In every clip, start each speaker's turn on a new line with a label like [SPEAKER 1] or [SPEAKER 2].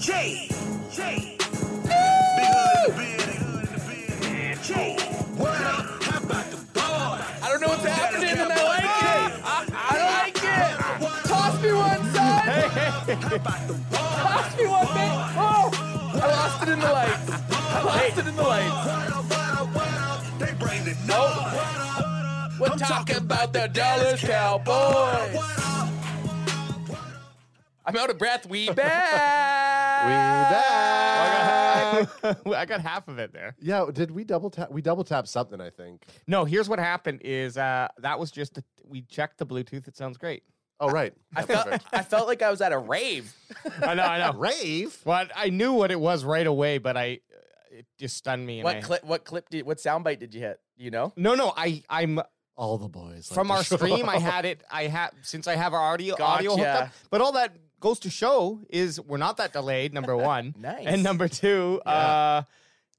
[SPEAKER 1] Jay, Jay, big hood in the building. Jay, what up? How about the boys?
[SPEAKER 2] I don't know what's happening and I like it. I don't like it. Toss me one, son. Toss me one, man. Oh, I lost it in the lights. I lost it in the lights.
[SPEAKER 1] What up? What up? What up? They bring the
[SPEAKER 2] Nope.
[SPEAKER 1] noise. What up?
[SPEAKER 2] We're
[SPEAKER 1] I'm
[SPEAKER 2] talking about the Dallas
[SPEAKER 1] Dallas
[SPEAKER 2] Cowboys.
[SPEAKER 1] What up?
[SPEAKER 2] I'm out of breath. We back.
[SPEAKER 3] We back.
[SPEAKER 4] I got half of it there.
[SPEAKER 3] Yeah, did we double tap? We double tap something, I think.
[SPEAKER 4] No, here's what happened is uh that was just a, we checked the Bluetooth. It sounds great.
[SPEAKER 3] Oh, right.
[SPEAKER 2] I felt, I felt like I was at a rave.
[SPEAKER 4] I know, I know.
[SPEAKER 3] Rave?
[SPEAKER 4] But I knew what it was right away, but I uh, it just stunned me. and I-
[SPEAKER 2] What clip? What clip did? What soundbite did you hit? You know?
[SPEAKER 4] No, no, I I'm
[SPEAKER 3] All the boys. like
[SPEAKER 4] from
[SPEAKER 3] to
[SPEAKER 4] our
[SPEAKER 3] show
[SPEAKER 4] stream. I
[SPEAKER 3] off.
[SPEAKER 4] had it. I have since I have our audio audio hooked
[SPEAKER 2] Gotcha.
[SPEAKER 4] up. But all that goes to show is we're not that delayed. Number one,
[SPEAKER 2] Nice.
[SPEAKER 4] and number two, uh,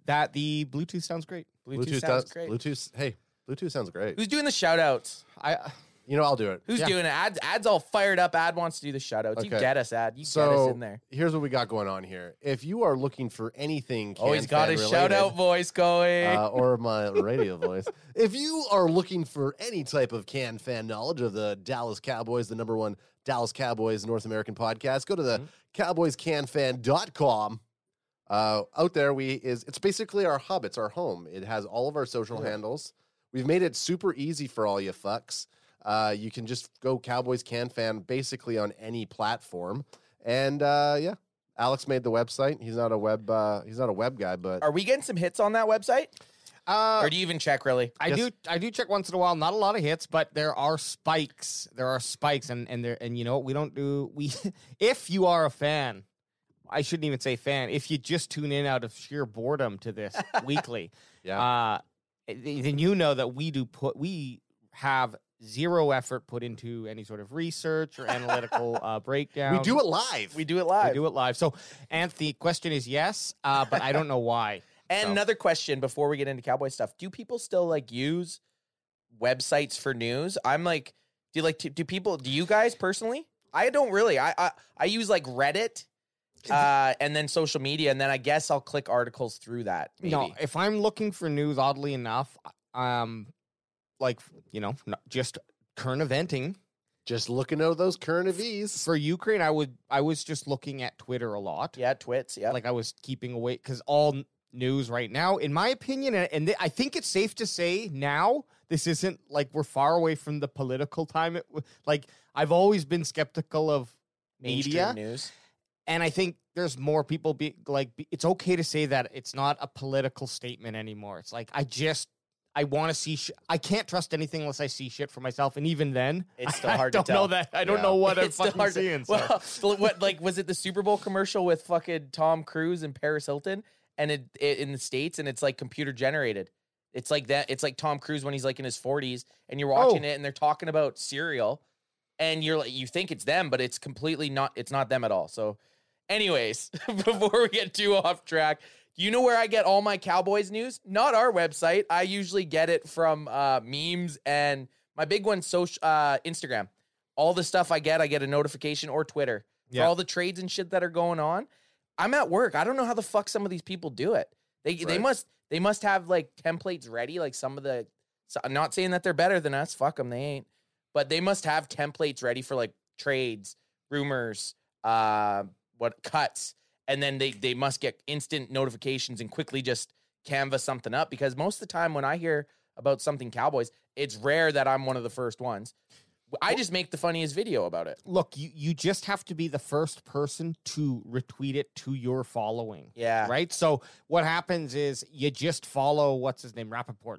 [SPEAKER 4] that the Bluetooth sounds great.
[SPEAKER 2] Bluetooth,
[SPEAKER 3] Bluetooth
[SPEAKER 2] sounds
[SPEAKER 3] does-
[SPEAKER 2] great.
[SPEAKER 3] Bluetooth. Hey, Bluetooth sounds great.
[SPEAKER 2] Who's doing the shout outs?
[SPEAKER 4] I
[SPEAKER 3] you know, I'll do it.
[SPEAKER 2] Who's
[SPEAKER 4] Yeah.
[SPEAKER 2] doing it? Ad, ad's all fired up. Ad wants to do the shout outs. You
[SPEAKER 3] Okay.
[SPEAKER 2] get us, Ad. You get us
[SPEAKER 3] So
[SPEAKER 2] in there.
[SPEAKER 3] here's what we got going on here. If you are looking for anything,
[SPEAKER 2] Oh, he's got
[SPEAKER 3] CanFed
[SPEAKER 2] his shout out
[SPEAKER 3] related,
[SPEAKER 2] voice going.
[SPEAKER 3] Uh, or my radio voice. If you are looking for any type of can fan knowledge of the Dallas Cowboys, the number one Dallas Cowboys North American podcast, go to the cowboyscanfan.com. Uh, out there, we is it's basically our hub. It's our home. It has all of our social handles. We've made it super easy for all you fucks. Uh, you can just go Cowboys Can Fan basically on any platform. And uh, yeah, Alex made the website. He's not a web. Uh, he's not a web guy, but
[SPEAKER 2] Are we getting some hits on that website?
[SPEAKER 4] uh,
[SPEAKER 2] or do you even check really?
[SPEAKER 4] I
[SPEAKER 3] Yes.
[SPEAKER 4] do I do check once in a while. Not a lot of hits, but there are spikes. There are spikes, and and there and you know what? we don't do we. if you are a fan, I shouldn't even say fan. If you just tune in out of sheer boredom to this weekly,
[SPEAKER 3] Yeah.
[SPEAKER 4] uh, th- then you know that we do put we have zero effort put into any sort of research or analytical uh, breakdown.
[SPEAKER 3] we do it live.
[SPEAKER 2] We do it live.
[SPEAKER 4] We do it live. So, Anthony, question is yes, uh, but I don't know why.
[SPEAKER 2] and
[SPEAKER 4] so.
[SPEAKER 2] another question before we get into cowboy stuff: Do people still like use websites for news? I'm like, do you like do, do people? Do you guys personally? I don't really. I I, I use like Reddit. Uh, and then social media, and then I guess I'll click articles through that. Maybe.
[SPEAKER 4] No, if I'm looking for news, oddly enough, um, like you know, not just current eventing
[SPEAKER 3] Just looking at those current events.
[SPEAKER 4] for Ukraine, I would I was just looking at Twitter a lot.
[SPEAKER 2] yeah, twits, yeah.
[SPEAKER 4] like I was keeping away because all n- news right now, in my opinion, and, and th- I think it's safe to say now this isn't like we're far away from the political time. It, w- like I've always been skeptical of
[SPEAKER 2] mainstream
[SPEAKER 4] media.
[SPEAKER 2] news.
[SPEAKER 4] and I think there's more people be like be, it's okay to say that it's not a political statement anymore. It's like I just I want to see. Sh- I can't trust anything unless I see shit for myself, and even then,
[SPEAKER 2] It's still
[SPEAKER 4] I
[SPEAKER 2] hard to
[SPEAKER 4] don't
[SPEAKER 2] tell.
[SPEAKER 4] know that I don't
[SPEAKER 3] Yeah.
[SPEAKER 4] know what I'm
[SPEAKER 2] It's still
[SPEAKER 4] fucking
[SPEAKER 2] hard to-
[SPEAKER 4] seeing. so.
[SPEAKER 2] Well, what like was it the Super Bowl commercial with fucking Tom Cruise and Paris Hilton, and it, it in the states, and it's like computer generated. It's like that. It's like Tom Cruise when he's like in his forties, and you're watching
[SPEAKER 4] Oh.
[SPEAKER 2] it, and they're talking about cereal, and you're like, you think it's them, but it's completely not. It's not them at all. So, anyways, before we get too off track. You know where I get all my Cowboys news? Not our website. I usually get it from uh, memes and my big one, social uh, Instagram. All the stuff I get, I get a notification or Twitter for
[SPEAKER 4] Yeah.
[SPEAKER 2] all the trades and shit that are going on. I'm at work. I don't know how the fuck some of these people do it. They they
[SPEAKER 3] Right.
[SPEAKER 2] must they must have like templates ready. Like some of the, so I'm not saying that they're better than us. Fuck them, they ain't. But they must have templates ready for like trades, rumors, uh, what cuts, and then they they must get instant notifications and quickly just canvas something up because most of the time when I hear about something Cowboys, it's rare that I'm one of the first ones. I just make the funniest video about it.
[SPEAKER 4] Look, you you just have to be the first person to retweet it to your following.
[SPEAKER 2] Yeah.
[SPEAKER 4] Right. So what happens is you just follow what's his name Rappaport.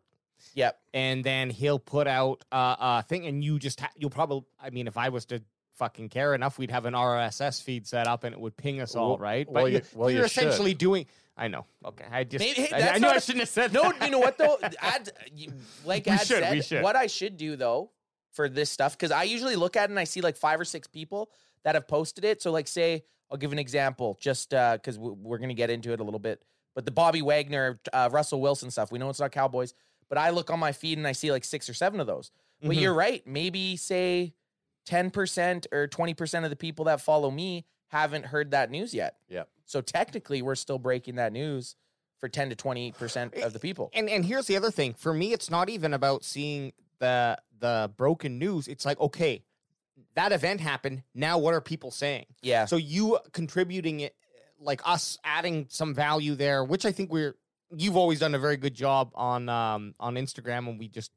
[SPEAKER 2] Yep.
[SPEAKER 4] uh, and then he'll put out uh, a thing, and you just ha- you'll probably. I mean, if I was to fucking care enough, we'd have an RSS feed set up and it would ping us all,
[SPEAKER 3] Well-
[SPEAKER 4] right? But
[SPEAKER 3] well,
[SPEAKER 4] you,
[SPEAKER 3] you- well,
[SPEAKER 4] are
[SPEAKER 3] you should.
[SPEAKER 4] essentially doing. I know. Okay, I just
[SPEAKER 2] Maybe- hey,
[SPEAKER 4] I, I
[SPEAKER 2] that's
[SPEAKER 4] knew
[SPEAKER 2] not
[SPEAKER 4] I
[SPEAKER 2] a-
[SPEAKER 4] shouldn't have said
[SPEAKER 2] No,
[SPEAKER 4] that.
[SPEAKER 2] you know what though? Ad, you- like
[SPEAKER 4] We
[SPEAKER 2] Ad
[SPEAKER 4] should,
[SPEAKER 2] said,
[SPEAKER 4] we should.
[SPEAKER 2] what I should do though for this stuff because I usually look at it and I see like five or six people that have posted it. So like, say I'll give an example just because we're gonna get into it a little bit. But the Bobby Wagner, uh, Russell Wilson stuff, we know it's not Cowboys, but I look on my feed and I see like six or seven of those. But
[SPEAKER 4] Mhm.
[SPEAKER 2] you're right, maybe say ten percent or twenty percent of the people that follow me haven't heard that news yet.
[SPEAKER 3] Yep.
[SPEAKER 2] So technically, we're still breaking that news for ten to twenty percent of the people.
[SPEAKER 4] And and here's the other thing. For me, it's not even about seeing the the broken news. It's like, okay, that event happened. Now what are people saying?
[SPEAKER 2] Yeah.
[SPEAKER 4] So you contributing it like us adding some value there, which I think we're you've always done a very good job on um on Instagram and we just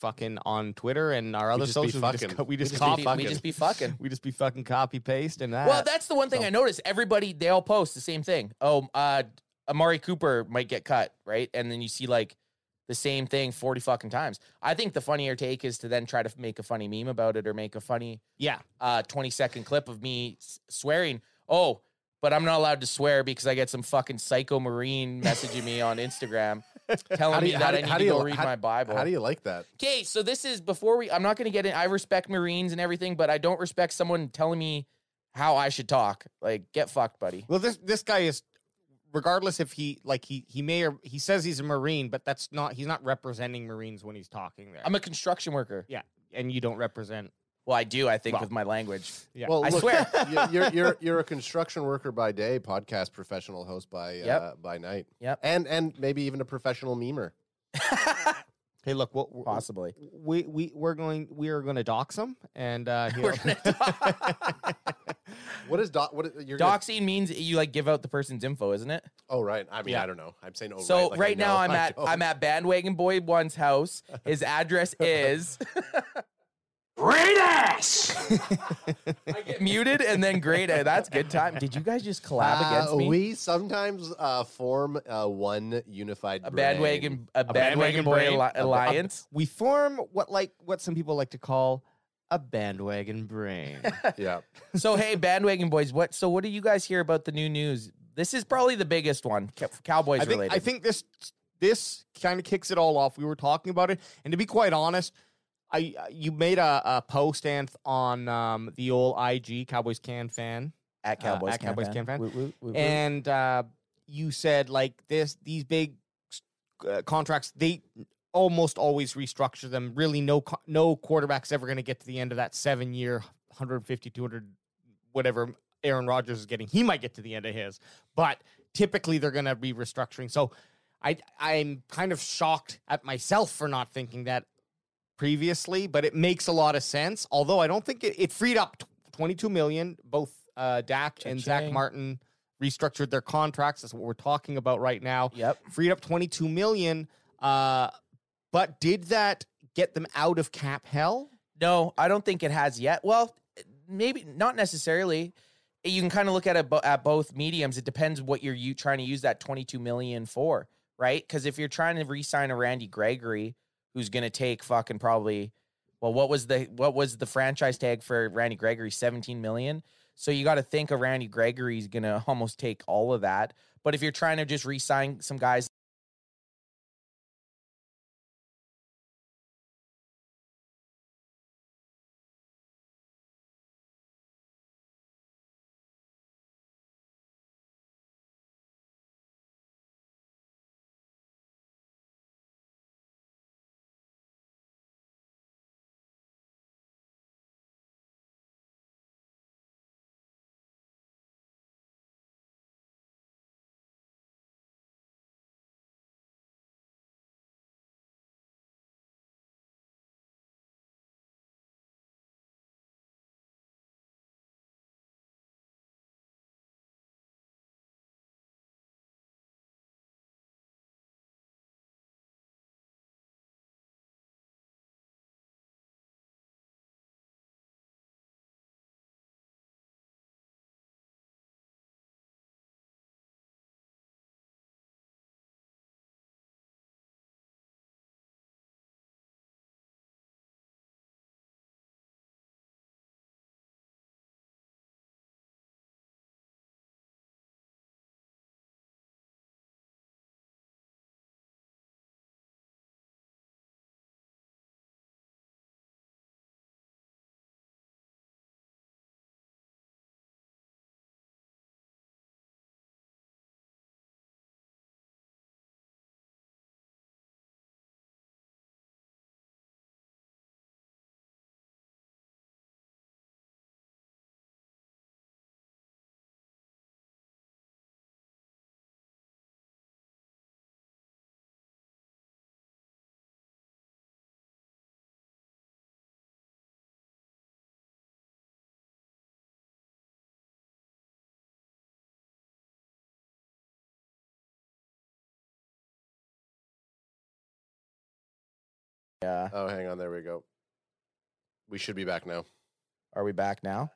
[SPEAKER 4] fucking on Twitter and our other
[SPEAKER 3] just be
[SPEAKER 4] socials we just,
[SPEAKER 3] fucking.
[SPEAKER 4] co- we
[SPEAKER 3] We
[SPEAKER 4] just
[SPEAKER 3] just be
[SPEAKER 4] copy
[SPEAKER 2] we,
[SPEAKER 3] fucking.
[SPEAKER 2] we just be fucking.
[SPEAKER 4] we just be fucking copy paste and that
[SPEAKER 2] Well, that's the one thing
[SPEAKER 4] so-
[SPEAKER 2] I noticed. Everybody, they all post the same thing. Oh, uh, Amari Cooper might get cut, right? And then you see like the same thing 40 fucking times. I think the funnier take is to then try to f- make a funny meme about it or make a funny
[SPEAKER 4] yeah.
[SPEAKER 2] uh, 20 second clip of me s- swearing. Oh, but I'm not allowed to swear because I get some fucking psycho marine messaging me on Instagram telling
[SPEAKER 3] How do
[SPEAKER 2] me
[SPEAKER 3] you-
[SPEAKER 2] that
[SPEAKER 3] how do-
[SPEAKER 2] I need
[SPEAKER 3] how
[SPEAKER 2] to
[SPEAKER 3] do you
[SPEAKER 2] go
[SPEAKER 3] li-
[SPEAKER 2] read
[SPEAKER 3] how-
[SPEAKER 2] my Bible.
[SPEAKER 3] How do you like that?
[SPEAKER 2] Okay, so this is before we. I'm not going to get in. I respect Marines and everything, but I don't respect someone telling me how I should talk. Like, get fucked, buddy.
[SPEAKER 4] Well, this this guy is, regardless if he like he he may or he says he's a marine, but that's not he's not representing Marines when he's talking there.
[SPEAKER 2] I'm a construction worker.
[SPEAKER 4] yeah, and you don't represent.
[SPEAKER 2] Well, I do. I think
[SPEAKER 4] Well.
[SPEAKER 2] with my language.
[SPEAKER 4] Yeah,
[SPEAKER 3] Well,
[SPEAKER 2] I
[SPEAKER 3] look,
[SPEAKER 2] swear.
[SPEAKER 3] you- you're you're you're a construction worker by day, podcast professional host by uh,
[SPEAKER 2] Yep.
[SPEAKER 3] by night.
[SPEAKER 2] Yep.
[SPEAKER 3] and and maybe even a professional memer.
[SPEAKER 4] hey, look, what we're,
[SPEAKER 2] Possibly.
[SPEAKER 4] we we we're going we are going to dox him, and uh, he'll-
[SPEAKER 2] We're gonna-
[SPEAKER 3] What is doc? What is, you're gonna-
[SPEAKER 2] Doxing means you like give out the person's info, isn't it?
[SPEAKER 3] oh right. I mean,
[SPEAKER 4] Yeah.
[SPEAKER 3] I don't know. I'm saying oh
[SPEAKER 2] so
[SPEAKER 3] right.
[SPEAKER 2] right,
[SPEAKER 3] like I know,
[SPEAKER 2] now I'm
[SPEAKER 3] I
[SPEAKER 2] at
[SPEAKER 3] don't.
[SPEAKER 2] I'm at bandwagon boy one's house. His address is
[SPEAKER 1] Great ass!
[SPEAKER 2] I get muted and then great. uh, That's good time. Did you guys just collab
[SPEAKER 3] Uh,
[SPEAKER 2] against me?
[SPEAKER 3] We sometimes uh, form uh, one unified
[SPEAKER 2] a
[SPEAKER 3] brain.
[SPEAKER 2] bandwagon a bandwagon,
[SPEAKER 4] bandwagon
[SPEAKER 2] boy
[SPEAKER 4] brain.
[SPEAKER 2] alli-
[SPEAKER 4] A- a-
[SPEAKER 2] alliance.
[SPEAKER 4] we form what like what some people like to call a bandwagon brain.
[SPEAKER 3] Yeah.
[SPEAKER 2] so hey, bandwagon boys, what? So what do you guys hear about the new news? This is probably the biggest one, Cow- Cowboys
[SPEAKER 4] I think
[SPEAKER 2] related.
[SPEAKER 4] I think this this kind of kicks it all off. We were talking about it, and to be quite honest, I uh, you made a, a post Anth on um, the old IG Cowboys can fan,
[SPEAKER 2] at Cowboys,
[SPEAKER 4] at Cowboys Can Fan.
[SPEAKER 2] Woo, woo, woo, woo.
[SPEAKER 4] and uh, you said like this these big uh, contracts they almost always restructure them. Really, no co- no quarterback's ever going to get to the end of that seven year 150 200 whatever Aaron Rodgers is getting. He might get to the end of his, but typically they're going to be restructuring. So I I'm kind of shocked at myself for not thinking that previously, but it makes a lot of sense. Although I don't think it, it freed up t- 22 million. Both uh, Dak and Zach
[SPEAKER 2] Cha-ching.
[SPEAKER 4] Martin restructured their contracts. That's what we're talking about right now.
[SPEAKER 2] yep,
[SPEAKER 4] Freed up 22 million. Uh, but did that get them out of cap hell?
[SPEAKER 2] no, I don't think it has yet. Well, maybe not necessarily. You can kind of look at it bo- at both mediums. It depends what you're you trying to use that 22 million for, right? Because if you're trying to re-sign a Randy Gregory, who's going to take fucking probably, well, what was the what was the franchise tag for Randy Gregory? 17 million. So you got to think of Randy Gregory's going to almost take all of that. But if you're trying to just re-sign some guys, Yeah.
[SPEAKER 3] Oh, hang on. There we go. We should be back now.
[SPEAKER 2] Are we back now?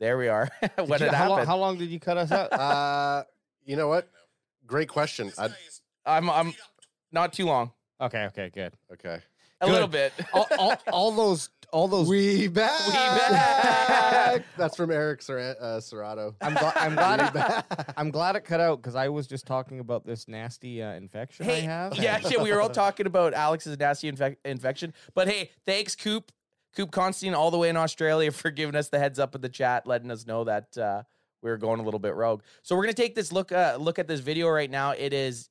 [SPEAKER 2] There we are. what
[SPEAKER 4] Did
[SPEAKER 2] had
[SPEAKER 4] you- how, long,
[SPEAKER 2] happened?
[SPEAKER 4] how long did you cut us out?
[SPEAKER 3] Uh, you know what? Great question. I,
[SPEAKER 2] I'm I'm not too long.
[SPEAKER 4] okay, okay, good.
[SPEAKER 3] okay.
[SPEAKER 2] A
[SPEAKER 4] Good.
[SPEAKER 2] little bit.
[SPEAKER 4] all, all, all those, all those.
[SPEAKER 3] We back.
[SPEAKER 2] back.
[SPEAKER 3] That's from Eric Ser- uh, Serrato.
[SPEAKER 4] I'm, gl- I'm glad.
[SPEAKER 3] We
[SPEAKER 4] it,
[SPEAKER 3] back.
[SPEAKER 4] I'm glad it cut out because I was just talking about this nasty uh, infection I have.
[SPEAKER 2] Yeah,
[SPEAKER 4] and-
[SPEAKER 2] yeah, we were all talking about Alex's nasty infec- infection. But hey, thanks, Coop, Coop Constantine, all the way in Australia, for giving us the heads up in the chat, letting us know that uh, we were going a little bit rogue. So we're gonna take this look uh, look at this video right now. It is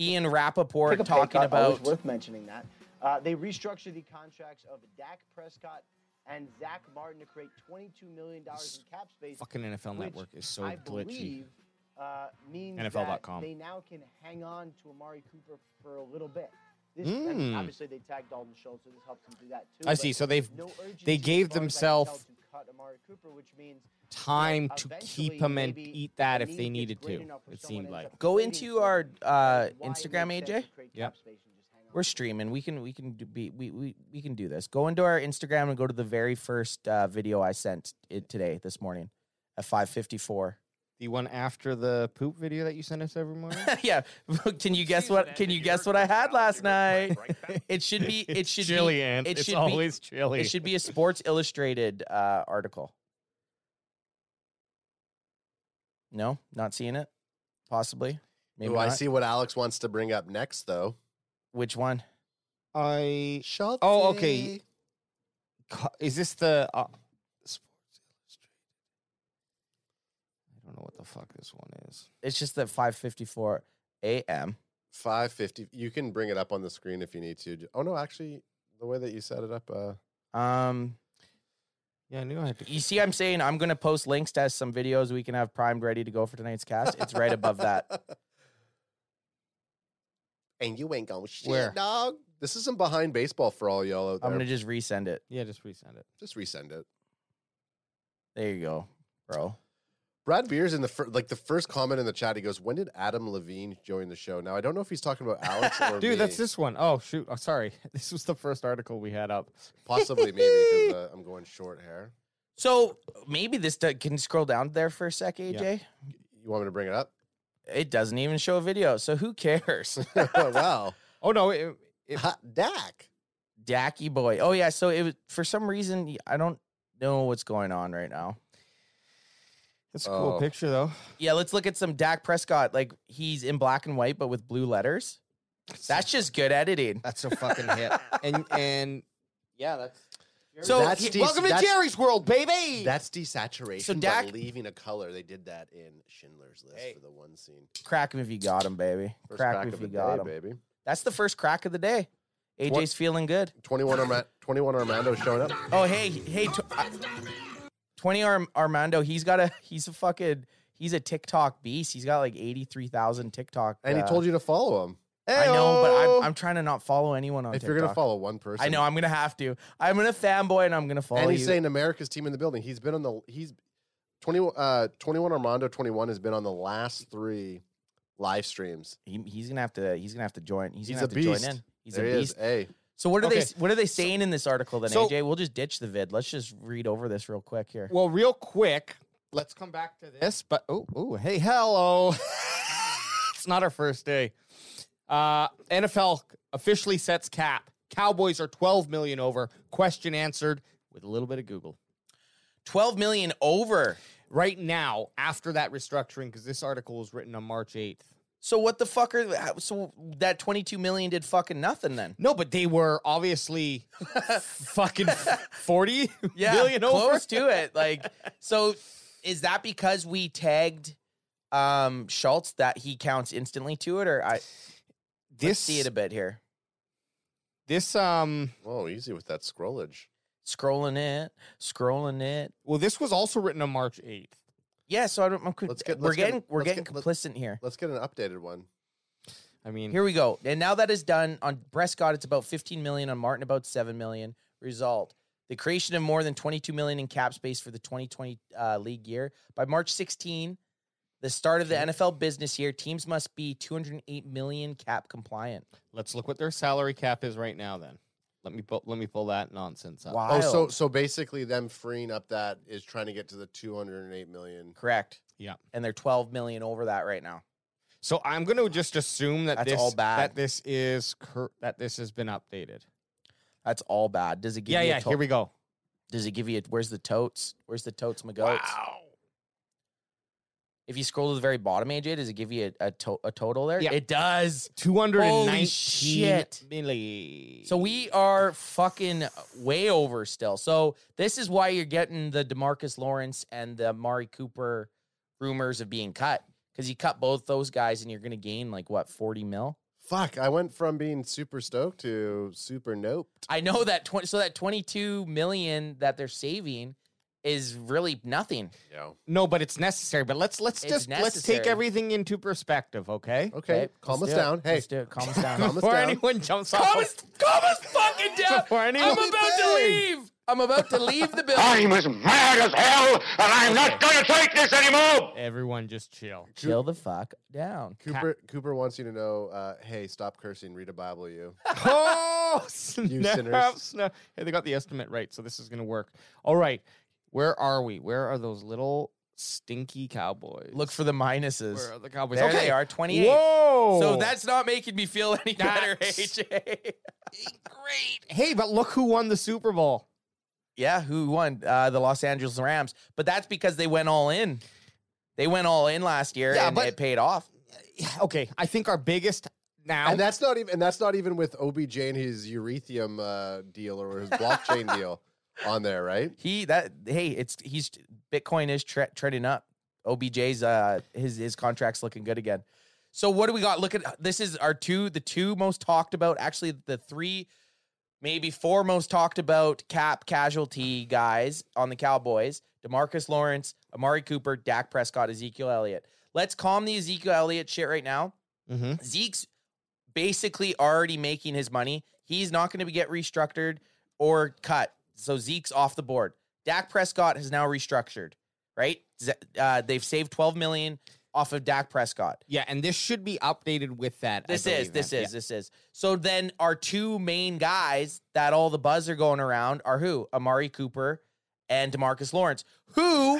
[SPEAKER 2] Ian Rappaport
[SPEAKER 5] Took a pay
[SPEAKER 2] talking
[SPEAKER 5] cut, always
[SPEAKER 2] about
[SPEAKER 5] worth mentioning that. Uh, they restructured the contracts of Dak Prescott and Zach Martin to create $22 million in cap space.
[SPEAKER 4] Fucking NFL
[SPEAKER 5] which
[SPEAKER 4] Network is so
[SPEAKER 5] I
[SPEAKER 4] glitchy.
[SPEAKER 5] Believe, uh, means
[SPEAKER 4] NFL.com.
[SPEAKER 5] That they now can hang on to Amari Cooper for a little bit. This, I mean,
[SPEAKER 4] Mm.
[SPEAKER 5] obviously, they tagged Dalton Schultz, so this helps them do that too.
[SPEAKER 4] I
[SPEAKER 5] but
[SPEAKER 4] see. So they've
[SPEAKER 5] no urgency
[SPEAKER 4] they
[SPEAKER 5] as
[SPEAKER 4] gave
[SPEAKER 5] far as I can
[SPEAKER 4] themself
[SPEAKER 5] tell to cut Amari Cooper, which means
[SPEAKER 4] time to
[SPEAKER 5] eventually
[SPEAKER 4] keep them and
[SPEAKER 5] maybe
[SPEAKER 4] eat that
[SPEAKER 5] a
[SPEAKER 4] if
[SPEAKER 5] need
[SPEAKER 4] they
[SPEAKER 5] that's
[SPEAKER 4] needed
[SPEAKER 5] great
[SPEAKER 4] to.
[SPEAKER 5] enough where
[SPEAKER 4] It
[SPEAKER 5] someone
[SPEAKER 4] seemed
[SPEAKER 5] ends
[SPEAKER 4] like.
[SPEAKER 5] up
[SPEAKER 2] Go
[SPEAKER 5] trading
[SPEAKER 2] into
[SPEAKER 5] for
[SPEAKER 2] our,
[SPEAKER 5] them,
[SPEAKER 2] uh,
[SPEAKER 5] why it makes
[SPEAKER 2] Instagram,
[SPEAKER 5] sense
[SPEAKER 2] AJ?
[SPEAKER 5] to create
[SPEAKER 4] Yep.
[SPEAKER 5] cap space and just hang on
[SPEAKER 2] we're
[SPEAKER 5] to it.
[SPEAKER 2] streaming. We can we can do, be we, we we can do this. Go into our Instagram and go to the very first uh, video I sent it today this morning at five fifty four.
[SPEAKER 4] The one after the poop video that you send us every morning.
[SPEAKER 2] yeah. Can you guess what? Can you guess what I had last night? It should be. It should
[SPEAKER 4] chilly,
[SPEAKER 2] be.
[SPEAKER 4] and
[SPEAKER 2] it
[SPEAKER 4] it's
[SPEAKER 2] should be-
[SPEAKER 4] always chilly.
[SPEAKER 2] It should be a Sports Illustrated uh, article. No, not seeing it. Possibly. Maybe
[SPEAKER 3] Ooh, I
[SPEAKER 2] not.
[SPEAKER 3] see what Alex wants to bring up next, though.
[SPEAKER 2] Which one?
[SPEAKER 4] I
[SPEAKER 3] Schultz.
[SPEAKER 4] Oh, okay. co- is this the uh, Sports Illustrated? I don't know what the fuck this one is.
[SPEAKER 2] It's just that 5:54 a.m.
[SPEAKER 3] Five fifty. You can bring it up on the screen if you need to. J- Oh no, actually, the way that you set it up. Uh,
[SPEAKER 2] Um,
[SPEAKER 4] Yeah, I knew I had to.
[SPEAKER 2] you see, I'm saying I'm gonna post links to some videos we can have primed ready to go for tonight's cast. It's right above that.
[SPEAKER 3] And you ain't going shit,
[SPEAKER 4] Where?
[SPEAKER 3] dog. This isn't behind baseball for all y'all out there.
[SPEAKER 2] I'm gonna just resend it.
[SPEAKER 4] Yeah, just resend it.
[SPEAKER 3] Just resend it.
[SPEAKER 2] There you go, bro.
[SPEAKER 3] Brad Beers in the fir- like the first comment in the chat. He goes, "When did Adam Levine join the show?" Now I don't know if he's talking about Alex or
[SPEAKER 4] Dude, that's
[SPEAKER 3] me.
[SPEAKER 4] this one. Oh shoot, oh, sorry. This was the first article we had up.
[SPEAKER 3] possibly me because uh, I'm going short hair.
[SPEAKER 2] So maybe this do- can you scroll down there for a sec, AJ.
[SPEAKER 4] Yeah.
[SPEAKER 3] You want me to bring it up?
[SPEAKER 2] It doesn't even show a video, so who cares?
[SPEAKER 3] wow,
[SPEAKER 4] Oh no, it, it,
[SPEAKER 3] Hot Dak.
[SPEAKER 2] Dacky boy. Oh yeah, so it was for some reason y- I don't know what's going on right now.
[SPEAKER 4] it's a cool
[SPEAKER 3] Oh.
[SPEAKER 4] picture though.
[SPEAKER 2] Yeah, let's look at some Dak Prescott. Like he's in black and white, but with blue letters. That's just good editing.
[SPEAKER 4] That's a fucking hit. And and yeah, that's
[SPEAKER 2] So
[SPEAKER 3] That's
[SPEAKER 2] he-
[SPEAKER 3] de- that's-
[SPEAKER 4] World, baby.
[SPEAKER 3] That's desaturation.
[SPEAKER 2] So
[SPEAKER 3] but
[SPEAKER 2] Dak-
[SPEAKER 3] leaving a color. They did that in Schindler's List
[SPEAKER 2] Hey.
[SPEAKER 3] for the one scene.
[SPEAKER 2] crack him if you got him, baby.
[SPEAKER 3] First
[SPEAKER 2] crack
[SPEAKER 3] crack
[SPEAKER 2] him if
[SPEAKER 3] of
[SPEAKER 2] you
[SPEAKER 3] the
[SPEAKER 2] got
[SPEAKER 3] day,
[SPEAKER 2] him.
[SPEAKER 3] baby.
[SPEAKER 2] That's the first crack of the day. AJ's feeling good.
[SPEAKER 3] 21, Arma- 21 Armando showing up.
[SPEAKER 2] Oh hey hey, tw- uh, twenty Ar- Armando. He's got a he's a fucking he's a TikTok beast. He's got like eighty three thousand TikTok.
[SPEAKER 3] And
[SPEAKER 2] uh,
[SPEAKER 3] he told you to follow him.
[SPEAKER 2] I know, but I'm, I'm trying to not follow anyone on
[SPEAKER 3] If
[SPEAKER 2] TikTok.
[SPEAKER 3] you're going to follow one person.
[SPEAKER 2] I know I'm gonna have to. I'm gonna fanboy and I'm gonna follow
[SPEAKER 3] And he's
[SPEAKER 2] you.
[SPEAKER 3] saying America's team in the building. He's been on the. He's 21, uh, 21 Armando 21 has been on the last three live streams.
[SPEAKER 2] He- he's gonna have to. He's gonna have to join. He's,
[SPEAKER 3] He's
[SPEAKER 2] gonna have to
[SPEAKER 3] a beast.
[SPEAKER 2] join in. He's
[SPEAKER 3] there
[SPEAKER 2] a
[SPEAKER 3] he
[SPEAKER 2] beast.
[SPEAKER 3] is. Hey,
[SPEAKER 2] So what are
[SPEAKER 4] Okay.
[SPEAKER 2] they? What are they saying in this article? Then
[SPEAKER 4] so-
[SPEAKER 2] AJ, we'll just ditch the vid. Let's just read over this real quick here.
[SPEAKER 4] Well, real quick, let's come back to this. But oh, oh, hey, hello. it's not our first day. Uh, NFL officially sets cap. Cowboys are 12 million over. Question answered with a little bit of Google.
[SPEAKER 2] Twelve million over.
[SPEAKER 4] Right now, after that restructuring, because this article was written on March 8th.
[SPEAKER 2] So what the fuck are? how- So that twenty two million did fucking nothing then.
[SPEAKER 4] No, but they were obviously fucking 40
[SPEAKER 2] Yeah,
[SPEAKER 4] million over.
[SPEAKER 2] close to it. Like so, is that because we tagged um Schultz that he counts instantly to it, or I let's
[SPEAKER 4] This,
[SPEAKER 2] see it a bit here.
[SPEAKER 4] this, um,
[SPEAKER 3] whoa, easy with that scrollage.
[SPEAKER 2] Scrolling it, scrolling it.
[SPEAKER 4] well, this was also written on March 8th.
[SPEAKER 2] Yeah, so I don't. I'm, co-
[SPEAKER 3] Let's get-
[SPEAKER 2] we're
[SPEAKER 3] let's get-
[SPEAKER 2] getting we're
[SPEAKER 3] let's
[SPEAKER 2] getting
[SPEAKER 3] get- let-
[SPEAKER 2] complicit here.
[SPEAKER 3] Let's get an updated one.
[SPEAKER 4] I mean,
[SPEAKER 2] Here we go. And now that is done on Prescott, it's about 15 million on Martin, about 7 million. Result: the creation of more than 22 million in cap space for the 2020 uh, league year by March 16, the start of the NFL business year. Teams must be 208 million cap compliant.
[SPEAKER 4] Let's look what their salary cap is right now then. Let me pull, let me pull that nonsense up.
[SPEAKER 3] Oh, so
[SPEAKER 2] Wild.
[SPEAKER 3] so basically, them freeing up that is trying to get to the two hundred and eight million.
[SPEAKER 2] correct.
[SPEAKER 4] Yeah.
[SPEAKER 2] and they're 12 million over that right now.
[SPEAKER 4] So I'm going to just assume that
[SPEAKER 2] That's
[SPEAKER 4] this
[SPEAKER 2] all bad.
[SPEAKER 4] that this is cur- that this has been updated.
[SPEAKER 2] That's all bad. Does it give
[SPEAKER 4] yeah,
[SPEAKER 2] you
[SPEAKER 4] yeah.
[SPEAKER 2] a to-
[SPEAKER 4] Here we go.
[SPEAKER 2] Does it give you a, where's the totes? Where's the totes my goats? If you scroll to the very bottom, AJ, does it give you a, a, to- a total there?
[SPEAKER 4] Yeah.
[SPEAKER 2] It does.
[SPEAKER 4] Two hundred and nineteen
[SPEAKER 2] shit.
[SPEAKER 4] million.
[SPEAKER 2] So we are fucking way over still. So this is why you're getting the Demarcus Lawrence and the Mari Cooper rumors of being cut because you cut both those guys and you're going to gain like what 40 mil.
[SPEAKER 3] Fuck! I went from being super stoked to super nope.
[SPEAKER 2] I know that 20 so that 22 million that they're saving is really nothing.
[SPEAKER 3] Yeah.
[SPEAKER 4] no, but it's necessary. But let's let's
[SPEAKER 2] It's
[SPEAKER 4] just let's take
[SPEAKER 2] necessary.
[SPEAKER 4] everything into perspective, okay?
[SPEAKER 3] Okay.
[SPEAKER 2] Okay,
[SPEAKER 3] calm us
[SPEAKER 2] let's do it.
[SPEAKER 3] down. Hey,
[SPEAKER 2] Let's do it. Calm us down.
[SPEAKER 3] Calm us
[SPEAKER 4] Before
[SPEAKER 3] down.
[SPEAKER 4] anyone jumps off.
[SPEAKER 2] calm us, calm us fucking down.
[SPEAKER 4] Before anyone-
[SPEAKER 2] I'm about to leave. I'm about to leave the building.
[SPEAKER 6] I'm as mad as hell, and I'm not going to take this anymore.
[SPEAKER 4] Everyone just chill.
[SPEAKER 2] Chill the fuck down.
[SPEAKER 3] Cooper. Cooper wants you to know. Uh, hey, stop cursing. Read a Bible, you.
[SPEAKER 4] oh, snap,
[SPEAKER 3] sinners.
[SPEAKER 4] snap. Hey, they got the estimate right, so this is going to work. All right. Where are we? Where are those little stinky cowboys?
[SPEAKER 2] Look for the minuses.
[SPEAKER 4] Where are the cowboys?
[SPEAKER 2] There
[SPEAKER 4] okay.
[SPEAKER 2] they are, 28.
[SPEAKER 4] Whoa.
[SPEAKER 2] So that's not making me feel any better,
[SPEAKER 4] That's-
[SPEAKER 2] AJ.
[SPEAKER 4] Hey, but look who won the Super Bowl.
[SPEAKER 2] yeah, who won? Uh, the Los Angeles Rams. But that's because they went all in. They went all in last year
[SPEAKER 4] Yeah,
[SPEAKER 2] and
[SPEAKER 4] but-
[SPEAKER 2] it paid off.
[SPEAKER 4] Okay, I think our biggest now.
[SPEAKER 3] And that's not even. And that's not even with OBJ and his Urethium uh, deal or his blockchain deal on there, right?
[SPEAKER 2] He that hey, it's he's Bitcoin is tre- trending up. OBJ's uh his his contract's looking good again. So what do we got? Look at this is our two the two most talked about actually the three maybe four most talked about cap casualty guys on the Cowboys: Demarcus Lawrence, Amari Cooper, Dak Prescott, Ezekiel Elliott. Let's calm the Ezekiel Elliott shit right now.
[SPEAKER 4] Mhm.
[SPEAKER 2] Zeke's basically already making his money. He's not going to get restructured or cut. So Zeke's off the board. Dak Prescott has now restructured, right? Z- uh, they've saved 12 million off of Dak Prescott.
[SPEAKER 4] Yeah, and this should be updated with that. I
[SPEAKER 2] This is
[SPEAKER 4] believe,
[SPEAKER 2] this
[SPEAKER 4] man.
[SPEAKER 2] is this is. So then our two main guys that all the buzz are going around are who? Amari Cooper and DeMarcus Lawrence, who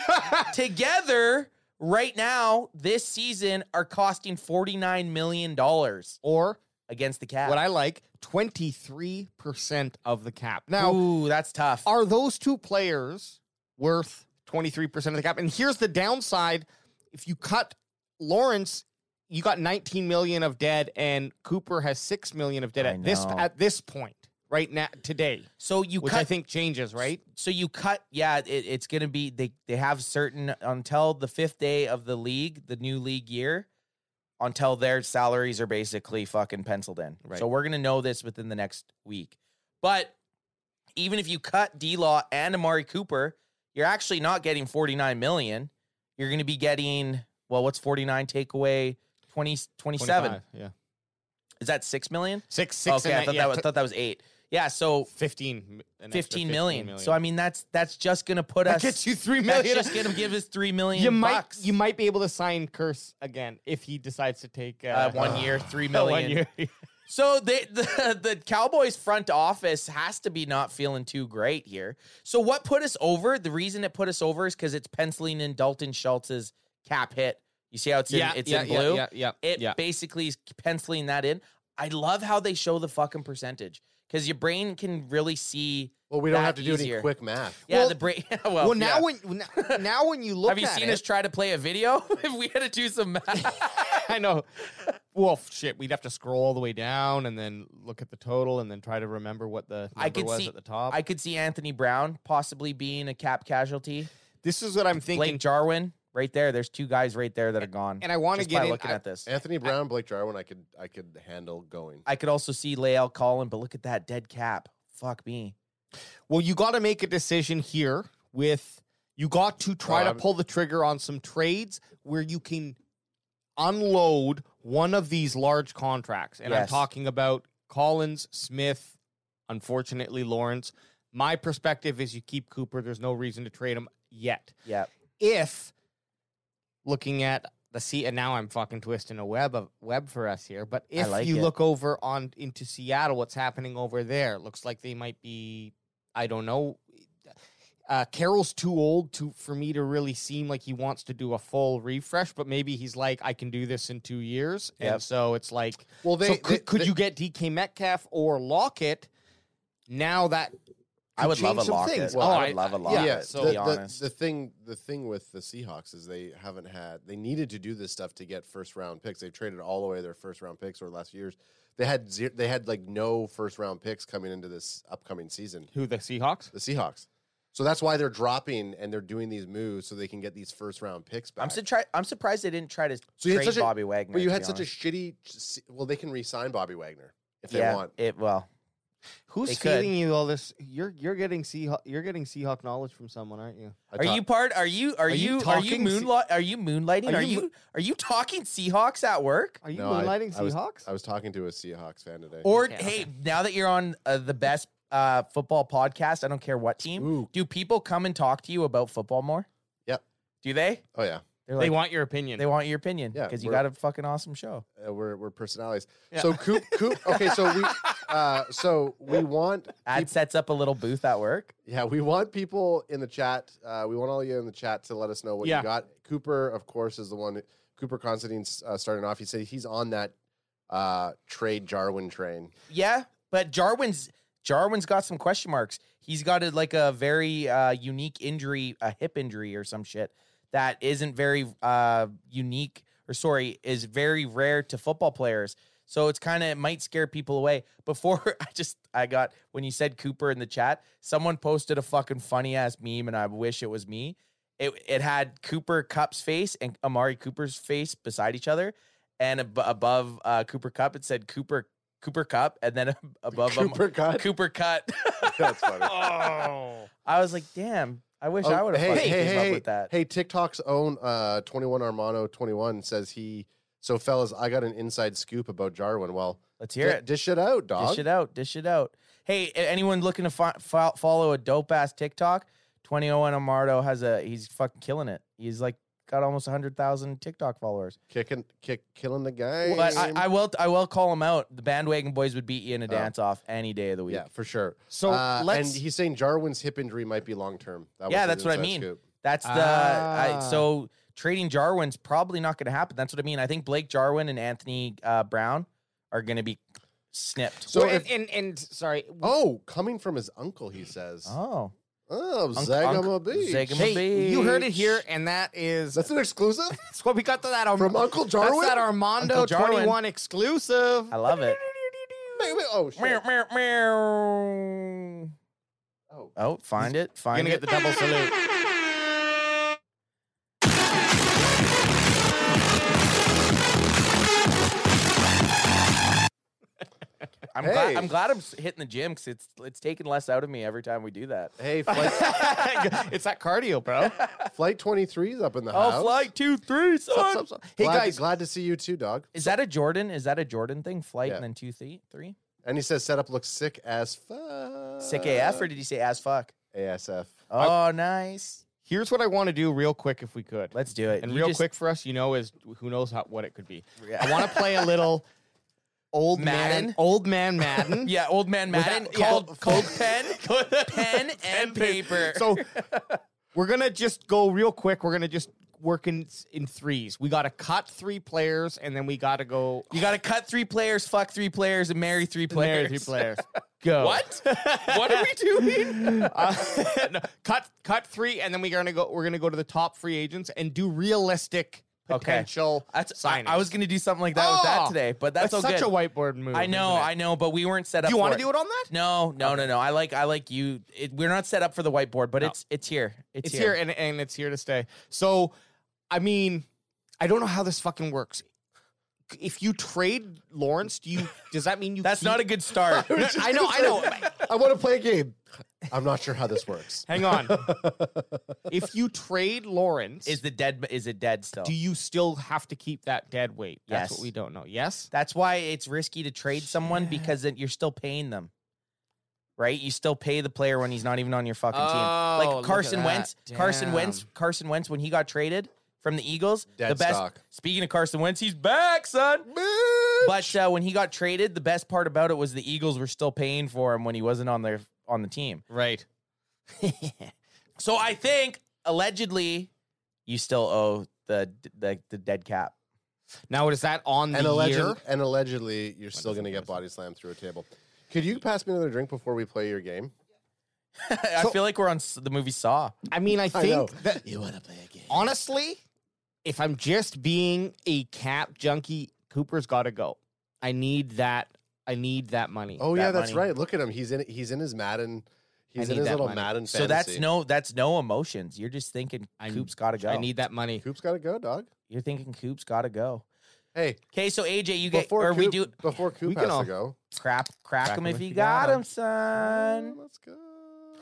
[SPEAKER 2] together right now this season are costing 49 million dollars
[SPEAKER 4] Or
[SPEAKER 2] against the Cavs.
[SPEAKER 4] what I like, twenty three percent of the cap. Now,
[SPEAKER 2] Ooh, that's tough.
[SPEAKER 4] are those two players worth twenty three percent of the cap? And here's the downside: if you cut Lawrence, you got nineteen million of dead, and Cooper has six million of dead
[SPEAKER 2] I
[SPEAKER 4] at this
[SPEAKER 2] know.
[SPEAKER 4] at this point right now today,
[SPEAKER 2] so you
[SPEAKER 4] which
[SPEAKER 2] cut.
[SPEAKER 4] I think changes, right?
[SPEAKER 2] so you cut. Yeah, it, it's gonna be they they have certain until the fifth day of the league, the new league year, until their salaries are basically fucking penciled in.
[SPEAKER 4] Right.
[SPEAKER 2] So we're gonna know this within the next week. But even if you cut D Law and Amari Cooper, you're actually not getting 49 million. You're gonna be getting well, what's 49 take away 20, 27?
[SPEAKER 4] 25, yeah,
[SPEAKER 2] Is that six million?
[SPEAKER 4] six, six.
[SPEAKER 2] okay,
[SPEAKER 4] and
[SPEAKER 2] I thought
[SPEAKER 4] yeah,
[SPEAKER 2] that was,
[SPEAKER 4] t-
[SPEAKER 2] thought that was eight. Yeah, so
[SPEAKER 4] 15, an extra
[SPEAKER 2] 15 million. So
[SPEAKER 4] million.
[SPEAKER 2] I mean that's that's just gonna put
[SPEAKER 4] that
[SPEAKER 2] us
[SPEAKER 4] gets you three
[SPEAKER 2] that's
[SPEAKER 4] million.
[SPEAKER 2] just gonna give us three million
[SPEAKER 4] you might
[SPEAKER 2] bucks.
[SPEAKER 4] you might be able to sign Curse again if he decides to take uh,
[SPEAKER 2] uh, one year, three
[SPEAKER 4] one
[SPEAKER 2] million.
[SPEAKER 4] year.
[SPEAKER 2] So they, the the Cowboys front office has to be not feeling too great here. So what put us over? The reason it put us over is because it's penciling in Dalton Schultz's cap hit. You see how it's in it's in blue.
[SPEAKER 4] Yeah, yeah,
[SPEAKER 2] It
[SPEAKER 4] yeah.
[SPEAKER 2] basically is penciling that in. I love how they show the fucking percentage because your brain can really see.
[SPEAKER 3] Well, we don't
[SPEAKER 2] that
[SPEAKER 3] have to do
[SPEAKER 2] easier.
[SPEAKER 3] any quick math.
[SPEAKER 2] Yeah,
[SPEAKER 4] Well-
[SPEAKER 2] the brain. well,
[SPEAKER 4] Well,
[SPEAKER 2] yeah.
[SPEAKER 4] now when now, now when you look,
[SPEAKER 2] Have you
[SPEAKER 4] at
[SPEAKER 2] seen
[SPEAKER 4] it,
[SPEAKER 2] us try to play a video? if we had to do some math.
[SPEAKER 4] I know. Well, shit, we'd have to scroll all the way down and then look at the total and then try to remember what the number
[SPEAKER 2] I could
[SPEAKER 4] was
[SPEAKER 2] see-
[SPEAKER 4] at the top.
[SPEAKER 2] I could see Anthony Brown possibly being a cap casualty.
[SPEAKER 4] this is what I'm thinking,
[SPEAKER 2] Blake Jarwin, right there. There's two guys right there that are gone.
[SPEAKER 4] and I want to
[SPEAKER 2] just
[SPEAKER 4] get
[SPEAKER 2] by
[SPEAKER 4] in.
[SPEAKER 2] looking
[SPEAKER 4] I-
[SPEAKER 2] at this.
[SPEAKER 3] Anthony Brown, Blake Jarwin, I could I could handle going.
[SPEAKER 2] I could also see Lael Collin, but look at that dead cap. Fuck me.
[SPEAKER 4] well, you got to make a decision here. With you got to try
[SPEAKER 3] Oh,
[SPEAKER 4] to
[SPEAKER 3] I'm-
[SPEAKER 4] pull the trigger on some trades where you can unload one of these large contracts, and I'm
[SPEAKER 2] Yes.
[SPEAKER 4] talking about Collins, Smith, unfortunately Lawrence. My perspective is you keep Cooper. There's no reason to trade him yet.
[SPEAKER 2] Yeah.
[SPEAKER 4] if looking at the sea, and now I'm fucking twisting a web of web for us here. But if
[SPEAKER 2] like
[SPEAKER 4] you
[SPEAKER 2] it.
[SPEAKER 4] look over on into Seattle, what's happening over there? It looks like they might be, I don't know. Uh, Carroll's too old to for me to really seem like he wants to do a full refresh, but maybe he's like, I can do this in two years, and
[SPEAKER 2] Yep.
[SPEAKER 4] so it's like,
[SPEAKER 3] Well,
[SPEAKER 4] so could, could you get DK Metcalf or Lockett? Now that
[SPEAKER 2] I would
[SPEAKER 4] could
[SPEAKER 2] love
[SPEAKER 4] change
[SPEAKER 2] a
[SPEAKER 4] some
[SPEAKER 2] Lockett.
[SPEAKER 4] things.
[SPEAKER 2] Well,
[SPEAKER 4] Oh,
[SPEAKER 2] I would
[SPEAKER 4] I-
[SPEAKER 2] love a Lockett.
[SPEAKER 4] yeah,
[SPEAKER 2] Yeah,
[SPEAKER 4] so-
[SPEAKER 2] to
[SPEAKER 3] the,
[SPEAKER 2] be
[SPEAKER 3] the-
[SPEAKER 2] honest,
[SPEAKER 3] the thing the thing with the Seahawks is they haven't had they needed to do this stuff to get first round picks. They've traded all away their first round picks over the last few years. They had zero, they had like no first round picks coming into this upcoming season.
[SPEAKER 4] who the Seahawks?
[SPEAKER 3] The Seahawks. So that's why they're dropping and they're doing these moves so they can get these first round picks back.
[SPEAKER 2] I'm surprised. I'm surprised they didn't try to
[SPEAKER 3] So you had
[SPEAKER 2] trade
[SPEAKER 3] such a-
[SPEAKER 2] Bobby Wagner.
[SPEAKER 3] but you
[SPEAKER 2] to
[SPEAKER 3] had
[SPEAKER 2] be
[SPEAKER 3] such a
[SPEAKER 2] honest.
[SPEAKER 3] shitty. s- Well, they can re-sign Bobby Wagner if they
[SPEAKER 2] yeah,
[SPEAKER 3] want.
[SPEAKER 2] It well,
[SPEAKER 4] Who's
[SPEAKER 2] They could.
[SPEAKER 4] feeding you all this? You're you're getting Seahawk you're getting Seahawk knowledge from someone, aren't you?
[SPEAKER 3] I
[SPEAKER 2] are
[SPEAKER 3] thought-
[SPEAKER 2] you part? Are you are,
[SPEAKER 4] Are you
[SPEAKER 2] you, are you
[SPEAKER 4] talking Se-
[SPEAKER 2] moonlight? Are you moonlighting?
[SPEAKER 4] Are
[SPEAKER 2] Are
[SPEAKER 4] you
[SPEAKER 2] you are you talking Seahawks at work?
[SPEAKER 4] Are you
[SPEAKER 3] No, I-
[SPEAKER 4] moonlighting
[SPEAKER 3] I was-
[SPEAKER 4] Seahawks?
[SPEAKER 3] I was talking to a Seahawks fan today.
[SPEAKER 2] Or
[SPEAKER 4] Okay,
[SPEAKER 2] hey,
[SPEAKER 4] okay.
[SPEAKER 2] now that you're on uh, the best uh, football podcast, I don't care what team.
[SPEAKER 3] Ooh.
[SPEAKER 2] Do people come and talk to you about football more?
[SPEAKER 3] Yep.
[SPEAKER 2] Do they?
[SPEAKER 3] oh yeah,
[SPEAKER 2] They're
[SPEAKER 4] they
[SPEAKER 2] like,
[SPEAKER 4] want your opinion.
[SPEAKER 2] they want your opinion
[SPEAKER 3] Yeah,
[SPEAKER 2] because you
[SPEAKER 3] we're-
[SPEAKER 2] got a fucking awesome show.
[SPEAKER 3] uh, we're we're personalities.
[SPEAKER 4] Yeah.
[SPEAKER 3] So Coop, Coop. Okay, so we, uh, so we want,
[SPEAKER 2] Ad sets up a little booth at work.
[SPEAKER 3] yeah, we want people in the chat. Uh, we want all you in the chat to let us know what
[SPEAKER 4] Yeah.
[SPEAKER 3] you got. Cooper, of course, is the one. Cooper Constantine's uh, starting off. He said he's on that uh, trade Jarwin train.
[SPEAKER 2] Yeah, but Jarwin's Jarwin's got some question marks. He's got a, like a very uh, unique injury, a hip injury or some shit that isn't very uh, unique or sorry is very rare to football players. So it's kind of it might scare people away. Before I just I got when you said Cooper in the chat, someone posted a fucking funny ass meme, and I wish it was me. It it had Cooper Cup's face and Amari Cooper's face beside each other, and ab- above uh, Cooper Cup it said Cooper Cooper Cup, and then ab- above Cooper,
[SPEAKER 3] Cooper got.
[SPEAKER 2] Cooper Cut.
[SPEAKER 3] That's funny.
[SPEAKER 4] oh.
[SPEAKER 2] I was like, damn, I wish
[SPEAKER 3] Oh,
[SPEAKER 2] I would have
[SPEAKER 3] hey,
[SPEAKER 2] fucking
[SPEAKER 3] hey,
[SPEAKER 2] came
[SPEAKER 3] hey,
[SPEAKER 2] up
[SPEAKER 3] hey,
[SPEAKER 2] with that.
[SPEAKER 3] Hey, TikTok's own uh, 21 Armano 21 says he. So, fellas, I got an inside scoop about Jarwin. Well,
[SPEAKER 2] Let's hear
[SPEAKER 3] di-
[SPEAKER 2] it.
[SPEAKER 3] Dish it out, dog.
[SPEAKER 2] Dish it out. Dish it out. Hey, a- anyone looking to fi- fo- follow a dope ass TikTok? Twenty Owen Amardo has a he's fucking killing it. He's like got almost hundred thousand TikTok followers.
[SPEAKER 3] Kicking, kick, killing the guy.
[SPEAKER 2] But I, I will I will call him out. The bandwagon boys would beat you in a dance off any day of the week.
[SPEAKER 3] Oh. yeah, for sure.
[SPEAKER 4] So
[SPEAKER 3] Uh,
[SPEAKER 4] let's
[SPEAKER 3] And he's saying Jarwin's hip injury might be long term.
[SPEAKER 2] Yeah, that's what I mean. That's the
[SPEAKER 4] Ah.
[SPEAKER 2] I, so trading Jarwin's probably not going to happen. That's what I mean. I think Blake Jarwin and Anthony uh, Brown are going to be snipped.
[SPEAKER 3] So
[SPEAKER 4] Well, and,
[SPEAKER 3] if,
[SPEAKER 4] and, and sorry.
[SPEAKER 3] oh, coming from his uncle, he says.
[SPEAKER 2] Oh,
[SPEAKER 3] Oh,
[SPEAKER 2] Unc-
[SPEAKER 3] Zagama
[SPEAKER 2] Unc-
[SPEAKER 3] Beach.
[SPEAKER 2] Zagama-
[SPEAKER 4] Hey, you heard it
[SPEAKER 2] Beach.
[SPEAKER 4] here, and that is
[SPEAKER 3] That's an exclusive
[SPEAKER 4] that's what we got to that Arm-
[SPEAKER 3] from Uncle
[SPEAKER 4] that's
[SPEAKER 3] Jarwin.
[SPEAKER 4] that Armando
[SPEAKER 2] Uncle Jarwin.
[SPEAKER 4] twenty one exclusive.
[SPEAKER 2] I love it.
[SPEAKER 3] Wait, wait, oh,
[SPEAKER 2] Meow,
[SPEAKER 3] shit.
[SPEAKER 2] meow, meow.
[SPEAKER 3] Oh.
[SPEAKER 2] Oh, find it.
[SPEAKER 4] You're
[SPEAKER 2] Find
[SPEAKER 4] gonna
[SPEAKER 2] it.
[SPEAKER 4] get the double salute.
[SPEAKER 2] I'm glad.
[SPEAKER 3] Hey.
[SPEAKER 2] I'm glad I'm s- hitting the gym because it's it's taking less out of me every time we do that.
[SPEAKER 3] Hey, flight,
[SPEAKER 4] it's that cardio, bro.
[SPEAKER 3] flight 23's up in the house.
[SPEAKER 2] Oh, flight two, three,
[SPEAKER 4] Sup,
[SPEAKER 2] son.
[SPEAKER 4] sup, sup. Hey
[SPEAKER 3] glad,
[SPEAKER 4] guys,
[SPEAKER 3] glad to see you too, dog.
[SPEAKER 2] Is that a Jordan? Is that a Jordan thing? Flight
[SPEAKER 3] Yeah.
[SPEAKER 2] and then two, three, three.
[SPEAKER 3] And he says setup looks sick as fuck.
[SPEAKER 2] Sick AF,
[SPEAKER 4] Uh,
[SPEAKER 2] or did you say as fuck?
[SPEAKER 3] ASF?
[SPEAKER 2] Oh, nice.
[SPEAKER 4] here's what I want to do real quick, if we could.
[SPEAKER 2] Let's do it.
[SPEAKER 4] and
[SPEAKER 2] You
[SPEAKER 4] real
[SPEAKER 2] just-
[SPEAKER 4] quick for us, you know, is who knows how, what it could be.
[SPEAKER 2] Yeah.
[SPEAKER 4] I want to play a little old man,
[SPEAKER 2] Madden?
[SPEAKER 4] old man Madden.
[SPEAKER 2] Yeah, old man Madden
[SPEAKER 4] Without- yeah.
[SPEAKER 2] called called pen, pen and paper.
[SPEAKER 4] So we're gonna just go real quick. We're gonna just work in in threes. We gotta cut three players, and then we gotta go
[SPEAKER 2] you got to cut three players, fuck three players, and marry three
[SPEAKER 4] marry
[SPEAKER 2] players.
[SPEAKER 4] three players. Oh. Go.
[SPEAKER 2] What? what are we doing?
[SPEAKER 4] Uh, no, cut cut three, and then we're gonna go. We're gonna go to the top free agents and do realistic
[SPEAKER 2] Okay.
[SPEAKER 4] potential
[SPEAKER 2] That's, I,
[SPEAKER 4] signings.
[SPEAKER 2] I was going to do something like that with
[SPEAKER 4] Oh,
[SPEAKER 2] that today, but that's, all
[SPEAKER 4] such
[SPEAKER 2] good.
[SPEAKER 4] a whiteboard move.
[SPEAKER 2] I know, I know, but we weren't set up.
[SPEAKER 4] Do you
[SPEAKER 2] want
[SPEAKER 4] want to do it on that?
[SPEAKER 2] No, no, no, no. I like, I like you. It, we're not set up for the whiteboard, but it's, it's here. It's,
[SPEAKER 4] It's here, and, and it's here to stay. So, I mean, I don't know how this fucking works. If you trade Lawrence, do you? Does that mean you?
[SPEAKER 2] That's not a good start.
[SPEAKER 4] No, I know, I know.
[SPEAKER 3] I want to play a game. I'm not sure how this works.
[SPEAKER 4] Hang on. if you trade Lawrence,
[SPEAKER 2] is the dead? Is it dead still?
[SPEAKER 4] do you still have to keep that dead weight? That's
[SPEAKER 2] Yes.
[SPEAKER 4] what we don't know. Yes.
[SPEAKER 2] That's why it's risky to trade someone because then you're still paying them. Right? You still pay the player when he's not even on your fucking team.
[SPEAKER 4] Oh, look
[SPEAKER 2] Like
[SPEAKER 4] at
[SPEAKER 2] Carson
[SPEAKER 4] that.
[SPEAKER 2] Wentz, Carson Wentz,
[SPEAKER 4] Damn.
[SPEAKER 2] Carson Wentz when he got traded from the Eagles.
[SPEAKER 3] Dead
[SPEAKER 2] the best.
[SPEAKER 3] stock.
[SPEAKER 2] Speaking of Carson Wentz, he's back, son. But uh, when he got traded, the best part about it was the Eagles were still paying for him when he wasn't on their on the team.
[SPEAKER 4] Right.
[SPEAKER 2] So I think allegedly, you still owe the the, the dead cap.
[SPEAKER 4] Now is that on the
[SPEAKER 3] and, alleged,
[SPEAKER 4] year?
[SPEAKER 3] and allegedly, you're still
[SPEAKER 4] doesn't
[SPEAKER 3] going to get
[SPEAKER 4] matter.
[SPEAKER 3] body slammed through a table. Could you pass me another drink before we play your game?
[SPEAKER 2] I
[SPEAKER 4] So-
[SPEAKER 2] feel like we're on s- the movie Saw.
[SPEAKER 4] I mean, I
[SPEAKER 3] I know.
[SPEAKER 4] think that
[SPEAKER 3] You want to play a game?
[SPEAKER 4] honestly, if I'm just being a cap junkie, Cooper's got to go. I need that. I need that money.
[SPEAKER 3] Oh yeah,
[SPEAKER 2] That
[SPEAKER 3] that's
[SPEAKER 2] money.
[SPEAKER 3] right. Look at him. He's in. He's in his Madden. He's in
[SPEAKER 4] need
[SPEAKER 3] his
[SPEAKER 4] that
[SPEAKER 3] little
[SPEAKER 4] money.
[SPEAKER 3] Madden.
[SPEAKER 2] So that's
[SPEAKER 3] fantasy.
[SPEAKER 2] no that's no emotions. You're just thinking
[SPEAKER 4] I-
[SPEAKER 2] Coop's got to go.
[SPEAKER 4] I need that money.
[SPEAKER 3] Coop's got to go, dog.
[SPEAKER 2] You're thinking Coop's got to go.
[SPEAKER 3] Hey,
[SPEAKER 2] Okay, so AJ, you get
[SPEAKER 3] before
[SPEAKER 2] or
[SPEAKER 3] Coop,
[SPEAKER 2] we do
[SPEAKER 3] before Coop
[SPEAKER 4] we
[SPEAKER 3] has
[SPEAKER 4] can all-
[SPEAKER 3] to go.
[SPEAKER 2] crap crack, him if you got him, son.
[SPEAKER 3] Let's go.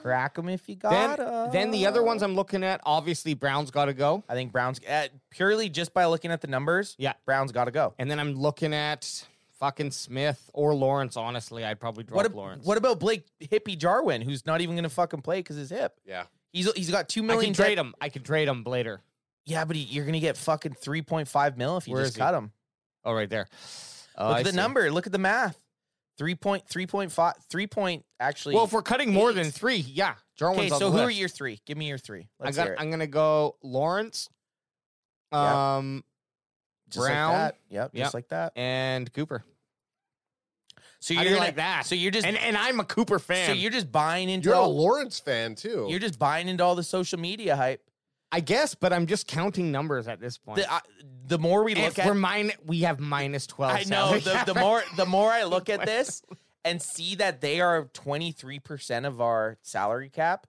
[SPEAKER 2] Crack him if you
[SPEAKER 4] Then,
[SPEAKER 2] got him.
[SPEAKER 4] then the other ones I'm looking at, obviously Brown's got to go,
[SPEAKER 2] I think Brown's uh, purely just by looking at the numbers.
[SPEAKER 4] Yeah.
[SPEAKER 2] Brown's got to go.
[SPEAKER 4] and then I'm looking at fucking Smith or Lawrence. Honestly, I'd probably drop
[SPEAKER 2] What, ab-
[SPEAKER 4] Lawrence.
[SPEAKER 2] what about Blake Hippie Jarwin, who's not even going to fucking play because his hip?
[SPEAKER 3] Yeah.
[SPEAKER 2] He's he's got two
[SPEAKER 4] I
[SPEAKER 2] million.
[SPEAKER 4] can trade him. I can trade him later.
[SPEAKER 2] Yeah, but he, you're going to get fucking three point five mil if you
[SPEAKER 4] Where
[SPEAKER 2] just
[SPEAKER 4] is he?
[SPEAKER 2] cut him.
[SPEAKER 4] Oh, right there. Oh,
[SPEAKER 2] Look
[SPEAKER 4] I
[SPEAKER 2] at the
[SPEAKER 4] see.
[SPEAKER 2] number. Look at the math. Three point three point five three point actually.
[SPEAKER 4] Well, if we're cutting more than
[SPEAKER 2] Eight.
[SPEAKER 4] three, yeah, Jarwin's
[SPEAKER 2] okay,
[SPEAKER 4] on
[SPEAKER 2] so
[SPEAKER 4] the
[SPEAKER 2] who are
[SPEAKER 4] list.
[SPEAKER 2] your three? Give me your three.
[SPEAKER 4] I
[SPEAKER 2] Let's
[SPEAKER 4] got.
[SPEAKER 2] hear it.
[SPEAKER 4] I'm gonna go Lawrence,
[SPEAKER 2] Yeah.
[SPEAKER 4] um,
[SPEAKER 2] Just like
[SPEAKER 4] Brown.
[SPEAKER 2] that. Yep,
[SPEAKER 4] Yep.
[SPEAKER 2] just like that.
[SPEAKER 4] and Cooper.
[SPEAKER 2] So
[SPEAKER 4] I
[SPEAKER 2] you're
[SPEAKER 4] think
[SPEAKER 2] gonna-
[SPEAKER 4] like that.
[SPEAKER 2] So you're just
[SPEAKER 4] and and I'm a Cooper fan.
[SPEAKER 2] so you're just buying into
[SPEAKER 3] You're a
[SPEAKER 2] all,
[SPEAKER 3] Lawrence fan too.
[SPEAKER 2] you're just buying into all the social media hype.
[SPEAKER 4] I guess, but I'm just counting numbers at this point.
[SPEAKER 2] The, I, the more we
[SPEAKER 4] if
[SPEAKER 2] look
[SPEAKER 4] we're
[SPEAKER 2] at,
[SPEAKER 4] min- we have minus twelve.
[SPEAKER 2] I know
[SPEAKER 4] salary
[SPEAKER 2] the, the
[SPEAKER 4] cap.
[SPEAKER 2] more the more I look at this and see that they are twenty three percent of our salary cap,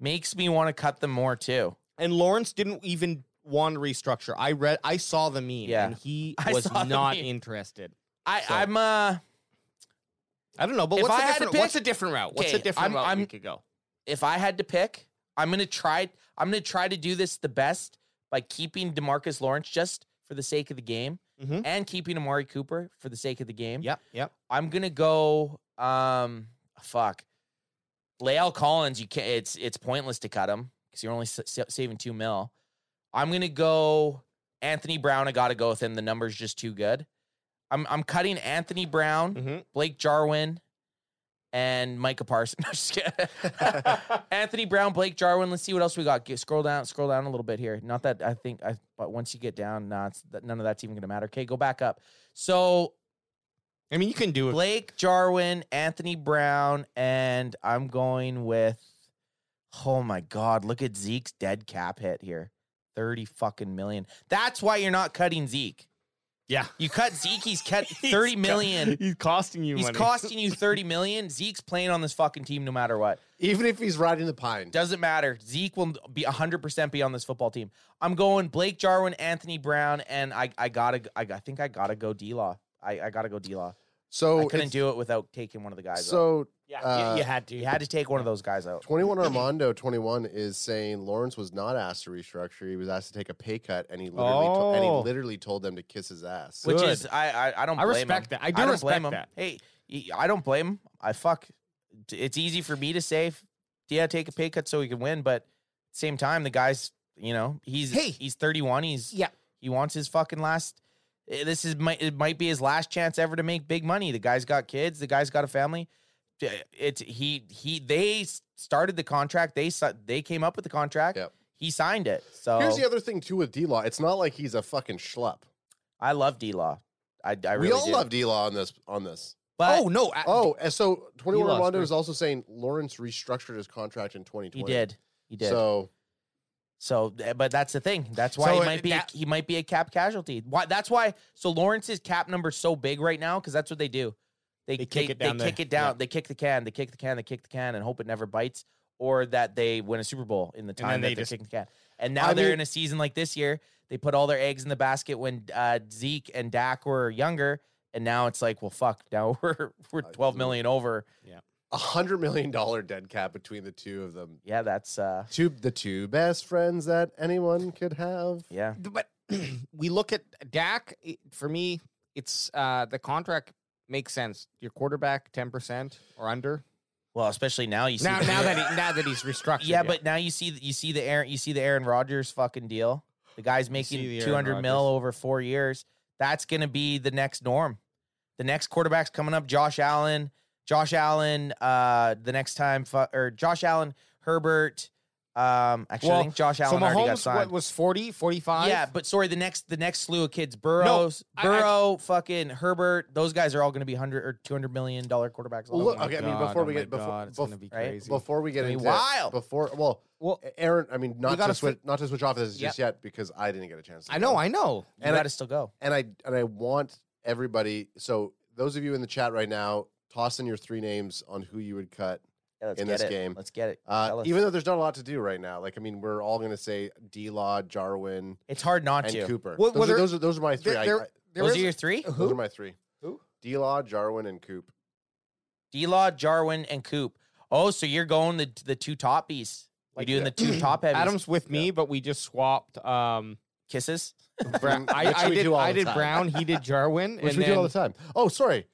[SPEAKER 2] makes me want to cut them more too.
[SPEAKER 4] And Lawrence didn't even want to restructure. I read. I saw the meme,
[SPEAKER 2] Yeah.
[SPEAKER 4] and he
[SPEAKER 2] I
[SPEAKER 4] was
[SPEAKER 2] saw the
[SPEAKER 4] not
[SPEAKER 2] meme.
[SPEAKER 4] interested.
[SPEAKER 2] I
[SPEAKER 4] So-
[SPEAKER 2] I'm uh
[SPEAKER 4] I don't know, but
[SPEAKER 2] If
[SPEAKER 4] what's
[SPEAKER 2] I
[SPEAKER 4] a,
[SPEAKER 2] had to
[SPEAKER 4] different, what's a
[SPEAKER 2] pick-
[SPEAKER 4] different route? What's a
[SPEAKER 2] Okay,
[SPEAKER 4] different
[SPEAKER 2] I'm-
[SPEAKER 4] route we
[SPEAKER 2] I'm-
[SPEAKER 4] could go?
[SPEAKER 2] if I had to pick, I'm gonna try. I'm gonna try to do this the best by keeping Demarcus Lawrence just for the sake of the game,
[SPEAKER 4] Mhm.
[SPEAKER 2] and keeping Amari Cooper for the sake of the game.
[SPEAKER 4] Yep, yep.
[SPEAKER 2] I'm gonna go. Um, fuck, Lael Collins. You can't. It's it's pointless to cut him because you're only s- sa- saving two mil. I'm gonna go Anthony Brown. I gotta go with him. The number's just too good. I'm I'm cutting Anthony Brown.
[SPEAKER 4] Mhm.
[SPEAKER 2] Blake Jarwin and Micah Parsons. No, just kidding. Anthony Brown, Blake Jarwin. Let's see what else we got. Get, scroll down, scroll down a little bit here. Not that I think I, but once you get down, nah, it's, that, none of that's even gonna matter. Okay, go back up. So
[SPEAKER 4] I mean, you can do it.
[SPEAKER 2] Blake Jarwin, Anthony Brown, and I'm going with. Oh my God! Look at Zeke's dead cap hit here, thirty fucking million. That's why you're not cutting Zeke.
[SPEAKER 4] yeah,
[SPEAKER 2] You cut Zeke, he's cut
[SPEAKER 4] He's
[SPEAKER 2] thirty
[SPEAKER 4] co-
[SPEAKER 2] million.
[SPEAKER 4] He's costing you
[SPEAKER 2] He's
[SPEAKER 4] money.
[SPEAKER 2] costing you 30 million. Zeke's playing on this fucking team no matter what.
[SPEAKER 3] Even if he's riding the pine.
[SPEAKER 2] Doesn't matter. Zeke will be 100% be on this football team. I'm going Blake Jarwin, Anthony Brown, and I I got to I, I think I got to go D-Law. I, I got to go D-Law.
[SPEAKER 3] So
[SPEAKER 2] I couldn't
[SPEAKER 3] Oh, it's-
[SPEAKER 2] do it without taking one of the guys out.
[SPEAKER 3] So
[SPEAKER 4] Yeah,
[SPEAKER 3] uh,
[SPEAKER 4] you, you had to.
[SPEAKER 2] You had to take one of those guys out.
[SPEAKER 3] 21 Armando 21 is saying Lawrence was not asked to restructure. He was asked to take a pay cut and he literally to- and he
[SPEAKER 4] Oh.
[SPEAKER 3] literally told them to kiss his ass.
[SPEAKER 2] Which
[SPEAKER 4] Good.
[SPEAKER 2] is I I, I don't
[SPEAKER 4] I
[SPEAKER 2] blame
[SPEAKER 4] respect
[SPEAKER 2] him.
[SPEAKER 4] that. I do
[SPEAKER 2] don't
[SPEAKER 4] respect
[SPEAKER 2] blame him.
[SPEAKER 4] that.
[SPEAKER 2] Hey, y- I don't blame him. I fuck. It's easy for me to say, yeah, take a pay cut so he can win. But same time, the guy's you know he's
[SPEAKER 4] Hey.
[SPEAKER 2] he's thirty one. He's
[SPEAKER 4] Yeah.
[SPEAKER 2] He wants his fucking last. eh, This is might it might be his last chance ever to make big money. The guy's got kids. The guy's got a family. Eh, It's he he they s- started the contract. They si- they came up with the contract.
[SPEAKER 3] Yep.
[SPEAKER 2] He signed it. So
[SPEAKER 3] Here's the other thing too with D Law. It's not like he's a fucking schlup.
[SPEAKER 2] I love D Law. I, I really
[SPEAKER 3] we all
[SPEAKER 2] do.
[SPEAKER 3] love D Law on this on this.
[SPEAKER 2] But
[SPEAKER 4] oh no! I-
[SPEAKER 3] Oh, and so 21
[SPEAKER 4] D-Law's
[SPEAKER 3] Armando
[SPEAKER 4] great.
[SPEAKER 3] is also saying Lawrence restructured his contract in 2020.
[SPEAKER 2] he did. He did.
[SPEAKER 3] So
[SPEAKER 2] So, th- but that's the thing. That's why
[SPEAKER 4] So,
[SPEAKER 2] he
[SPEAKER 4] uh,
[SPEAKER 2] might be
[SPEAKER 4] that-
[SPEAKER 2] a, he might be a cap casualty. Why? That's why. So Lawrence's cap number's so big right now because that's what they do. They,
[SPEAKER 4] They
[SPEAKER 2] they
[SPEAKER 4] kick
[SPEAKER 2] kick
[SPEAKER 4] it down
[SPEAKER 2] They
[SPEAKER 4] the-
[SPEAKER 2] kick it down.
[SPEAKER 4] yeah.
[SPEAKER 2] They kick the can. They kick the can. They kick the can and hope it never bites, or that they win a Super Bowl in the
[SPEAKER 4] then
[SPEAKER 2] time
[SPEAKER 4] they
[SPEAKER 2] that they're
[SPEAKER 4] just-
[SPEAKER 2] kicking the can. And now
[SPEAKER 3] I
[SPEAKER 2] they're
[SPEAKER 3] mean-
[SPEAKER 2] in a season like this year. They put all their eggs in the basket when uh, Zeke and Dak were younger, and now it's like, well, fuck. Now we're we're twelve million over.
[SPEAKER 3] a hundred million dollar dead cap between the two of them.
[SPEAKER 2] Yeah, that's uh,
[SPEAKER 3] Two the two best friends that anyone could have.
[SPEAKER 2] yeah.
[SPEAKER 4] but we look at Dak. it- For me, it's uh, the contract makes sense. Your quarterback, ten percent or under.
[SPEAKER 2] Well, especially now you see
[SPEAKER 4] Now,
[SPEAKER 2] the-
[SPEAKER 4] now that he, now that he's restructured,
[SPEAKER 2] Yeah, but now you see th- you see the Aaron you see the Aaron Rodgers fucking deal. The guy's
[SPEAKER 4] see
[SPEAKER 2] making
[SPEAKER 4] the
[SPEAKER 2] two
[SPEAKER 4] Aaron
[SPEAKER 2] hundred mil
[SPEAKER 4] Rodgers.
[SPEAKER 2] over four years. That's going to be the next norm. The next quarterback's coming up, Josh Allen. Josh Allen. Uh, the next time, fu- or Josh Allen, Herbert. Um, actually, I
[SPEAKER 4] Well,
[SPEAKER 2] think Josh
[SPEAKER 4] So
[SPEAKER 2] Allen already got
[SPEAKER 4] Mahomes
[SPEAKER 2] signed.
[SPEAKER 4] what, was 40, 45?
[SPEAKER 2] Yeah, but sorry, the next the next slew of kids, Burrows,
[SPEAKER 4] I- I-
[SPEAKER 2] Burrow, fucking Herbert, those guys are all going to be hundred or two hundred million dollar quarterbacks.
[SPEAKER 3] Well,
[SPEAKER 2] all
[SPEAKER 3] look,
[SPEAKER 2] the way.
[SPEAKER 3] Oh, okay, I mean, before we get- before-
[SPEAKER 4] God, it's
[SPEAKER 3] bef-
[SPEAKER 4] gonna be
[SPEAKER 2] right?
[SPEAKER 4] crazy.
[SPEAKER 3] Before we get
[SPEAKER 2] Gonna be
[SPEAKER 3] into
[SPEAKER 2] wild.
[SPEAKER 3] before well,
[SPEAKER 4] well,
[SPEAKER 3] Aaron, I mean not
[SPEAKER 4] gotta
[SPEAKER 3] to switch not to switch off this
[SPEAKER 2] Yep.
[SPEAKER 3] just yet because I didn't get a chance. To
[SPEAKER 4] I know,
[SPEAKER 3] go.
[SPEAKER 4] I know.
[SPEAKER 2] you
[SPEAKER 3] and I-
[SPEAKER 2] got to still go.
[SPEAKER 3] and I and I want everybody. So those of you in the chat right now, toss in your three names on who you would cut.
[SPEAKER 2] Yeah, let's
[SPEAKER 3] in
[SPEAKER 2] get
[SPEAKER 3] this
[SPEAKER 2] it.
[SPEAKER 3] game.
[SPEAKER 2] let's get it. Tell
[SPEAKER 3] Uh,
[SPEAKER 2] us.
[SPEAKER 3] even though there's not a lot to do right now, like I mean, we're all going to say D. Law, Jarwin,
[SPEAKER 2] It's hard not
[SPEAKER 3] and
[SPEAKER 2] to.
[SPEAKER 3] Cooper.
[SPEAKER 4] Well,
[SPEAKER 3] those, are,
[SPEAKER 4] well, there-
[SPEAKER 3] those are those are my three.
[SPEAKER 4] There-
[SPEAKER 3] I-
[SPEAKER 4] there-
[SPEAKER 3] I-
[SPEAKER 4] there
[SPEAKER 2] those
[SPEAKER 4] is-
[SPEAKER 2] are your three:
[SPEAKER 3] those are my three.
[SPEAKER 4] Who?
[SPEAKER 3] D. Law, Jarwin, and Coop.
[SPEAKER 2] D. Law, Jarwin, and Coop. Oh, so you're going the the two toppies. You're
[SPEAKER 3] Like,
[SPEAKER 2] doing
[SPEAKER 3] yeah.
[SPEAKER 2] the two top heavies.
[SPEAKER 4] Adam's with me, but we just swapped. Um,
[SPEAKER 2] kisses.
[SPEAKER 4] Brown.
[SPEAKER 3] Which
[SPEAKER 4] I, I
[SPEAKER 3] we
[SPEAKER 4] did.
[SPEAKER 3] do all
[SPEAKER 4] I
[SPEAKER 3] the
[SPEAKER 4] did
[SPEAKER 3] time.
[SPEAKER 4] Brown. He did Jarwin.
[SPEAKER 3] Which
[SPEAKER 4] and
[SPEAKER 3] we
[SPEAKER 4] then,
[SPEAKER 3] do all the time. Oh, sorry.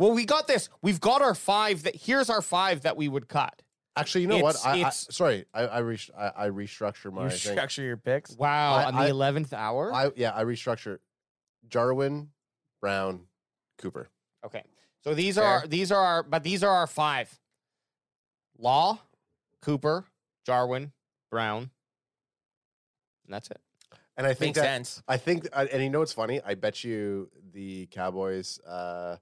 [SPEAKER 4] Well, we got this. We've got our five. That here's our five that we would cut.
[SPEAKER 3] Actually, you know what?
[SPEAKER 4] It's-
[SPEAKER 3] I, I
[SPEAKER 4] it's-
[SPEAKER 3] sorry. I I, re- I, I restructure my
[SPEAKER 2] You
[SPEAKER 3] thing.
[SPEAKER 2] structure your picks.
[SPEAKER 4] Wow,
[SPEAKER 3] I-
[SPEAKER 4] on
[SPEAKER 3] I-
[SPEAKER 4] the eleventh hour.
[SPEAKER 3] I yeah. I restructure. Jarwin, Brown, Cooper.
[SPEAKER 4] okay, so these are these are our, but these are our five: Law, Cooper, Jarwin, Brown. And that's it.
[SPEAKER 3] And I think
[SPEAKER 2] Makes
[SPEAKER 3] that,
[SPEAKER 2] sense.
[SPEAKER 3] I think, uh, and you know what's funny? I bet you the Cowboys uh,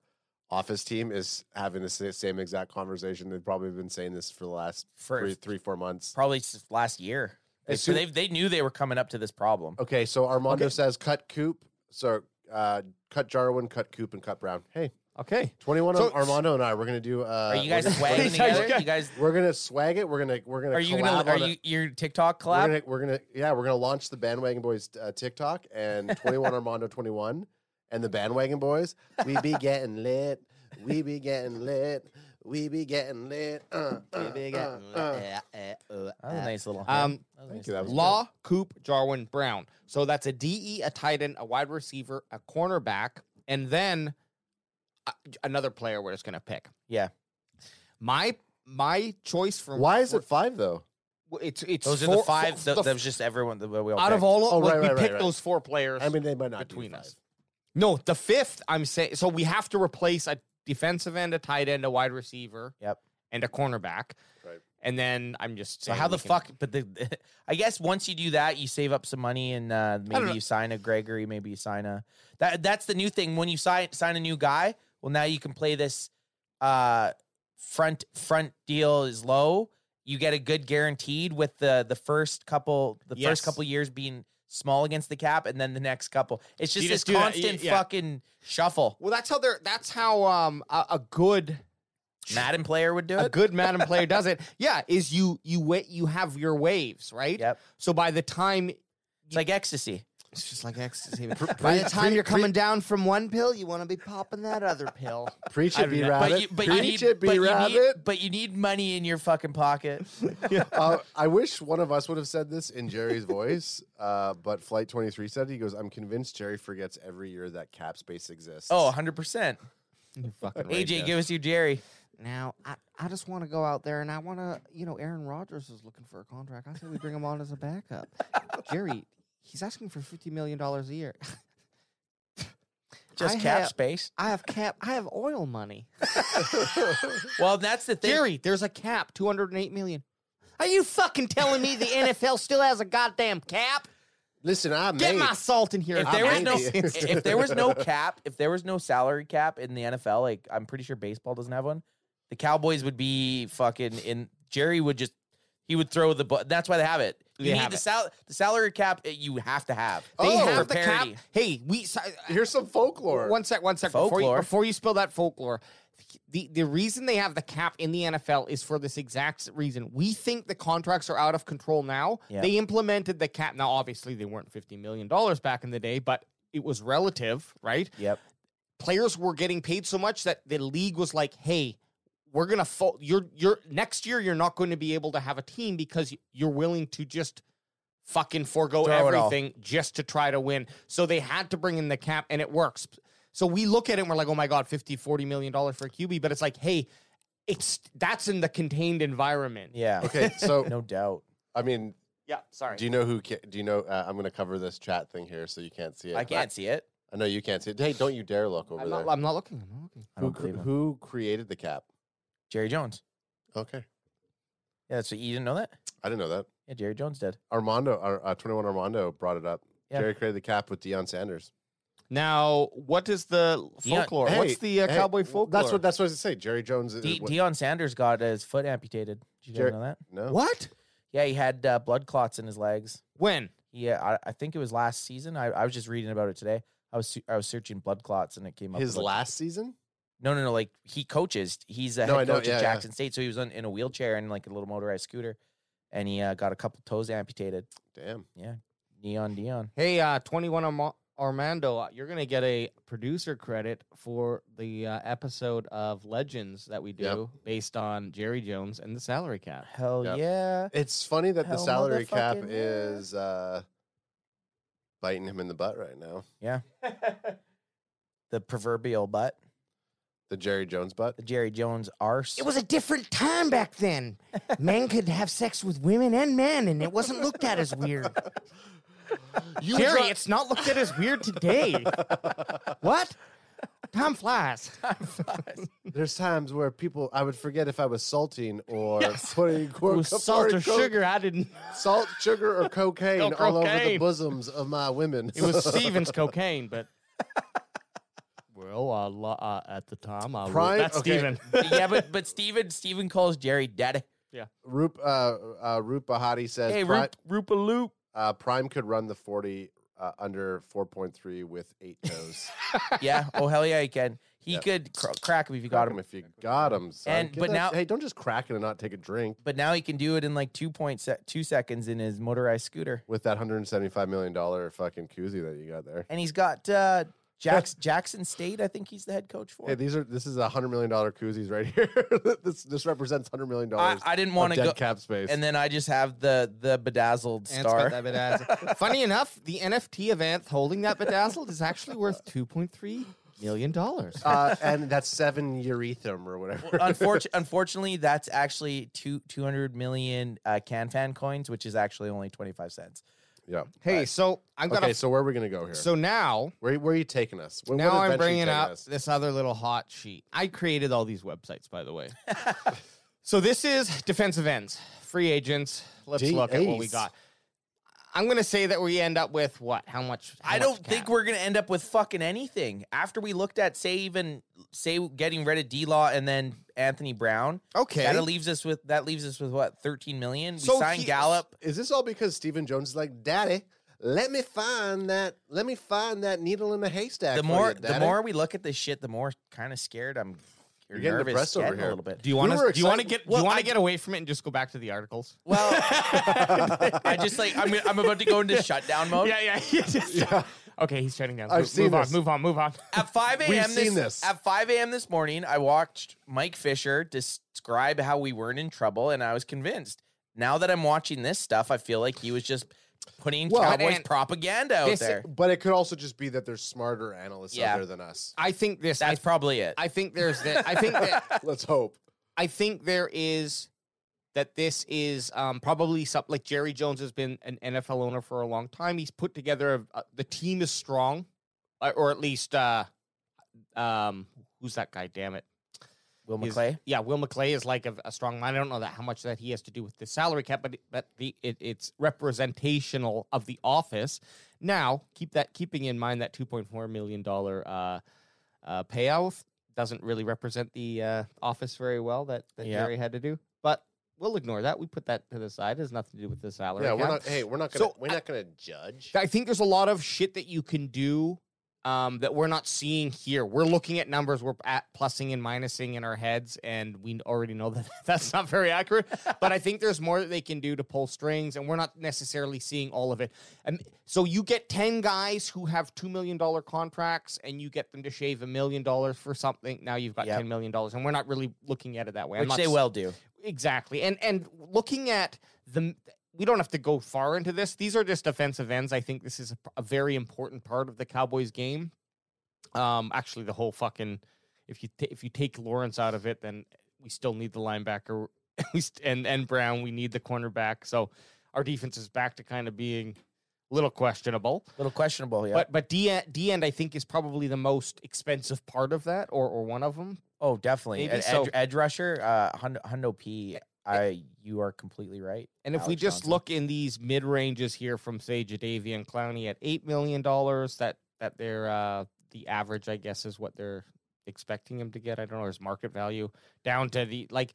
[SPEAKER 3] office team is having the sa- same exact conversation. They've probably been saying this for the last
[SPEAKER 2] For
[SPEAKER 3] three, three, four months.
[SPEAKER 2] probably since last year. They,
[SPEAKER 3] As soon-
[SPEAKER 2] they they knew they were coming up to this problem.
[SPEAKER 3] Okay, so Armando
[SPEAKER 4] Okay.
[SPEAKER 3] says cut Coop, so uh, cut Jarwin, cut Coop, and cut Brown. Hey,
[SPEAKER 4] Okay.
[SPEAKER 3] twenty-one.
[SPEAKER 4] So-
[SPEAKER 3] on Armando and I, we're gonna do. Uh,
[SPEAKER 2] Are you guys
[SPEAKER 3] we're gonna-
[SPEAKER 2] swagging
[SPEAKER 4] Yeah, you
[SPEAKER 2] together?
[SPEAKER 4] guys-
[SPEAKER 2] You guys,
[SPEAKER 3] We're gonna swag it. We're gonna we're gonna.
[SPEAKER 2] are you
[SPEAKER 3] collab
[SPEAKER 2] gonna? Are
[SPEAKER 3] on a-
[SPEAKER 2] you your TikTok
[SPEAKER 3] We're
[SPEAKER 2] collab?
[SPEAKER 3] gonna, we're gonna yeah we're gonna launch the bandwagon boys uh, TikTok and Twenty One Armando Twenty One and the bandwagon boys. We be getting lit. We be getting lit. We be getting lit. Uh, uh, uh, uh.
[SPEAKER 2] That was a nice little. hit.
[SPEAKER 4] Um,
[SPEAKER 2] That was a
[SPEAKER 3] Thank
[SPEAKER 2] nice
[SPEAKER 3] you. That was good.
[SPEAKER 4] Law, Coop, Jarwin, Brown. So that's a DE, a tight end, a wide receiver, a cornerback, and then uh, another player we're just going to pick.
[SPEAKER 2] Yeah.
[SPEAKER 4] My my choice for
[SPEAKER 3] Why is it five though?
[SPEAKER 4] It's it's
[SPEAKER 2] Those
[SPEAKER 4] four-
[SPEAKER 2] are the five.
[SPEAKER 4] four-
[SPEAKER 2] th-
[SPEAKER 4] the
[SPEAKER 2] that was just everyone. The way we all
[SPEAKER 4] out of
[SPEAKER 2] picked.
[SPEAKER 4] all.
[SPEAKER 3] Oh,
[SPEAKER 4] like,
[SPEAKER 3] right,
[SPEAKER 4] we
[SPEAKER 3] right, right,
[SPEAKER 4] picked
[SPEAKER 3] right.
[SPEAKER 4] those four players.
[SPEAKER 3] I mean, they might not do
[SPEAKER 4] between
[SPEAKER 3] five.
[SPEAKER 4] us. No, the fifth. I'm saying so we have to replace a defensive end, a tight end, a wide receiver.
[SPEAKER 2] Yep.
[SPEAKER 4] And a cornerback.
[SPEAKER 3] Right.
[SPEAKER 4] And then I'm just
[SPEAKER 2] So
[SPEAKER 4] saying
[SPEAKER 2] how
[SPEAKER 4] we
[SPEAKER 2] the
[SPEAKER 4] can-
[SPEAKER 2] fuck? But the, I guess once you do that, you save up some money and uh,
[SPEAKER 4] know.
[SPEAKER 2] maybe you sign a Gregory, maybe you sign a that. That's the new thing when you sign sign a new guy. Well, now you can play this uh, front front deal is low. You get a good guaranteed with the the first couple the
[SPEAKER 4] Yes.
[SPEAKER 2] first couple years being small against the cap, and then the next couple. It's just
[SPEAKER 4] You
[SPEAKER 2] this
[SPEAKER 4] just do that, y-
[SPEAKER 2] constant
[SPEAKER 4] yeah.
[SPEAKER 2] fucking shuffle.
[SPEAKER 4] Well, that's how they're. That's how um a, a good
[SPEAKER 2] Madden player would do
[SPEAKER 4] a
[SPEAKER 2] it.
[SPEAKER 4] good Madden player does it. Yeah, is you you wait you have your waves right.
[SPEAKER 2] Yep,
[SPEAKER 4] So by the time
[SPEAKER 2] it's like ecstasy.
[SPEAKER 4] it's just like ecstasy. by the time you're coming down from one pill, you want to be popping that other pill.
[SPEAKER 3] Preach
[SPEAKER 4] I
[SPEAKER 3] it,
[SPEAKER 4] don't
[SPEAKER 3] be
[SPEAKER 4] know.
[SPEAKER 3] rabbit.
[SPEAKER 2] But you, but you need,
[SPEAKER 3] Preach it,
[SPEAKER 2] but
[SPEAKER 3] be
[SPEAKER 2] you need-
[SPEAKER 3] rabbit.
[SPEAKER 2] but you need money in your fucking pocket.
[SPEAKER 3] uh, I wish one of us would have said this in Jerry's voice, uh, but Flight 23 said it. He goes, I'm convinced Jerry forgets every year that cap space exists.
[SPEAKER 2] Oh, 100%.
[SPEAKER 4] You're fucking right,
[SPEAKER 2] AJ,
[SPEAKER 4] Jeff.
[SPEAKER 2] give us your Jerry.
[SPEAKER 4] Now I I just want to go out there and I want to you know Aaron Rodgers is looking for a contract. I think we bring him on as a backup. Jerry, he's asking for fifty million dollars a year.
[SPEAKER 2] Just
[SPEAKER 4] I
[SPEAKER 2] cap
[SPEAKER 4] have-
[SPEAKER 2] space.
[SPEAKER 4] I have cap. I have oil money.
[SPEAKER 2] Well, that's the thing.
[SPEAKER 4] Jerry, there's a cap, 208 million. Are you fucking telling me the NFL still has a goddamn cap?
[SPEAKER 3] listen, I made
[SPEAKER 4] Get my salt in here.
[SPEAKER 2] If there was
[SPEAKER 4] I'm
[SPEAKER 2] no
[SPEAKER 4] angry.
[SPEAKER 3] Amazing.
[SPEAKER 2] if there was no cap, if there was no salary cap in the NFL, like I'm pretty sure baseball doesn't have one, the Cowboys would be fucking in Jerry would just he would throw the bu- that's why they have it.
[SPEAKER 4] They
[SPEAKER 2] You
[SPEAKER 4] have
[SPEAKER 2] need the
[SPEAKER 4] it.
[SPEAKER 2] sal- the salary cap that you have to have.
[SPEAKER 4] they
[SPEAKER 3] Oh,
[SPEAKER 4] have
[SPEAKER 2] for
[SPEAKER 4] the cap.
[SPEAKER 2] parity.
[SPEAKER 4] Hey, we. So, uh,
[SPEAKER 3] Here's some folklore.
[SPEAKER 4] one sec, one sec. Before you,
[SPEAKER 2] Folklore.
[SPEAKER 4] before you spill that folklore, the, the reason they have the cap in the NFL is for this exact reason. We think the contracts are out of control now.
[SPEAKER 2] Yeah.
[SPEAKER 4] They implemented the cap. Now, obviously, they weren't $50 million back in the day, but it was relative, right?
[SPEAKER 2] Yep.
[SPEAKER 4] players were getting paid so much that the league was like, "Hey, we're gonna fall. You're you're next year. You're not going to be able to have a team because you're willing to just fucking forego
[SPEAKER 2] Throw it all.
[SPEAKER 4] everything just to try to win." So they had to bring in the cap, and it works. So we look at it and we're like, "Oh my god, 50, 40 million dollar for a QB," but it's like, "Hey, it's that's in the contained environment."
[SPEAKER 2] Yeah.
[SPEAKER 3] Okay, so
[SPEAKER 2] No doubt.
[SPEAKER 3] I mean,
[SPEAKER 7] Yeah, sorry.
[SPEAKER 3] Do you know who? Can, do you know? Uh, I'm going to cover this chat thing here, so you can't see it.
[SPEAKER 2] I
[SPEAKER 3] but-
[SPEAKER 2] can't see it.
[SPEAKER 3] I know you can't see it. Hey, don't you dare look over
[SPEAKER 4] I'm
[SPEAKER 3] there.
[SPEAKER 4] not, I'm not looking. I'm not looking.
[SPEAKER 2] I
[SPEAKER 3] who,
[SPEAKER 2] don't
[SPEAKER 3] cr-
[SPEAKER 2] believe him.
[SPEAKER 3] who created the cap?
[SPEAKER 2] Jerry Jones.
[SPEAKER 3] Okay,
[SPEAKER 2] Yeah, that's what you didn't know that.
[SPEAKER 3] I didn't know that.
[SPEAKER 2] Yeah, Jerry Jones did.
[SPEAKER 3] Armando, our, uh, 21 Armando brought it up.
[SPEAKER 2] Yeah.
[SPEAKER 3] Jerry created the cap with Deion Sanders.
[SPEAKER 4] Now, what is the
[SPEAKER 2] Deion-
[SPEAKER 4] folklore? What's the uh,
[SPEAKER 3] hey,
[SPEAKER 4] cowboy
[SPEAKER 3] well,
[SPEAKER 4] folklore?
[SPEAKER 3] That's what. That's what I was gonna say. Jerry Jones. is
[SPEAKER 2] De-
[SPEAKER 3] Uh, what-
[SPEAKER 2] Deion Sanders got his foot amputated. Did you guys
[SPEAKER 3] Jerry-
[SPEAKER 2] know that?
[SPEAKER 3] no.
[SPEAKER 4] What?
[SPEAKER 2] Yeah, he had uh, blood clots in his legs.
[SPEAKER 4] When?
[SPEAKER 2] Yeah, I, I think it was last season. I, I was just reading about it today. I was su- I was searching blood clots and it came up.
[SPEAKER 3] His
[SPEAKER 2] with, like-
[SPEAKER 3] last season?
[SPEAKER 2] No, no, no. Like he coaches. He's a
[SPEAKER 3] No, I
[SPEAKER 2] head
[SPEAKER 3] know,
[SPEAKER 2] coach
[SPEAKER 3] yeah, yeah.
[SPEAKER 2] at Jackson State, so he was on, in a wheelchair and like a little motorized scooter, and he uh, got a couple toes amputated.
[SPEAKER 3] Damn.
[SPEAKER 2] Neon, Dion.
[SPEAKER 4] Hey, uh, 21 Arma- Armando, uh, you're going to get a producer credit for the uh, episode of Legends that we
[SPEAKER 3] Yep.
[SPEAKER 4] do based on Jerry Jones and the salary cap.
[SPEAKER 2] Hell
[SPEAKER 3] Yeah.
[SPEAKER 2] yeah.
[SPEAKER 3] It's funny that the
[SPEAKER 2] Hell
[SPEAKER 3] salary cap
[SPEAKER 2] motherfucking yeah.
[SPEAKER 3] is uh, biting him in the butt right now.
[SPEAKER 2] The proverbial butt.
[SPEAKER 3] The Jerry Jones butt.
[SPEAKER 2] The Jerry Jones arse.
[SPEAKER 4] a different time back then. men could have sex with women and men, and it wasn't looked at as weird.
[SPEAKER 3] You
[SPEAKER 4] Jerry,
[SPEAKER 3] got-
[SPEAKER 4] it's not looked at as weird today. what? Time flies.
[SPEAKER 3] There's times where people, I would forget if I was salting or putting
[SPEAKER 4] It
[SPEAKER 3] cor-
[SPEAKER 4] was
[SPEAKER 3] cor-
[SPEAKER 4] salt or
[SPEAKER 3] co-
[SPEAKER 4] sugar. I didn't.
[SPEAKER 3] salt, sugar, or cocaine
[SPEAKER 4] No,
[SPEAKER 3] all over the
[SPEAKER 4] cocaine.
[SPEAKER 3] bosoms of my women.
[SPEAKER 4] It was Steven's cocaine, but. Well, uh, lo- uh, at the time, I
[SPEAKER 3] Prime- okay.
[SPEAKER 2] yeah, but but Steven Steven calls Jerry daddy.
[SPEAKER 3] Roop, uh, uh, Roop Bahati says
[SPEAKER 2] Hey,
[SPEAKER 3] Prime,
[SPEAKER 2] Rup, Rupa Loop.
[SPEAKER 3] uh, Prime could run the 40 uh, under 4.3 with eight toes.
[SPEAKER 2] Yeah. Oh hell yeah, he can. He
[SPEAKER 3] Yeah.
[SPEAKER 2] could cr- crack him if you
[SPEAKER 3] got
[SPEAKER 2] got
[SPEAKER 3] him
[SPEAKER 2] him.
[SPEAKER 3] if you got him. Son.
[SPEAKER 2] And-
[SPEAKER 3] Get
[SPEAKER 2] but
[SPEAKER 3] that-
[SPEAKER 2] now-
[SPEAKER 3] hey, don't just crack it and not take a drink
[SPEAKER 2] But now he can do it in like two point se- two seconds in his motorized scooter,
[SPEAKER 3] with that 175 million dollar fucking koozie that you got there.
[SPEAKER 2] and he's got uh, Jacks Jackson State. I think he's the head coach for.
[SPEAKER 3] Hey, these are this is a hundred million dollar koozies right here. this this represents hundred million
[SPEAKER 2] I,
[SPEAKER 3] dollars.
[SPEAKER 2] I didn't want to
[SPEAKER 3] dead
[SPEAKER 2] go,
[SPEAKER 3] cap space.
[SPEAKER 2] and then I just have the the bedazzled
[SPEAKER 4] Ant's got
[SPEAKER 2] star.
[SPEAKER 4] that bedazzle. Funny enough, the NFT of Anth holding that bedazzled is actually worth two point three million dollars.
[SPEAKER 3] uh, and that's seven urethrum or whatever.
[SPEAKER 2] Unfortu- unfortunately, that's actually two two hundred million uh, CanFan coins, which is actually only twenty five cents.
[SPEAKER 3] yeah.
[SPEAKER 4] hey, so I'm gonna.
[SPEAKER 3] Okay, so where are we gonna go here?
[SPEAKER 4] so now,
[SPEAKER 3] where, where are you taking us? Where, what
[SPEAKER 4] now
[SPEAKER 3] adventure
[SPEAKER 4] I'm
[SPEAKER 3] you
[SPEAKER 4] bringing
[SPEAKER 3] taking
[SPEAKER 4] up
[SPEAKER 3] us?
[SPEAKER 4] this other little hot sheet. I created all these websites, by the way. so this is defensive ends, free agents. Let's look at what we
[SPEAKER 3] Jeez.
[SPEAKER 4] got. I'm gonna say that we end up with what? How much? how
[SPEAKER 2] I
[SPEAKER 4] much
[SPEAKER 2] don't think
[SPEAKER 4] cap?
[SPEAKER 2] we're gonna end up with fucking anything after we looked at say even say getting rid of D Law and then Anthony Brown.
[SPEAKER 4] okay.
[SPEAKER 2] That leaves us with that leaves us with what thirteen million. We
[SPEAKER 4] So
[SPEAKER 2] signed
[SPEAKER 4] he-
[SPEAKER 2] Gallup.
[SPEAKER 3] Is this all because Stephen Jones is like, Daddy, let me find that let me find that needle in the haystack.
[SPEAKER 2] The
[SPEAKER 3] for
[SPEAKER 2] more
[SPEAKER 3] you,
[SPEAKER 2] the
[SPEAKER 3] Daddy."
[SPEAKER 2] more we look at this shit, the more kind of scared I'm. or
[SPEAKER 3] You're getting
[SPEAKER 2] nervous,
[SPEAKER 3] depressed over
[SPEAKER 2] scared
[SPEAKER 3] here.
[SPEAKER 2] a little bit.
[SPEAKER 4] do you want
[SPEAKER 3] were
[SPEAKER 4] to? Do you want to
[SPEAKER 3] excited-
[SPEAKER 4] get? do
[SPEAKER 2] Well,
[SPEAKER 4] you want
[SPEAKER 2] I-
[SPEAKER 4] to get away from it and just go back to the articles?
[SPEAKER 2] Well, I just like I'm I'm about to go into shutdown mode.
[SPEAKER 4] Yeah, yeah, yeah, just- Okay, he's shutting down.
[SPEAKER 3] I've
[SPEAKER 4] Move-
[SPEAKER 3] seen
[SPEAKER 4] move
[SPEAKER 3] this.
[SPEAKER 4] on, move on, move on.
[SPEAKER 2] At 5
[SPEAKER 3] We've
[SPEAKER 2] a.m.
[SPEAKER 3] seen
[SPEAKER 2] this,
[SPEAKER 3] this.
[SPEAKER 2] at 5 a.m. this morning, I watched Mike Fisher describe how we weren't in trouble, and I was convinced. Now that I'm watching this stuff, I feel like he was just putting
[SPEAKER 3] Well,
[SPEAKER 2] Cowboys
[SPEAKER 4] and
[SPEAKER 2] propaganda out
[SPEAKER 4] this-
[SPEAKER 2] there.
[SPEAKER 3] But it could also just be that there's smarter analysts
[SPEAKER 2] Yeah.
[SPEAKER 3] out there than us.
[SPEAKER 4] I think this. I,
[SPEAKER 2] That's probably it.
[SPEAKER 4] I think there's that. I think that.
[SPEAKER 3] Let's hope.
[SPEAKER 4] I think there is that. This is um, probably something like Jerry Jones has been an NFL owner for a long time. He's put together a, a- the team is strong, uh, or at least uh, um, who's that guy? Damn it,
[SPEAKER 2] Will
[SPEAKER 4] He's-
[SPEAKER 2] McClay.
[SPEAKER 4] Yeah, Will McClay is like a, a strong mind. I don't know that how much that he has to do with the salary cap, but but the it, it's representational of the office. Now, keep that keeping in mind that two point four million dollar uh, uh, payout doesn't really represent the uh, office very well that that
[SPEAKER 2] Yeah.
[SPEAKER 4] Jerry had to do. But we'll ignore that. We put that to the side. It has nothing to do with the salary.
[SPEAKER 3] Yeah, we're
[SPEAKER 4] cap.
[SPEAKER 3] not hey, we're not gonna
[SPEAKER 4] So,
[SPEAKER 3] we're not gonna judge.
[SPEAKER 4] I think there's a lot of shit that you can do um, that we're not seeing here. We're looking at numbers, we're at plussing and minusing in our heads, and we already know that that's not very accurate. but I think there's more that they can do to pull strings, and we're not necessarily seeing all of it. And so you get 10 guys who have $2 million contracts, and you get them to shave a million dollars for something. Now you've got
[SPEAKER 2] Yep.
[SPEAKER 4] $10 million, and we're not really looking at it that way. I'm
[SPEAKER 2] Which
[SPEAKER 4] not
[SPEAKER 2] they
[SPEAKER 4] s-
[SPEAKER 2] well do.
[SPEAKER 4] Exactly. And and looking at the we don't have to go far into this. These are just defensive ends. I think this is a, a very important part of the Cowboys game. Um actually the whole fucking if you ta if you take Lawrence out of it then we still need the linebacker we st- and and Brown we need the cornerback. So our defense is back to kind of being a little questionable.
[SPEAKER 2] little questionable, yeah.
[SPEAKER 4] But but D D end I think is probably the most expensive part of that, or or one of them.
[SPEAKER 2] oh, definitely.
[SPEAKER 4] maybe
[SPEAKER 2] An edge,
[SPEAKER 4] so.
[SPEAKER 2] edge rusher, uh, Hundo, Hundo P. I, you are completely right.
[SPEAKER 4] And if we
[SPEAKER 2] Alex
[SPEAKER 4] just
[SPEAKER 2] Johnson.
[SPEAKER 4] look in these mid ranges here from say Jadavian and Clowney at eight million dollars, that that their uh, the average I guess is what they're expecting him to get. I don't know his market value down to the like.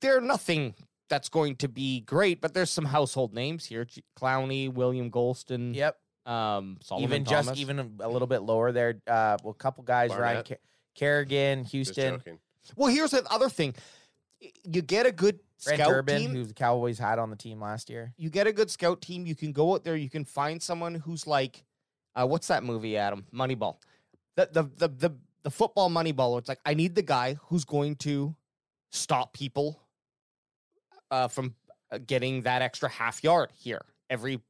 [SPEAKER 4] They're nothing that's going to be great, but there's some household names here: J- Clowney, William Golston,
[SPEAKER 2] yep,
[SPEAKER 4] um, Solomon
[SPEAKER 2] even
[SPEAKER 4] Thomas.
[SPEAKER 2] just even a- a little bit lower there. Uh, well, a couple guys, Ryan
[SPEAKER 3] Barnett.
[SPEAKER 2] Ca- Kerrigan,
[SPEAKER 3] Just
[SPEAKER 2] Houston,
[SPEAKER 3] joking.
[SPEAKER 4] Well, here's the other thing: Y- you get a good
[SPEAKER 2] Brent
[SPEAKER 4] scout
[SPEAKER 2] Durbin,
[SPEAKER 4] team.
[SPEAKER 2] who the Cowboys had on the team last year.
[SPEAKER 4] you get a good scout team, you can go out there, you can find someone who's like, uh, what's that movie, Adam? Moneyball. The the the the the football Moneyball. where It's like I need the guy who's going to stop people uh, from uh, getting that extra half yard here every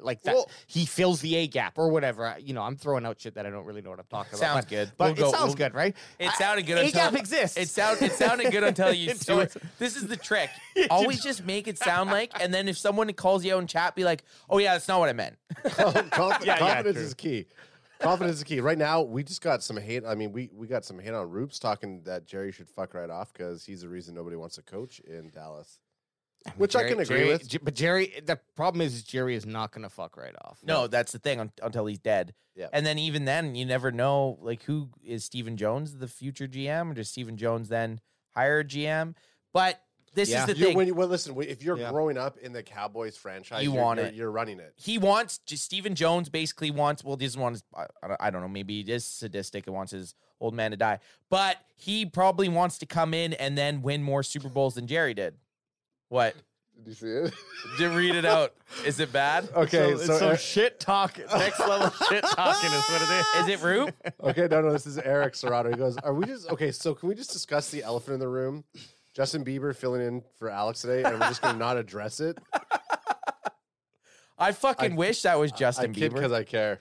[SPEAKER 4] like that.
[SPEAKER 3] Well-
[SPEAKER 4] he fills the A gap or whatever. I- You know, I'm throwing out shit that I don't really know what I'm talking about.
[SPEAKER 2] Sounds
[SPEAKER 4] but-
[SPEAKER 2] good.
[SPEAKER 4] but
[SPEAKER 2] We'll go-
[SPEAKER 4] it sounds
[SPEAKER 2] we'll-
[SPEAKER 4] good, right?
[SPEAKER 2] It
[SPEAKER 4] I-
[SPEAKER 2] sounded good
[SPEAKER 4] A
[SPEAKER 2] until-
[SPEAKER 4] gap exists.
[SPEAKER 2] It sound it sounded good until you
[SPEAKER 4] Until
[SPEAKER 2] do it.
[SPEAKER 4] it's-
[SPEAKER 2] This is the trick. Always just make it sound like, and then if someone calls you out in chat, be like, "Oh yeah, that's not what I meant."
[SPEAKER 3] Conf- confidence
[SPEAKER 4] yeah, true.
[SPEAKER 3] is key. Confidence is key. Right now, we just got some hate. I mean, we, we got some hate on Roops talking that Jerry should fuck right off because he's the reason nobody wants to coach in Dallas. Which I can agree
[SPEAKER 4] Jerry-
[SPEAKER 3] with.
[SPEAKER 4] J- But Jerry, the problem is, is Jerry is not going to fuck right off.
[SPEAKER 2] No, that's the thing un- until he's dead.
[SPEAKER 3] Yeah.
[SPEAKER 2] And then even then, you never know. Like, who is Stephen Jones the future GM, or does Stephen Jones then hire a GM? But this
[SPEAKER 4] Yeah.
[SPEAKER 2] is the
[SPEAKER 3] You-
[SPEAKER 2] thing.
[SPEAKER 3] when you, well, listen, if you're
[SPEAKER 4] Yeah.
[SPEAKER 3] growing up in the Cowboys franchise,
[SPEAKER 2] You
[SPEAKER 3] you're-
[SPEAKER 2] want
[SPEAKER 3] you're-
[SPEAKER 2] it.
[SPEAKER 3] You're running it.
[SPEAKER 2] he wants just Stephen Jones basically wants well he doesn't want his I- I don't- I don't know maybe he is sadistic and wants his old man to die but he probably wants to come in and then win more Super Bowls than Jerry did. What?
[SPEAKER 3] Did you see it?
[SPEAKER 2] Did read it out? Is it bad?
[SPEAKER 3] Okay,
[SPEAKER 4] So-
[SPEAKER 3] so, uh,
[SPEAKER 4] some
[SPEAKER 3] Eric-
[SPEAKER 4] shit talk, next level shit talking is what it is.
[SPEAKER 2] Is it Roop?
[SPEAKER 3] okay, no, no, this is Eric Serrato. He goes, "Are we just okay? So can we just discuss the elephant in the room? Justin Bieber filling in for Alex today, and we're just going to not address it.
[SPEAKER 2] I fucking wish that was Justin
[SPEAKER 3] I kid
[SPEAKER 2] Bieber.
[SPEAKER 3] because I care.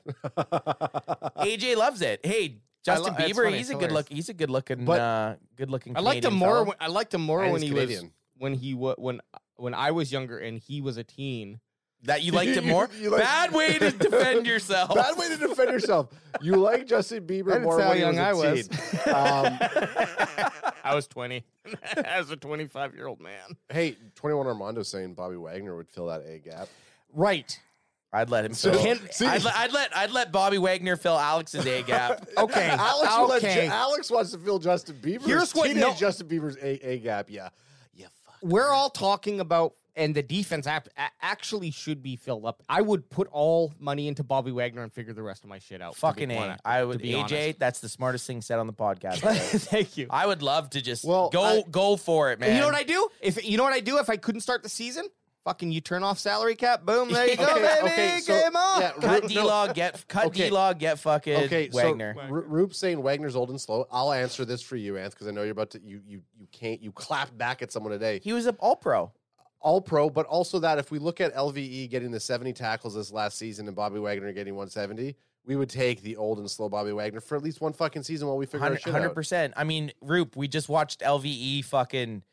[SPEAKER 2] AJ loves it. Hey, Justin
[SPEAKER 4] lo- it's
[SPEAKER 2] Bieber,
[SPEAKER 4] funny,
[SPEAKER 2] he's
[SPEAKER 4] it's
[SPEAKER 2] a good look.
[SPEAKER 4] hilarious.
[SPEAKER 2] He's a good looking.
[SPEAKER 3] But-
[SPEAKER 2] uh, good looking.
[SPEAKER 4] I liked him
[SPEAKER 2] Canadian
[SPEAKER 4] more.
[SPEAKER 2] fella.
[SPEAKER 4] When, I liked him more
[SPEAKER 3] And
[SPEAKER 4] when
[SPEAKER 3] he's
[SPEAKER 4] he was
[SPEAKER 3] Canadian.
[SPEAKER 4] when he was when when I was younger and he was a teen.
[SPEAKER 2] that you liked him more.
[SPEAKER 3] You like-
[SPEAKER 2] Bad way to defend yourself.
[SPEAKER 3] Bad way to defend yourself. You like Justin Bieber more when he was a teen. Um,
[SPEAKER 4] I was twenty. I was a twenty-five year old man.
[SPEAKER 3] hey, 21 Armando saying Bobby Wagner would fill that A gap.
[SPEAKER 4] Right.
[SPEAKER 2] I'd let him.
[SPEAKER 3] So-
[SPEAKER 2] fill-
[SPEAKER 3] Can- See-
[SPEAKER 2] I'd, let- I'd let I'd let Bobby Wagner fill Alex's A gap.
[SPEAKER 4] Okay.
[SPEAKER 3] Alex, will let Ju-
[SPEAKER 4] okay.
[SPEAKER 3] Alex wants to fill Justin Bieber.
[SPEAKER 4] Here's what-
[SPEAKER 3] Teenage
[SPEAKER 4] no-
[SPEAKER 3] Justin Bieber's A, a gap. Yeah. Yeah, fuck.
[SPEAKER 4] We're all talking about. And the defense app a- actually should be filled up. I would put all money into Bobby Wagner and figure the rest of my shit out. to be
[SPEAKER 2] Fucking
[SPEAKER 4] quite
[SPEAKER 2] A.
[SPEAKER 4] honest-
[SPEAKER 2] I
[SPEAKER 4] to
[SPEAKER 2] would
[SPEAKER 4] be
[SPEAKER 2] AJ.
[SPEAKER 4] honest.
[SPEAKER 2] That's the smartest thing said on the podcast. today.
[SPEAKER 4] Thank you.
[SPEAKER 2] I would love to just
[SPEAKER 3] Well,
[SPEAKER 2] go
[SPEAKER 3] I-
[SPEAKER 2] go for it, man.
[SPEAKER 4] You know what I do? If you know what I do if I couldn't start the season? Fucking you turn off salary cap, boom, there you go,
[SPEAKER 3] Okay,
[SPEAKER 4] baby.
[SPEAKER 3] okay, so-
[SPEAKER 4] Game on.
[SPEAKER 3] yeah,
[SPEAKER 2] cut
[SPEAKER 3] Ru-
[SPEAKER 2] D
[SPEAKER 3] no.
[SPEAKER 2] log get cut
[SPEAKER 3] Okay.
[SPEAKER 2] D log get fucking
[SPEAKER 3] Okay,
[SPEAKER 2] Wagner.
[SPEAKER 3] so R- Roop's saying Wagner's old and slow. I'll answer this for you, Anth, because I know you're about to. You you you can't. You clap back at someone today.
[SPEAKER 2] he was an All Pro.
[SPEAKER 3] all pro, but also that if we look at LVE getting the 70 tackles this last season and Bobby Wagner getting 170, we would take the old and slow Bobby Wagner for at least one fucking season while we figure our shit
[SPEAKER 2] Hundred
[SPEAKER 3] out.
[SPEAKER 2] percent. I mean, Roop, we just watched LVE fucking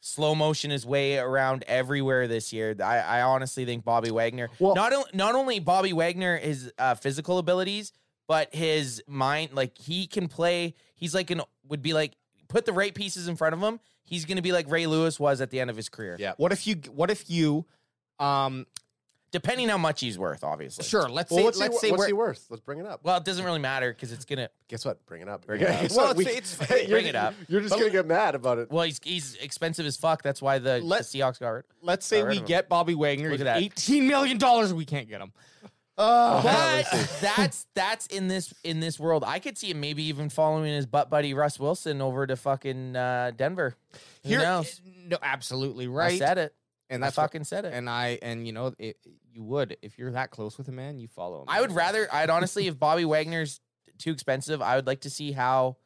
[SPEAKER 2] slow motion his way around everywhere this year. I, I honestly think Bobby Wagner.
[SPEAKER 3] Well-
[SPEAKER 2] not on- not only Bobby Wagner his uh, physical abilities, but his mind. Like he can play. He's like an would be like put the right pieces in front of him. He's gonna be like Ray Lewis was at the end of his career.
[SPEAKER 3] Yeah.
[SPEAKER 4] What if you what if you um
[SPEAKER 2] Depending how much he's worth, obviously.
[SPEAKER 4] sure, let's
[SPEAKER 3] Well,
[SPEAKER 4] say
[SPEAKER 3] what's,
[SPEAKER 4] let's
[SPEAKER 3] he,
[SPEAKER 4] say
[SPEAKER 3] what's
[SPEAKER 4] we're
[SPEAKER 3] he worth? Let's bring it up.
[SPEAKER 2] Well, it doesn't really matter because it's gonna.
[SPEAKER 3] Guess what? Bring it up.
[SPEAKER 2] Bring it up.
[SPEAKER 3] Guess
[SPEAKER 4] Well,
[SPEAKER 3] what?
[SPEAKER 4] it's- it's-
[SPEAKER 3] you're-
[SPEAKER 2] bring it up.
[SPEAKER 3] You're just gonna get mad about it.
[SPEAKER 2] Well, he's he's expensive as fuck. That's why the,
[SPEAKER 4] Let-
[SPEAKER 2] the Seahawks got rid.
[SPEAKER 4] let's say
[SPEAKER 2] Got rid
[SPEAKER 4] we
[SPEAKER 2] of him.
[SPEAKER 4] get Bobby Wagner.
[SPEAKER 2] Look
[SPEAKER 4] He's
[SPEAKER 2] at that.
[SPEAKER 4] Eighteen million dollars we can't get him.
[SPEAKER 3] Oh,
[SPEAKER 2] But that's that's in this in this world. I could see him maybe even following his butt buddy Russ Wilson over to fucking uh, Denver. Who knows?
[SPEAKER 4] No, absolutely right.
[SPEAKER 2] I said it.
[SPEAKER 4] and
[SPEAKER 2] I
[SPEAKER 4] that's what-
[SPEAKER 2] fucking said it.
[SPEAKER 4] and I and you know it, you would if you're that close with a man, you follow him.
[SPEAKER 2] I would rather. I'd honestly, if Bobby Wagner's too expensive, I would like to see how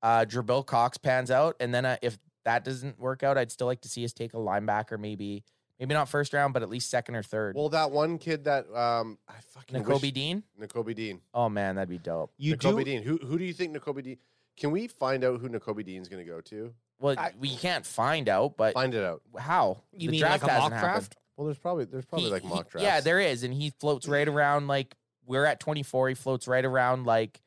[SPEAKER 2] uh, Jabril Cox pans out, and then uh, if that doesn't work out, I'd still like to see us take a linebacker, maybe maybe not first round, but at least second or third.
[SPEAKER 3] Well, that one kid that um, I fucking
[SPEAKER 2] Nicobe
[SPEAKER 3] wish-
[SPEAKER 2] Dean.
[SPEAKER 3] Nicobe Dean.
[SPEAKER 2] Oh man, that'd be dope.
[SPEAKER 4] you
[SPEAKER 3] Nicobe
[SPEAKER 4] do.
[SPEAKER 3] Dean. Who who do you think Nicobe Dean? Can we find out who Nicobe Dean's gonna go to?
[SPEAKER 2] Well,
[SPEAKER 4] I-
[SPEAKER 2] we can't find out, but
[SPEAKER 3] Find it out.
[SPEAKER 2] how
[SPEAKER 4] You
[SPEAKER 2] The
[SPEAKER 4] mean like a
[SPEAKER 2] hasn't
[SPEAKER 4] mock
[SPEAKER 2] happened.
[SPEAKER 4] draft?
[SPEAKER 3] Well, there's probably there's probably
[SPEAKER 2] He-
[SPEAKER 3] like
[SPEAKER 2] he-
[SPEAKER 3] mock drafts.
[SPEAKER 2] Yeah, there is, and he floats right around like we're at 24. He floats right around like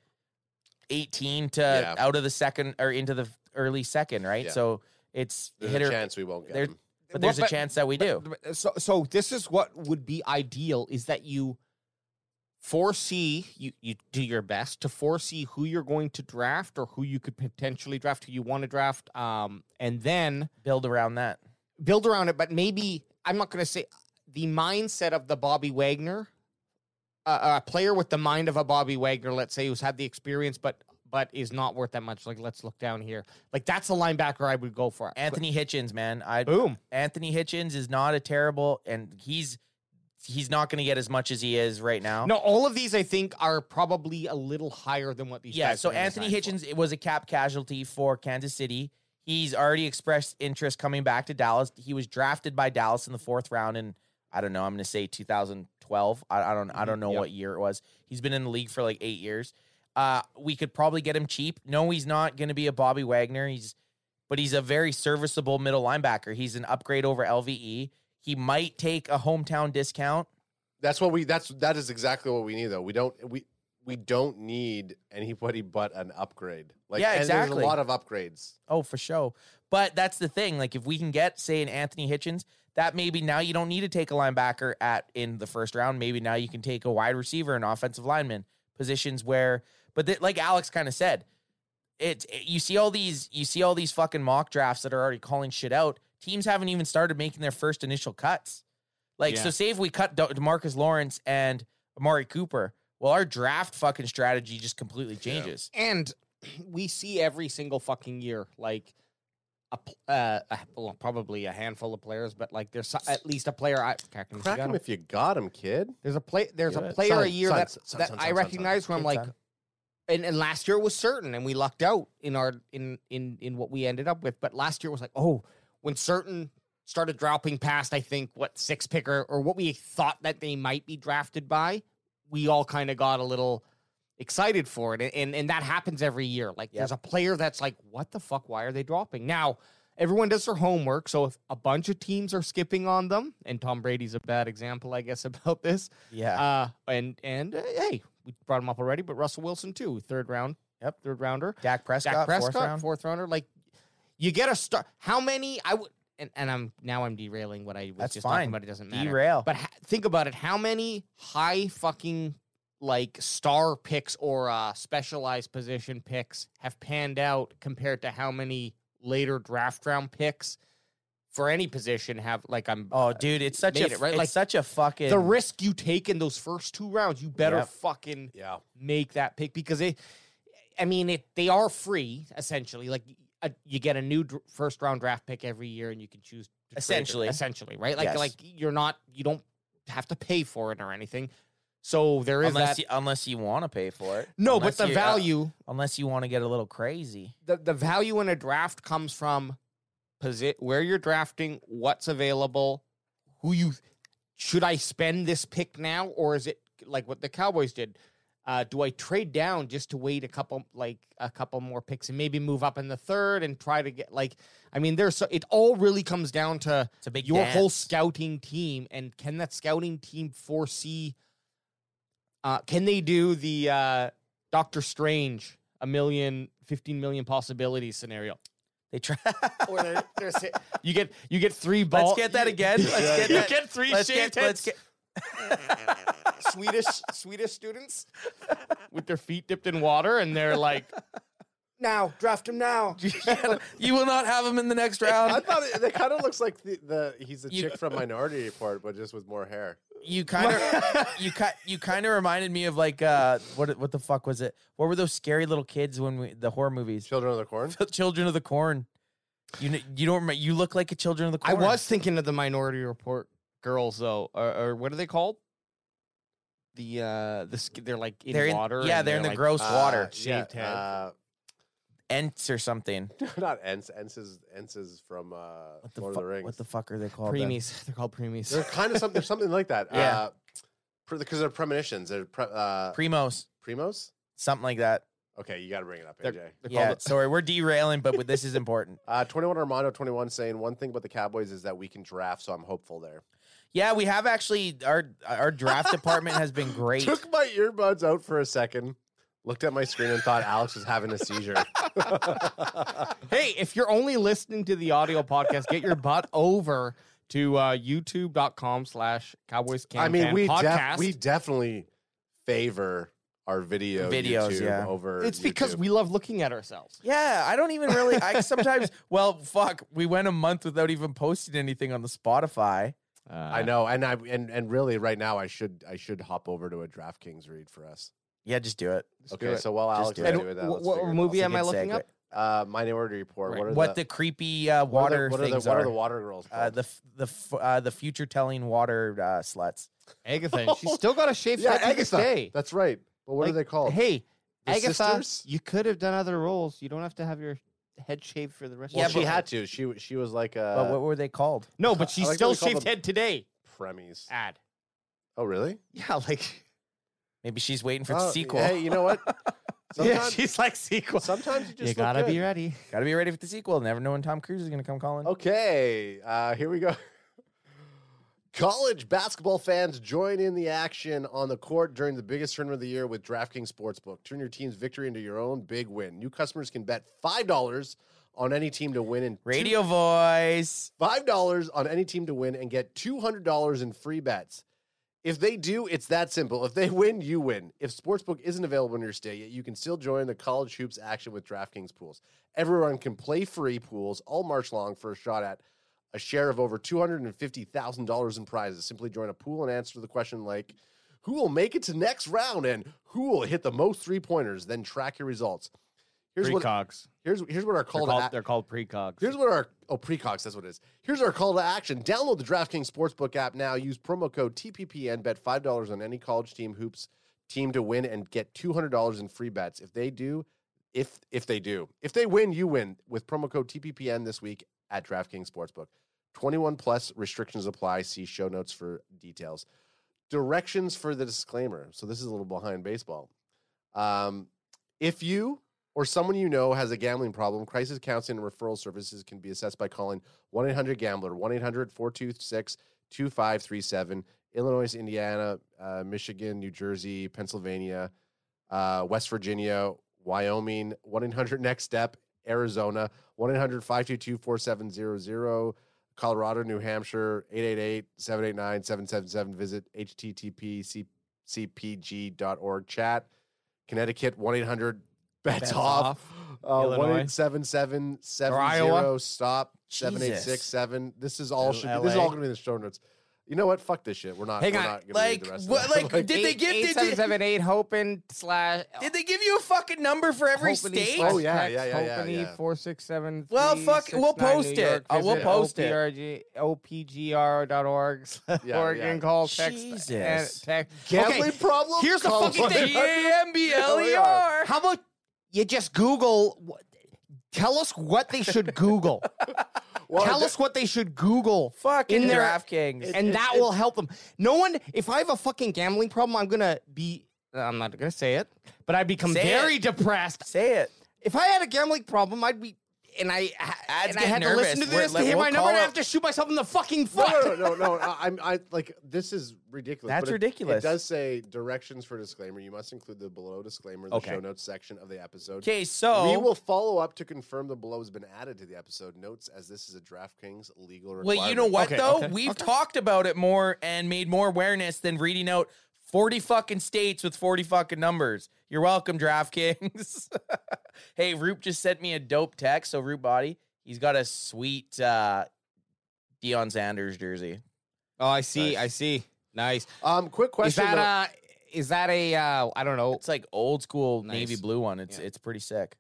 [SPEAKER 2] 18 to
[SPEAKER 3] Yeah.
[SPEAKER 2] out of the second or into the early second, right?
[SPEAKER 3] Yeah.
[SPEAKER 2] So it's
[SPEAKER 3] There's
[SPEAKER 2] hitter,
[SPEAKER 3] a chance we won't get
[SPEAKER 2] there-
[SPEAKER 3] him.
[SPEAKER 2] but there's
[SPEAKER 4] Well,
[SPEAKER 2] a chance that we do.
[SPEAKER 4] But- So, so this is what would be ideal is that you foresee you you do your best to foresee who you're going to draft or who you could potentially draft, who you want to draft, um, and then
[SPEAKER 2] Build around that.
[SPEAKER 4] build around it. But maybe I'm not going to say the mindset of the Bobby Wagner, uh, a player with the mind of a Bobby Wagner, let's say, who's had the experience, but but is not worth that much. Like, let's look down here. Like, that's a linebacker I would go for.
[SPEAKER 2] Anthony Hitchens, man, I
[SPEAKER 4] boom.
[SPEAKER 2] Anthony Hitchens is not a terrible, and he's he's not going to get as much as he is right now.
[SPEAKER 4] No, all of these I think are probably a little higher than what these.
[SPEAKER 2] Yeah,
[SPEAKER 4] guys
[SPEAKER 2] so
[SPEAKER 4] were designed
[SPEAKER 2] Anthony
[SPEAKER 4] for.
[SPEAKER 2] Hitchens it was a cap casualty for Kansas City. He's already expressed interest coming back to Dallas. He was drafted by Dallas in the fourth round in I don't know. I'm going to say 2012. I, I don't I don't know
[SPEAKER 4] Mm-hmm, Yep.
[SPEAKER 2] what year it was. He's been in the league for like eight years. Uh, we could probably get him cheap. No, he's not going to be a Bobby Wagner. He's but he's a very serviceable middle linebacker. He's an upgrade over LVE. He might take a hometown discount.
[SPEAKER 3] That's what we. That's that is exactly what we need though. We don't we we don't need anybody but an upgrade. Like
[SPEAKER 2] Yeah,
[SPEAKER 3] and
[SPEAKER 2] exactly.
[SPEAKER 3] there's a lot of upgrades.
[SPEAKER 2] Oh, for sure. But that's the thing. Like, if we can get, say, an Anthony Hitchens, that maybe now you don't need to take a linebacker at in the first round. Maybe now you can take a wide receiver and offensive lineman positions where. But th- like Alex kind of said, it's it- you see all these you see all these fucking mock drafts that are already calling shit out. Teams haven't even started making their first initial cuts. Like, so
[SPEAKER 4] Yeah.
[SPEAKER 2] say if we cut De- Demarcus Lawrence and Amari Cooper, well, our draft fucking strategy just completely changes.
[SPEAKER 4] and we see every single fucking year like a pl- uh, a, well, probably a handful of players, but like there's so- at least a player. I Crack him if you
[SPEAKER 3] Crack
[SPEAKER 4] got
[SPEAKER 3] him
[SPEAKER 4] him.
[SPEAKER 3] if you got him, kid.
[SPEAKER 4] There's a play. There's
[SPEAKER 2] Do
[SPEAKER 4] a
[SPEAKER 2] it.
[SPEAKER 4] player a
[SPEAKER 3] Son,
[SPEAKER 4] year
[SPEAKER 3] son,
[SPEAKER 4] that,
[SPEAKER 3] son, son,
[SPEAKER 4] that
[SPEAKER 3] son,
[SPEAKER 4] I
[SPEAKER 3] son, son.
[SPEAKER 4] recognize where I'm
[SPEAKER 2] Big
[SPEAKER 4] like,
[SPEAKER 2] time.
[SPEAKER 4] and, and last year was certain, and we lucked out in our in in in what we ended up with. But last year was like, oh, when certain started dropping past, I think what six picker or what we thought that they might be drafted by, we all kind of got a little excited for it, and and, and that happens every year. Like there's a player that's like, what the fuck? Why are they dropping now? Everyone does their homework, so if a bunch of teams are skipping on them, and Tom Brady's a bad example, I guess, about this.
[SPEAKER 2] Yeah.
[SPEAKER 4] Uh, and and uh, hey, we brought him up already, but Russell Wilson too, third round.
[SPEAKER 2] Yep.
[SPEAKER 4] third rounder.
[SPEAKER 2] Dak Prescott,
[SPEAKER 4] Dak
[SPEAKER 2] fourth
[SPEAKER 4] Prescott,
[SPEAKER 2] round.
[SPEAKER 4] fourth rounder. Like you get a star. How many? I would. And, and I'm now I'm derailing what I was
[SPEAKER 2] That's
[SPEAKER 4] just
[SPEAKER 2] fine.
[SPEAKER 4] talking about. It doesn't matter.
[SPEAKER 2] Derail.
[SPEAKER 4] But ha- think about it. How many high fucking like star picks or uh, specialized position picks have panned out compared to how many later draft round picks for any position have like I'm
[SPEAKER 2] Oh, dude, it's such a
[SPEAKER 4] made it, right?
[SPEAKER 2] it's
[SPEAKER 4] Like,
[SPEAKER 2] such a fucking
[SPEAKER 4] the risk you take in those first two rounds, you better
[SPEAKER 2] Yep.
[SPEAKER 4] fucking
[SPEAKER 3] Yeah.
[SPEAKER 4] make that pick because it. I mean, it they are free essentially. Like uh you get a new dr- first round draft pick every year, and you can choose to trade it-
[SPEAKER 2] Essentially.
[SPEAKER 4] essentially, right? Like
[SPEAKER 2] Yes.
[SPEAKER 4] like you're not you don't have to pay for it or anything. So there is
[SPEAKER 2] unless
[SPEAKER 4] that.
[SPEAKER 2] you, unless you want to pay for it.
[SPEAKER 4] no,
[SPEAKER 2] Unless
[SPEAKER 4] but the
[SPEAKER 2] you- uh,
[SPEAKER 4] value
[SPEAKER 2] unless you want to get a little crazy.
[SPEAKER 4] the, the value in a draft comes from posi- where you're drafting, what's available, who you should I spend this pick now, or is it like what the Cowboys did? Uh, do I trade down just to wait a couple like a couple more picks and maybe move up in the third and try to get like I mean there's so it all really comes down to
[SPEAKER 2] It's a big
[SPEAKER 4] your whole
[SPEAKER 2] dance.
[SPEAKER 4] scouting team and can that scouting team foresee uh can they do the uh Doctor Strange a million 15 million possibilities scenario
[SPEAKER 2] They try.
[SPEAKER 4] or they're, they're, si- you get you get three balls
[SPEAKER 2] let's get that again. Let's get
[SPEAKER 4] you
[SPEAKER 2] that.
[SPEAKER 4] get 3
[SPEAKER 2] let's
[SPEAKER 4] shaved
[SPEAKER 2] get, let's
[SPEAKER 4] heads.
[SPEAKER 2] get-
[SPEAKER 4] Swedish Swedish students with their feet dipped in water, and they're like, "Now draft him now."
[SPEAKER 2] you will not have him in the next
[SPEAKER 3] I
[SPEAKER 2] round.
[SPEAKER 3] thought it, that kind of looks like the, the he's a
[SPEAKER 2] You-
[SPEAKER 3] chick from Minority Report, but just with more hair.
[SPEAKER 2] You kind of you ki- you kind of reminded me of like uh what what the fuck was it? What were those scary little kids when we the horror movies?
[SPEAKER 3] Children of the Corn.
[SPEAKER 2] Children of the Corn. You kn- you don't remember, you look like a Children of the
[SPEAKER 4] I
[SPEAKER 2] Corn.
[SPEAKER 4] was thinking of the Minority Report girls, though, or, or what are they called? The uh, the sk- they're like in
[SPEAKER 2] They're in-
[SPEAKER 4] water.
[SPEAKER 2] yeah,
[SPEAKER 4] and
[SPEAKER 2] they're in the
[SPEAKER 4] like- uh,
[SPEAKER 2] gross water.
[SPEAKER 4] shaved head.
[SPEAKER 3] Uh,
[SPEAKER 2] Ents or something.
[SPEAKER 3] not Ents. Ents is Ents is from uh,
[SPEAKER 2] What the,
[SPEAKER 3] Lord
[SPEAKER 2] fu-
[SPEAKER 3] of the Rings.
[SPEAKER 2] what the fuck are they called? then?
[SPEAKER 4] preemies. They're called preemies.
[SPEAKER 3] they're kind of something. They're something like that.
[SPEAKER 2] Yeah.
[SPEAKER 3] Uh, because they're premonitions. They're pre, uh,
[SPEAKER 2] Primos,
[SPEAKER 3] primos.
[SPEAKER 2] something like that.
[SPEAKER 3] Okay, you got to bring it up,
[SPEAKER 4] They're-
[SPEAKER 3] AJ.
[SPEAKER 4] they're
[SPEAKER 2] Yeah,
[SPEAKER 4] called-
[SPEAKER 2] sorry, we're derailing, but with- this is important.
[SPEAKER 3] Uh, 21 Armando 21 saying one thing about the Cowboys is that we can draft, so I'm hopeful there.
[SPEAKER 2] Yeah, we have actually our our draft department has been great.
[SPEAKER 3] Took my earbuds out for a second, looked at my screen, and thought Alex was having a seizure.
[SPEAKER 4] Hey, if you're only listening to the audio podcast, get your butt over to uh, youtube.com slash Cowboys Can
[SPEAKER 3] I mean,
[SPEAKER 4] Fan
[SPEAKER 3] we
[SPEAKER 4] podcast.
[SPEAKER 3] def- we definitely favor our video
[SPEAKER 2] Videos,
[SPEAKER 3] YouTube
[SPEAKER 2] yeah.
[SPEAKER 3] over.
[SPEAKER 4] it's because
[SPEAKER 3] YouTube.
[SPEAKER 4] we love looking at ourselves.
[SPEAKER 2] Yeah, I don't even really. I sometimes. Well, fuck. We went a month without even posting anything on the Spotify.
[SPEAKER 4] Uh,
[SPEAKER 3] I know, and I and and really, right now, I should I should hop over to a DraftKings read for us.
[SPEAKER 2] Yeah, just do it.
[SPEAKER 3] okay, so while
[SPEAKER 2] Just
[SPEAKER 3] Alex
[SPEAKER 2] do
[SPEAKER 3] is
[SPEAKER 2] it.
[SPEAKER 3] doing that,
[SPEAKER 4] Wh-
[SPEAKER 3] let's
[SPEAKER 4] what
[SPEAKER 3] figure it
[SPEAKER 4] movie
[SPEAKER 3] out.
[SPEAKER 4] am I looking up?
[SPEAKER 3] Uh, Minority Report.
[SPEAKER 4] Right.
[SPEAKER 3] What are
[SPEAKER 2] What the,
[SPEAKER 3] the,
[SPEAKER 2] creepy uh,
[SPEAKER 3] what
[SPEAKER 2] water
[SPEAKER 3] are the- what are the
[SPEAKER 2] things
[SPEAKER 3] what
[SPEAKER 2] are?
[SPEAKER 3] are the water girls?
[SPEAKER 2] uh,
[SPEAKER 3] called?
[SPEAKER 2] the f- the f- uh, the future telling water uh, sluts.
[SPEAKER 4] Agatha, she's still got a shaved
[SPEAKER 3] yeah,
[SPEAKER 4] head to this
[SPEAKER 3] Agatha.
[SPEAKER 4] day.
[SPEAKER 3] That's right. But what
[SPEAKER 4] Like,
[SPEAKER 3] are they called?
[SPEAKER 4] Hey,
[SPEAKER 3] The
[SPEAKER 4] Agatha,
[SPEAKER 2] uh,
[SPEAKER 3] sisters?
[SPEAKER 4] you could have done other roles. You don't have to have your head shaved for the rest
[SPEAKER 3] Well,
[SPEAKER 4] of
[SPEAKER 3] she
[SPEAKER 4] your life.
[SPEAKER 3] had to. She she was like uh,
[SPEAKER 2] but what were they called?
[SPEAKER 4] No, but
[SPEAKER 3] I
[SPEAKER 4] she's
[SPEAKER 3] like that
[SPEAKER 4] still
[SPEAKER 3] we call
[SPEAKER 4] shaved
[SPEAKER 3] them-
[SPEAKER 4] head today.
[SPEAKER 3] premies.
[SPEAKER 4] Ad.
[SPEAKER 3] Oh, really?
[SPEAKER 4] Yeah, like
[SPEAKER 2] Maybe she's waiting for the
[SPEAKER 3] Oh,
[SPEAKER 2] sequel.
[SPEAKER 3] Hey, you know what?
[SPEAKER 4] yeah,
[SPEAKER 3] Sometimes,
[SPEAKER 4] she's like sequel.
[SPEAKER 3] sometimes you just
[SPEAKER 4] You
[SPEAKER 3] look
[SPEAKER 4] gotta be
[SPEAKER 3] good.
[SPEAKER 4] ready.
[SPEAKER 2] Gotta be ready for the sequel. Never know when Tom Cruise is gonna come calling.
[SPEAKER 3] Oh, Okay, uh, here we go. College basketball fans join in the action on the court during the biggest tournament of the year with DraftKings Sportsbook. Turn your team's victory into your own big win. New customers can bet five dollars on any team to win and
[SPEAKER 2] Radio voice.
[SPEAKER 3] five dollars on any team to win and get two hundred dollars in free bets. If they do, it's that simple. If they win, you win. If Sportsbook isn't available in your state yet, you can still join the college hoops action with DraftKings pools. Everyone can play free pools all March long for a shot at a share of over two hundred and fifty thousand dollars in prizes. Simply join a pool and answer the question like, "Who will make it to next round?" and "Who will hit the most three pointers?" Then track your results. Here's what
[SPEAKER 4] Precogs.
[SPEAKER 3] here's here's what our
[SPEAKER 4] They're
[SPEAKER 3] call to
[SPEAKER 4] called,
[SPEAKER 3] ac-
[SPEAKER 4] they're called precogs.
[SPEAKER 3] Here's what our oh precox that's what it is. Here's our call to action. Download the DraftKings Sportsbook app now. Use promo code TPPN. Bet five dollars on any college team hoops team to win and get two hundred dollars in free bets. If they do, if if they do, if they win, you win with promo code TPPN this week at DraftKings Sportsbook. Twenty one plus restrictions apply. See show notes for details. Directions for the disclaimer. So this is a little behind baseball. Um, if you or someone you know has a gambling problem, crisis counseling and referral services can be assessed by calling 1 800 Gambler, 1 800 426 2537. Illinois, Indiana, uh, Michigan, New Jersey, Pennsylvania, uh, West Virginia, Wyoming, 1 800 Next Step, Arizona, 1 800 522 4700. Colorado, New Hampshire, 888 789 777. Visit http://cpg.org. Chat. Connecticut, 1 800 bets
[SPEAKER 4] Bets
[SPEAKER 3] off.
[SPEAKER 4] off. Illinois.
[SPEAKER 3] Uh, One eight seven seven
[SPEAKER 4] Or Iowa.
[SPEAKER 3] seven zero stop seven eight
[SPEAKER 2] Jesus.
[SPEAKER 3] six seven. This is all
[SPEAKER 4] L-
[SPEAKER 3] should be, this is
[SPEAKER 4] LA.
[SPEAKER 3] all gonna be in the show notes. You know what? Fuck this shit. We're not.
[SPEAKER 4] Hang
[SPEAKER 3] we're
[SPEAKER 4] on.
[SPEAKER 3] Not gonna read
[SPEAKER 2] Like
[SPEAKER 3] the rest of
[SPEAKER 2] what?
[SPEAKER 3] it.
[SPEAKER 2] Like did they give?
[SPEAKER 4] eight
[SPEAKER 2] Did,
[SPEAKER 4] seven
[SPEAKER 2] did,
[SPEAKER 4] seven eight hoping slash
[SPEAKER 2] did they give you a fucking number for every
[SPEAKER 4] Hopefully
[SPEAKER 2] state?
[SPEAKER 4] slash
[SPEAKER 3] Oh, yeah,
[SPEAKER 4] Rex,
[SPEAKER 3] yeah, yeah, yeah,
[SPEAKER 4] Hopefully
[SPEAKER 3] yeah.
[SPEAKER 4] four six seven.
[SPEAKER 2] Well,
[SPEAKER 4] three,
[SPEAKER 2] fuck,
[SPEAKER 4] six,
[SPEAKER 2] well
[SPEAKER 4] nine,
[SPEAKER 2] post
[SPEAKER 4] New York.
[SPEAKER 2] it. Uh, we'll
[SPEAKER 4] Visit
[SPEAKER 2] post it.
[SPEAKER 4] OPRG, opgr.org.
[SPEAKER 3] Yeah,
[SPEAKER 4] Oregon
[SPEAKER 3] yeah.
[SPEAKER 4] call text.
[SPEAKER 2] Jesus.
[SPEAKER 4] And text.
[SPEAKER 3] Gambling
[SPEAKER 4] Okay,
[SPEAKER 3] problem?
[SPEAKER 4] Here's the
[SPEAKER 3] Call
[SPEAKER 2] Oh,
[SPEAKER 4] fucking
[SPEAKER 3] one-
[SPEAKER 4] thing.
[SPEAKER 2] GMBLER.
[SPEAKER 4] How about you just Google? wh- Tell us what they should Google.
[SPEAKER 3] Well,
[SPEAKER 4] Tell
[SPEAKER 3] th-
[SPEAKER 4] us what they should Google.
[SPEAKER 2] Fucking
[SPEAKER 4] in their-
[SPEAKER 2] DraftKings.
[SPEAKER 4] and that will help them. No one, if I have a fucking gambling problem, I'm gonna be. I'm not gonna say it, but I become
[SPEAKER 2] Say
[SPEAKER 4] very
[SPEAKER 2] it.
[SPEAKER 4] depressed.
[SPEAKER 2] Say it.
[SPEAKER 4] If I had a gambling problem, I'd be. And I
[SPEAKER 2] Ads
[SPEAKER 4] and I
[SPEAKER 2] get
[SPEAKER 4] had to
[SPEAKER 2] nervous.
[SPEAKER 4] listen to
[SPEAKER 2] We're-
[SPEAKER 4] this to
[SPEAKER 2] let-
[SPEAKER 4] hear
[SPEAKER 2] we'll
[SPEAKER 4] my number,
[SPEAKER 2] call
[SPEAKER 4] and I
[SPEAKER 2] up-
[SPEAKER 4] have to shoot myself in the fucking
[SPEAKER 3] No,
[SPEAKER 4] foot.
[SPEAKER 3] no, no, no, no. I- I'm, I like this is ridiculous.
[SPEAKER 2] That's
[SPEAKER 3] but it-
[SPEAKER 2] ridiculous.
[SPEAKER 3] It, does say directions for disclaimer. You must include the below disclaimer in the
[SPEAKER 4] Okay.
[SPEAKER 3] show notes section of the episode.
[SPEAKER 2] Okay, so
[SPEAKER 3] we will follow up to confirm the below has been added to the episode notes, as this is a DraftKings legal requirement.
[SPEAKER 2] Well, you know what
[SPEAKER 4] Okay,
[SPEAKER 2] though?
[SPEAKER 4] okay,
[SPEAKER 2] We've talked about it more and made more awareness than reading out 40 fucking states with 40 fucking numbers. You're welcome, DraftKings. hey, Roop just sent me a dope text. So Roop Body, he's got a sweet uh Deion Sanders jersey.
[SPEAKER 4] Oh, I see.
[SPEAKER 3] Nice.
[SPEAKER 4] I see. Nice.
[SPEAKER 3] Um, quick question.
[SPEAKER 4] is
[SPEAKER 3] though.
[SPEAKER 4] that a? Is that a? Uh, I don't know.
[SPEAKER 2] It's like old school
[SPEAKER 4] Nice.
[SPEAKER 2] navy blue one. It's
[SPEAKER 4] Yeah.
[SPEAKER 2] it's pretty sick.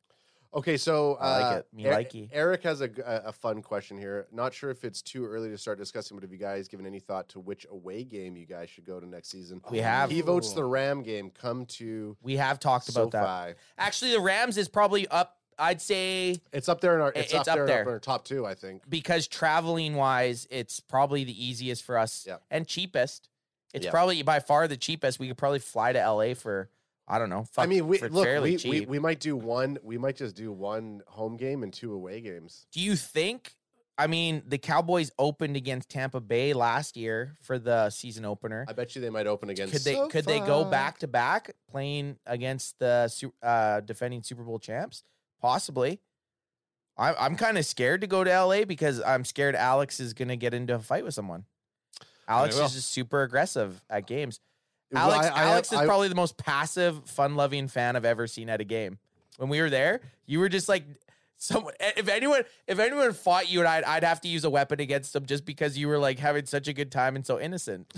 [SPEAKER 3] Okay, so
[SPEAKER 2] I like
[SPEAKER 3] uh,
[SPEAKER 2] it. Me
[SPEAKER 3] Er-
[SPEAKER 2] likey.
[SPEAKER 3] Eric has a, g- a- a fun question here. Not sure if it's too early to start discussing, but have you guys given any thought to which away game you guys should go to next season?
[SPEAKER 2] We have
[SPEAKER 3] He votes the Ram game. Come to
[SPEAKER 2] we have talked about that.
[SPEAKER 3] SoFi.
[SPEAKER 2] Actually, the Rams is probably up I'd say
[SPEAKER 3] It's up there in our. It's,
[SPEAKER 2] it's
[SPEAKER 3] up,
[SPEAKER 2] up
[SPEAKER 3] there, In
[SPEAKER 2] there.
[SPEAKER 3] our, in our top two, I think.
[SPEAKER 2] because traveling wise, it's probably the easiest for us
[SPEAKER 3] Yeah.
[SPEAKER 2] and cheapest. It's
[SPEAKER 3] Yeah.
[SPEAKER 2] probably by far the cheapest. We could probably fly to LA for I don't know. Fuck,
[SPEAKER 3] I mean, we
[SPEAKER 2] for
[SPEAKER 3] look.
[SPEAKER 2] fairly
[SPEAKER 3] We,
[SPEAKER 2] cheap.
[SPEAKER 3] we we might do one. We might just do one home game and two away games.
[SPEAKER 2] Do you think I mean, the Cowboys opened against Tampa Bay last year for the season opener.
[SPEAKER 3] I bet you they might open against.
[SPEAKER 2] Could they
[SPEAKER 4] so
[SPEAKER 2] could they go
[SPEAKER 4] far.
[SPEAKER 2] back to back playing against the su- uh, defending Super Bowl champs? Possibly. I, I'm kind of scared to go to LA because I'm scared Alex is going to get into a fight with someone. Alex
[SPEAKER 3] will.
[SPEAKER 2] is just super aggressive at games.
[SPEAKER 3] It was-
[SPEAKER 2] Alex,
[SPEAKER 3] I- I-
[SPEAKER 2] Alex is
[SPEAKER 3] I-
[SPEAKER 2] probably the most passive, fun-loving fan I've ever seen at a game. When we were there, you were just like someone. If anyone, if anyone fought you, and I'd, I'd have to use a weapon against them just because you were like having such a good time and so innocent.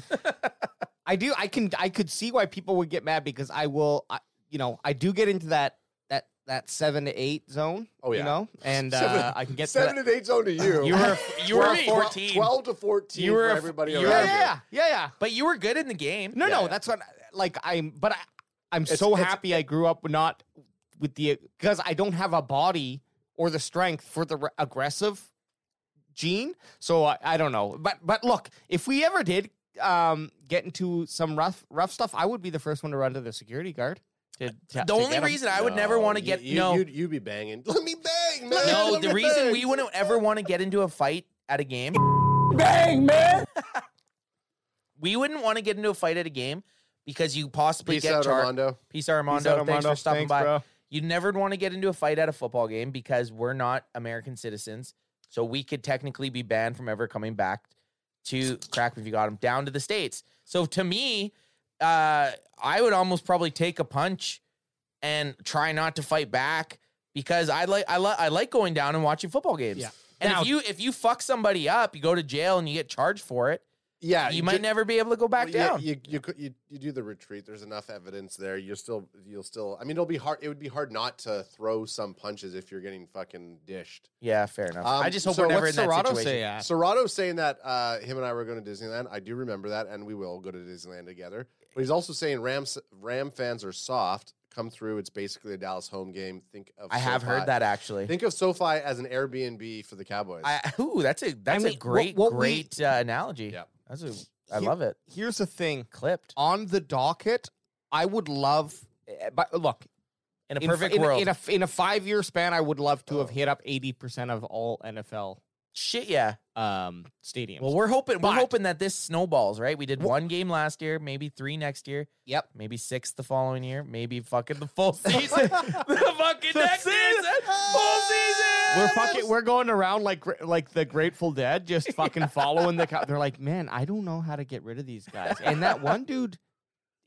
[SPEAKER 4] I do. I can. I could see why people would get mad because I will. I, you know, I do get into that that that seven to eight zone.
[SPEAKER 3] Oh, yeah.
[SPEAKER 4] You know, and
[SPEAKER 3] Seven-
[SPEAKER 4] uh, I can get
[SPEAKER 3] seven
[SPEAKER 4] To
[SPEAKER 3] and eight zone to you.
[SPEAKER 2] You were you were
[SPEAKER 3] Twelve-
[SPEAKER 2] fourteen,
[SPEAKER 3] Twelve to fourteen.
[SPEAKER 2] You were
[SPEAKER 3] for
[SPEAKER 2] a-
[SPEAKER 3] everybody.
[SPEAKER 2] you
[SPEAKER 4] that.
[SPEAKER 2] were-
[SPEAKER 3] around
[SPEAKER 4] yeah,
[SPEAKER 3] you.
[SPEAKER 4] yeah, yeah, yeah.
[SPEAKER 2] but you were good in the game.
[SPEAKER 4] No,
[SPEAKER 3] Yeah,
[SPEAKER 4] no,
[SPEAKER 3] yeah.
[SPEAKER 4] that's what. Like I'm, but I, I'm
[SPEAKER 3] It's-
[SPEAKER 4] so
[SPEAKER 3] it's-
[SPEAKER 4] happy I grew up not with the because I don't have a body or the strength for the re- aggressive gene. So I, I don't know. But but look, if we ever did um get into some rough rough stuff, I would be the first one to run to the security guard. to- to- to
[SPEAKER 2] The only
[SPEAKER 4] get 'em.
[SPEAKER 2] reason I would never
[SPEAKER 3] No,
[SPEAKER 2] want to
[SPEAKER 3] you-
[SPEAKER 2] get
[SPEAKER 3] you,
[SPEAKER 2] no
[SPEAKER 3] You'd, you'd be banging. Let me bang, man.
[SPEAKER 2] no.
[SPEAKER 3] let
[SPEAKER 2] The
[SPEAKER 3] me
[SPEAKER 2] reason
[SPEAKER 3] bang."
[SPEAKER 2] we wouldn't ever want to get into a fight at a game. Bang, man! we wouldn't want to get into a fight at a game because you possibly
[SPEAKER 3] Peace
[SPEAKER 2] get
[SPEAKER 3] out,
[SPEAKER 2] charged.
[SPEAKER 3] Armando.
[SPEAKER 2] Peace out, Armando.
[SPEAKER 4] out,
[SPEAKER 2] Thanks
[SPEAKER 4] Armando.
[SPEAKER 2] for stopping
[SPEAKER 4] Thanks,
[SPEAKER 2] by.
[SPEAKER 4] bro.
[SPEAKER 2] You never want to get into a fight at a football game because we're not American citizens, so we could technically be banned from ever coming back to crack if you got him down to the states. So to me, uh, I would almost probably take a punch and try not to fight back because I like I like I like going down and watching football games.
[SPEAKER 4] Yeah.
[SPEAKER 2] And
[SPEAKER 4] Now-
[SPEAKER 2] if you if you fuck somebody up, you go to jail and you get charged for it.
[SPEAKER 3] Yeah,
[SPEAKER 2] you might
[SPEAKER 3] ju-
[SPEAKER 2] never be able to go back
[SPEAKER 3] well, yeah,
[SPEAKER 2] down.
[SPEAKER 3] You, you could- you you do the retreat. There's enough evidence there. You're still you'll still. I mean, it'll be hard. It would be hard not to throw some punches if you're getting fucking dished.
[SPEAKER 2] yeah, fair enough.
[SPEAKER 3] Um,
[SPEAKER 2] I just hope
[SPEAKER 3] so
[SPEAKER 2] we're never in
[SPEAKER 4] What's
[SPEAKER 2] that
[SPEAKER 4] Serato
[SPEAKER 2] situation.
[SPEAKER 4] say? At?
[SPEAKER 3] Serrato's saying that uh, him and I were going to Disneyland. I do remember that, and we will go to Disneyland together. But he's also saying Rams Ram fans are soft. Come through. It's basically a Dallas home game. Think of
[SPEAKER 2] I have heard
[SPEAKER 3] SoFi.
[SPEAKER 2] that actually.
[SPEAKER 3] uh, Think of SoFi as an Airbnb for the Cowboys.
[SPEAKER 2] I, ooh, that's a that's
[SPEAKER 4] mean,
[SPEAKER 2] a
[SPEAKER 4] what-
[SPEAKER 2] great
[SPEAKER 4] what we-
[SPEAKER 2] great uh, analogy.
[SPEAKER 3] Yeah.
[SPEAKER 2] that's a I
[SPEAKER 4] Here-
[SPEAKER 2] love it.
[SPEAKER 4] Here's the thing.
[SPEAKER 2] Clipped
[SPEAKER 4] On the docket, I would love. eh, But look,
[SPEAKER 2] in a
[SPEAKER 4] in f-
[SPEAKER 2] perfect
[SPEAKER 4] in,
[SPEAKER 2] world.
[SPEAKER 4] In a in a five year span, I would love to have hit up eighty percent of all NFL
[SPEAKER 2] Shit, yeah.
[SPEAKER 4] um stadiums.
[SPEAKER 2] Well, we're hoping
[SPEAKER 4] But-
[SPEAKER 2] we're hoping that this snowballs, right? We did
[SPEAKER 4] Wha-
[SPEAKER 2] one game last year, maybe three next year,
[SPEAKER 4] yep.
[SPEAKER 2] maybe six the following year, maybe fucking the full season, the fucking next season, full season.
[SPEAKER 4] We're fucking. We're going around like gr- like the Grateful Dead, just fucking following the. Cow- They're like, man, I don't know how to get rid of these guys. And that one dude,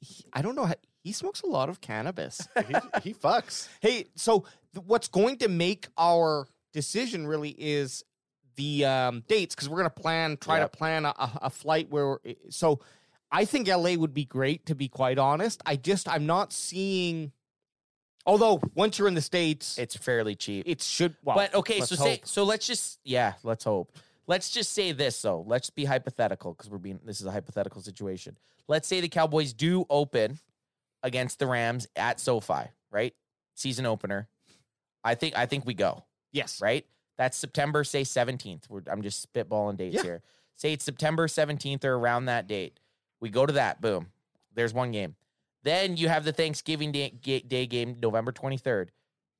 [SPEAKER 4] he, I don't know. How, he smokes a lot of cannabis.
[SPEAKER 3] he, he fucks.
[SPEAKER 4] Hey, so th- what's going to make our decision really is the um, dates because we're going to plan, try
[SPEAKER 3] Yep.
[SPEAKER 4] to plan a, a, a flight where. we're- So I think LA would be great, to be quite honest. I just, I'm not seeing. Although, once you're in the States, it,
[SPEAKER 2] It's fairly cheap.
[SPEAKER 4] should. Well,
[SPEAKER 2] but okay,
[SPEAKER 4] let's
[SPEAKER 2] so say,
[SPEAKER 4] hope.
[SPEAKER 2] so let's just yeah, let's hope. Let's just say this though. Let's be hypothetical because we're being this is a hypothetical situation. Let's say the Cowboys do open against the Rams at SoFi, right? Season opener. I think I think we go
[SPEAKER 4] Yes.
[SPEAKER 2] right? That's September, say 17th. We're, I'm just spitballing dates
[SPEAKER 4] Yeah.
[SPEAKER 2] here. Say it's September 17th or around that date. We go to that. Boom. There's one game. Then you have the Thanksgiving day, ga- day game, November 23rd.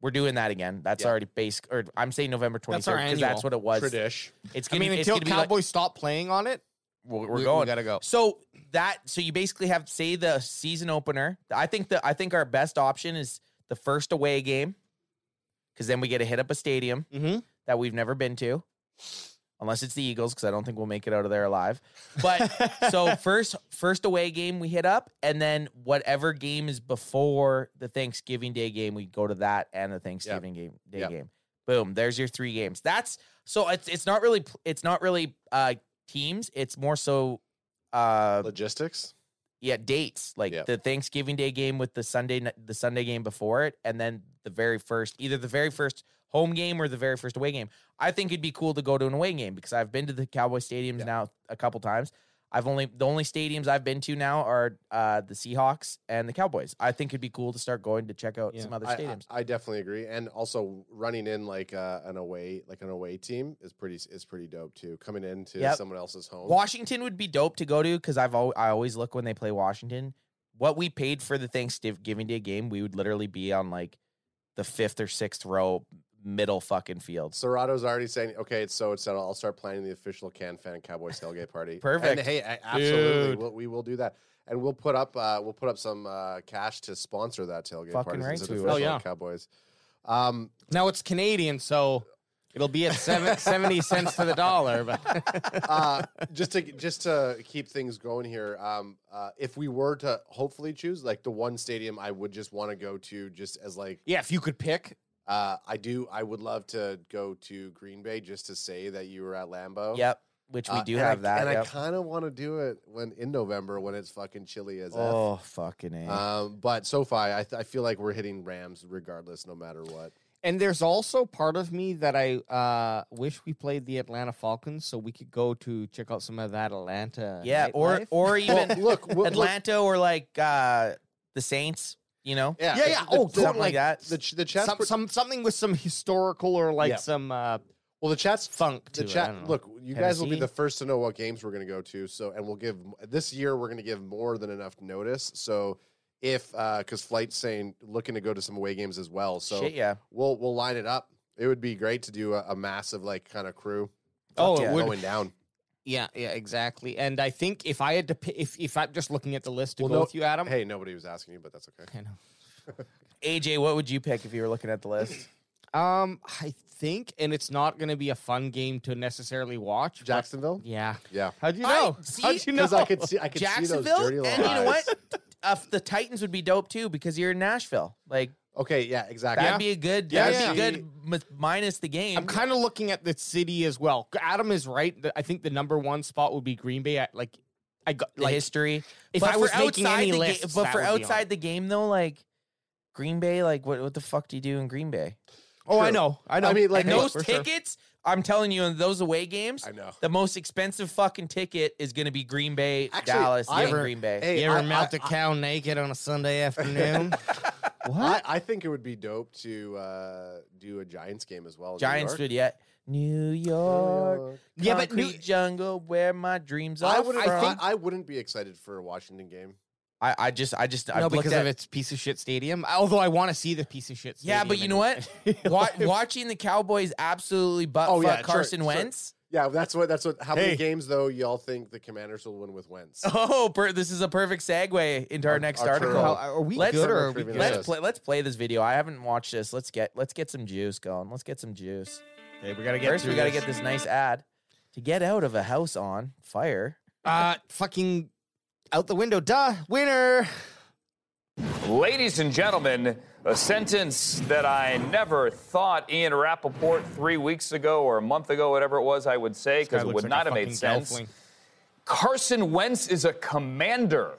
[SPEAKER 2] We're doing that again. That's
[SPEAKER 3] Yeah.
[SPEAKER 2] already basic, or I'm saying November 23rd
[SPEAKER 4] That's our
[SPEAKER 2] because
[SPEAKER 4] annual.
[SPEAKER 2] that's what it was.
[SPEAKER 3] Tradish.
[SPEAKER 2] It's
[SPEAKER 4] I
[SPEAKER 2] gonna,
[SPEAKER 4] mean,
[SPEAKER 2] it's
[SPEAKER 4] until
[SPEAKER 2] gonna be like-
[SPEAKER 4] Cowboys stop playing on it,
[SPEAKER 2] we're,
[SPEAKER 4] we-
[SPEAKER 2] we're
[SPEAKER 4] we
[SPEAKER 2] going.
[SPEAKER 4] gotta go.
[SPEAKER 2] So that so you basically have say the season opener. I think the I think our best option is the first away game because then we get to hit up a stadium
[SPEAKER 4] Mhm.
[SPEAKER 2] that we've never been to, unless it's the Eagles because I don't think we'll make it out of there alive. But so first first away game we hit up, and then whatever game is before the Thanksgiving Day game, we go to that and the Thanksgiving game Day
[SPEAKER 3] Yep.
[SPEAKER 2] game. Boom! There's your three games. That's so it's it's not really pl- it's not really uh teams. It's more so uh
[SPEAKER 3] Logistics.
[SPEAKER 2] yeah dates like
[SPEAKER 3] Yeah.
[SPEAKER 2] the Thanksgiving Day game with the Sunday ni- the Sunday game before it, and then the very first either the very first home game or the very first away game. I think it'd be cool to go to an away game because I've been to the Cowboy stadiums
[SPEAKER 3] Yeah.
[SPEAKER 2] now a couple times. I've only the only stadiums I've been to now are uh, the Seahawks and the Cowboys. I think it'd be cool to start going to check out
[SPEAKER 4] Yeah.
[SPEAKER 2] some other
[SPEAKER 3] I-
[SPEAKER 2] stadiums.
[SPEAKER 3] I, I definitely agree, and also running in like uh, an away like an away team is pretty is pretty dope too. Coming into
[SPEAKER 2] Yep.
[SPEAKER 3] someone else's home.
[SPEAKER 2] Washington would be dope to go to because I've al- I always look when they play Washington. What we paid for the Thanksgiving Day game, we would literally be on like the fifth or sixth row, middle fucking field.
[SPEAKER 3] Serrato's already saying, okay, it's so it's settled. I'll start planning the official Can Fan Cowboys tailgate party. And
[SPEAKER 2] Perfect.
[SPEAKER 3] hey, a- absolutely,
[SPEAKER 4] Dude.
[SPEAKER 3] we'll, we will do that, and we'll put up uh, we'll put up some uh, cash to sponsor that tailgate
[SPEAKER 2] Fucking
[SPEAKER 3] party.
[SPEAKER 2] right
[SPEAKER 3] since
[SPEAKER 2] we
[SPEAKER 3] it's
[SPEAKER 2] will.
[SPEAKER 4] Oh,
[SPEAKER 3] official
[SPEAKER 4] yeah.
[SPEAKER 3] Cowboys. Um,
[SPEAKER 4] Now it's Canadian, so it'll be at seven, 70 cents to the dollar. But
[SPEAKER 3] uh, just to just to keep things going here, um, uh, if we were to hopefully choose like the one stadium I would just want to go to, just as like
[SPEAKER 4] yeah, if you could pick,
[SPEAKER 3] uh, I do, I would love to go to Green Bay just to say that you were at Lambeau.
[SPEAKER 2] Yep. Which we
[SPEAKER 3] Uh,
[SPEAKER 2] do
[SPEAKER 3] and I-
[SPEAKER 2] have that.
[SPEAKER 3] and
[SPEAKER 2] yep.
[SPEAKER 3] I kind of want to do it when in November when it's fucking chilly as
[SPEAKER 2] oh, fucking
[SPEAKER 3] f.
[SPEAKER 2] A.
[SPEAKER 3] Um, but so far, I, th- I feel like we're hitting Rams regardless, no matter what.
[SPEAKER 4] and there's also part of me that I uh, wish we played the Atlanta Falcons so we could go to check out some of that Atlanta.
[SPEAKER 2] yeah. Or
[SPEAKER 4] nightlife.
[SPEAKER 2] or
[SPEAKER 3] Well,
[SPEAKER 2] even
[SPEAKER 3] look, we'll- look-
[SPEAKER 2] Atlanta or like uh the Saints, you know?
[SPEAKER 3] yeah,
[SPEAKER 4] Yeah,
[SPEAKER 3] it's
[SPEAKER 4] yeah.
[SPEAKER 3] the-
[SPEAKER 4] Oh,
[SPEAKER 3] the,
[SPEAKER 2] Something
[SPEAKER 4] totally.
[SPEAKER 2] like that.
[SPEAKER 3] the, ch- the chat's
[SPEAKER 4] some,
[SPEAKER 3] pre-
[SPEAKER 4] some something with some historical or like
[SPEAKER 3] Yeah.
[SPEAKER 4] some uh,
[SPEAKER 3] well, the chat's
[SPEAKER 4] funk to
[SPEAKER 3] the
[SPEAKER 4] it, I don't
[SPEAKER 3] chat.
[SPEAKER 4] know.
[SPEAKER 3] Look, you guys will be
[SPEAKER 4] Tennessee?
[SPEAKER 3] the first to know what games we're going to go to. So, and we'll give this year we're going to give more than enough notice. So, if because flight's saying looking to go to some away games as well, so
[SPEAKER 2] Shit, yeah.
[SPEAKER 3] we'll we'll line it up. It would be great to do a, a massive like kind of crew
[SPEAKER 4] Oh,
[SPEAKER 2] yeah.
[SPEAKER 4] it would.
[SPEAKER 3] going down.
[SPEAKER 4] Yeah, yeah, exactly. And I think if I had to, pi- if if I'm just looking at the list to
[SPEAKER 3] Well,
[SPEAKER 4] go
[SPEAKER 3] no-
[SPEAKER 4] with you, Adam.
[SPEAKER 3] Hey, nobody was asking you, but that's okay.
[SPEAKER 4] I know.
[SPEAKER 2] AJ, what would you pick if you were looking at the list?
[SPEAKER 4] Um, I think, and it's not going to be a fun game to necessarily watch. but-
[SPEAKER 3] Jacksonville.
[SPEAKER 4] Yeah.
[SPEAKER 3] Yeah,
[SPEAKER 4] How'd you
[SPEAKER 2] I-
[SPEAKER 4] know?
[SPEAKER 2] see,
[SPEAKER 4] How'd you know?
[SPEAKER 3] because I could see I could see those
[SPEAKER 2] Jacksonville?
[SPEAKER 3] dirty
[SPEAKER 2] And you
[SPEAKER 3] little
[SPEAKER 2] know
[SPEAKER 3] eyes.
[SPEAKER 2] what? Uh, the Titans would be dope too because you're in Nashville. Like
[SPEAKER 3] Okay, yeah, exactly.
[SPEAKER 2] that'd be a good
[SPEAKER 3] Yeah,
[SPEAKER 2] that'd be
[SPEAKER 3] yeah.
[SPEAKER 2] good mi- minus the game.
[SPEAKER 4] I'm kind of looking at the city as well. Adam is right. that I think the number one spot would be Green Bay. I, like, I got
[SPEAKER 2] the
[SPEAKER 4] like
[SPEAKER 2] history.
[SPEAKER 4] if I was making any
[SPEAKER 2] the ga-
[SPEAKER 4] lists,
[SPEAKER 2] but
[SPEAKER 4] that
[SPEAKER 2] for
[SPEAKER 4] would be on.
[SPEAKER 2] outside the game though, like Green Bay, like what what the fuck do you do in Green Bay?
[SPEAKER 4] Oh, I
[SPEAKER 3] True.
[SPEAKER 4] know. I know.
[SPEAKER 3] I mean, like,
[SPEAKER 2] And
[SPEAKER 4] Hey,
[SPEAKER 2] those
[SPEAKER 4] for sure.
[SPEAKER 2] tickets, I'm telling you, in those away games,
[SPEAKER 3] I know.
[SPEAKER 2] the most expensive fucking ticket is going to be Green Bay,
[SPEAKER 3] Actually,
[SPEAKER 2] Dallas,
[SPEAKER 3] I-
[SPEAKER 2] and Green Bay.
[SPEAKER 3] Hey,
[SPEAKER 4] you ever
[SPEAKER 3] I-
[SPEAKER 4] mount
[SPEAKER 3] I-
[SPEAKER 4] a cow naked on a Sunday afternoon?
[SPEAKER 3] I,
[SPEAKER 4] what?
[SPEAKER 3] I think it would be dope to uh, do a Giants game as well. in New
[SPEAKER 2] Giants
[SPEAKER 3] York.
[SPEAKER 2] would yet. New York,
[SPEAKER 3] York.
[SPEAKER 4] yeah, but
[SPEAKER 2] concrete
[SPEAKER 4] New,
[SPEAKER 2] jungle where my dreams are.
[SPEAKER 3] I wouldn't.
[SPEAKER 2] from.
[SPEAKER 3] I, I wouldn't be excited for a Washington game.
[SPEAKER 2] I, I just, I just,
[SPEAKER 4] no,
[SPEAKER 2] I've looked
[SPEAKER 4] because
[SPEAKER 2] at
[SPEAKER 4] of its piece of shit stadium. Although I want to see the piece of shit.
[SPEAKER 2] Yeah, but you know
[SPEAKER 4] stadium
[SPEAKER 2] what?
[SPEAKER 4] and-
[SPEAKER 2] Wa- watching the Cowboys absolutely butt
[SPEAKER 3] Oh,
[SPEAKER 2] fuck
[SPEAKER 3] yeah, sure,
[SPEAKER 2] Carson
[SPEAKER 3] sure.
[SPEAKER 2] Wentz.
[SPEAKER 3] Yeah, that's what. That's what. How
[SPEAKER 4] Hey.
[SPEAKER 3] many games though? Y'all think the Commanders will win with Wentz?
[SPEAKER 2] Oh, per- this is a perfect segue into our,
[SPEAKER 3] Our-
[SPEAKER 2] next
[SPEAKER 3] our
[SPEAKER 2] article.
[SPEAKER 3] turtle.
[SPEAKER 4] How- are we
[SPEAKER 2] Let's-
[SPEAKER 4] good or are we
[SPEAKER 3] Trivia
[SPEAKER 4] good?
[SPEAKER 2] Let's
[SPEAKER 3] Yes.
[SPEAKER 2] play. Let's play this video. I haven't watched this. Let's get let's get some juice going. Let's get some juice.
[SPEAKER 4] Okay, we gotta
[SPEAKER 2] First, we got to get
[SPEAKER 4] this.
[SPEAKER 2] this nice ad to get out of a house on fire.
[SPEAKER 4] Uh, fucking out the window. Duh, winner.
[SPEAKER 7] Ladies and gentlemen, a sentence that I never thought Ian Rappaport three weeks ago or a month ago, whatever it was, I would say, because it would not have made sense. Carson Wentz is a commander.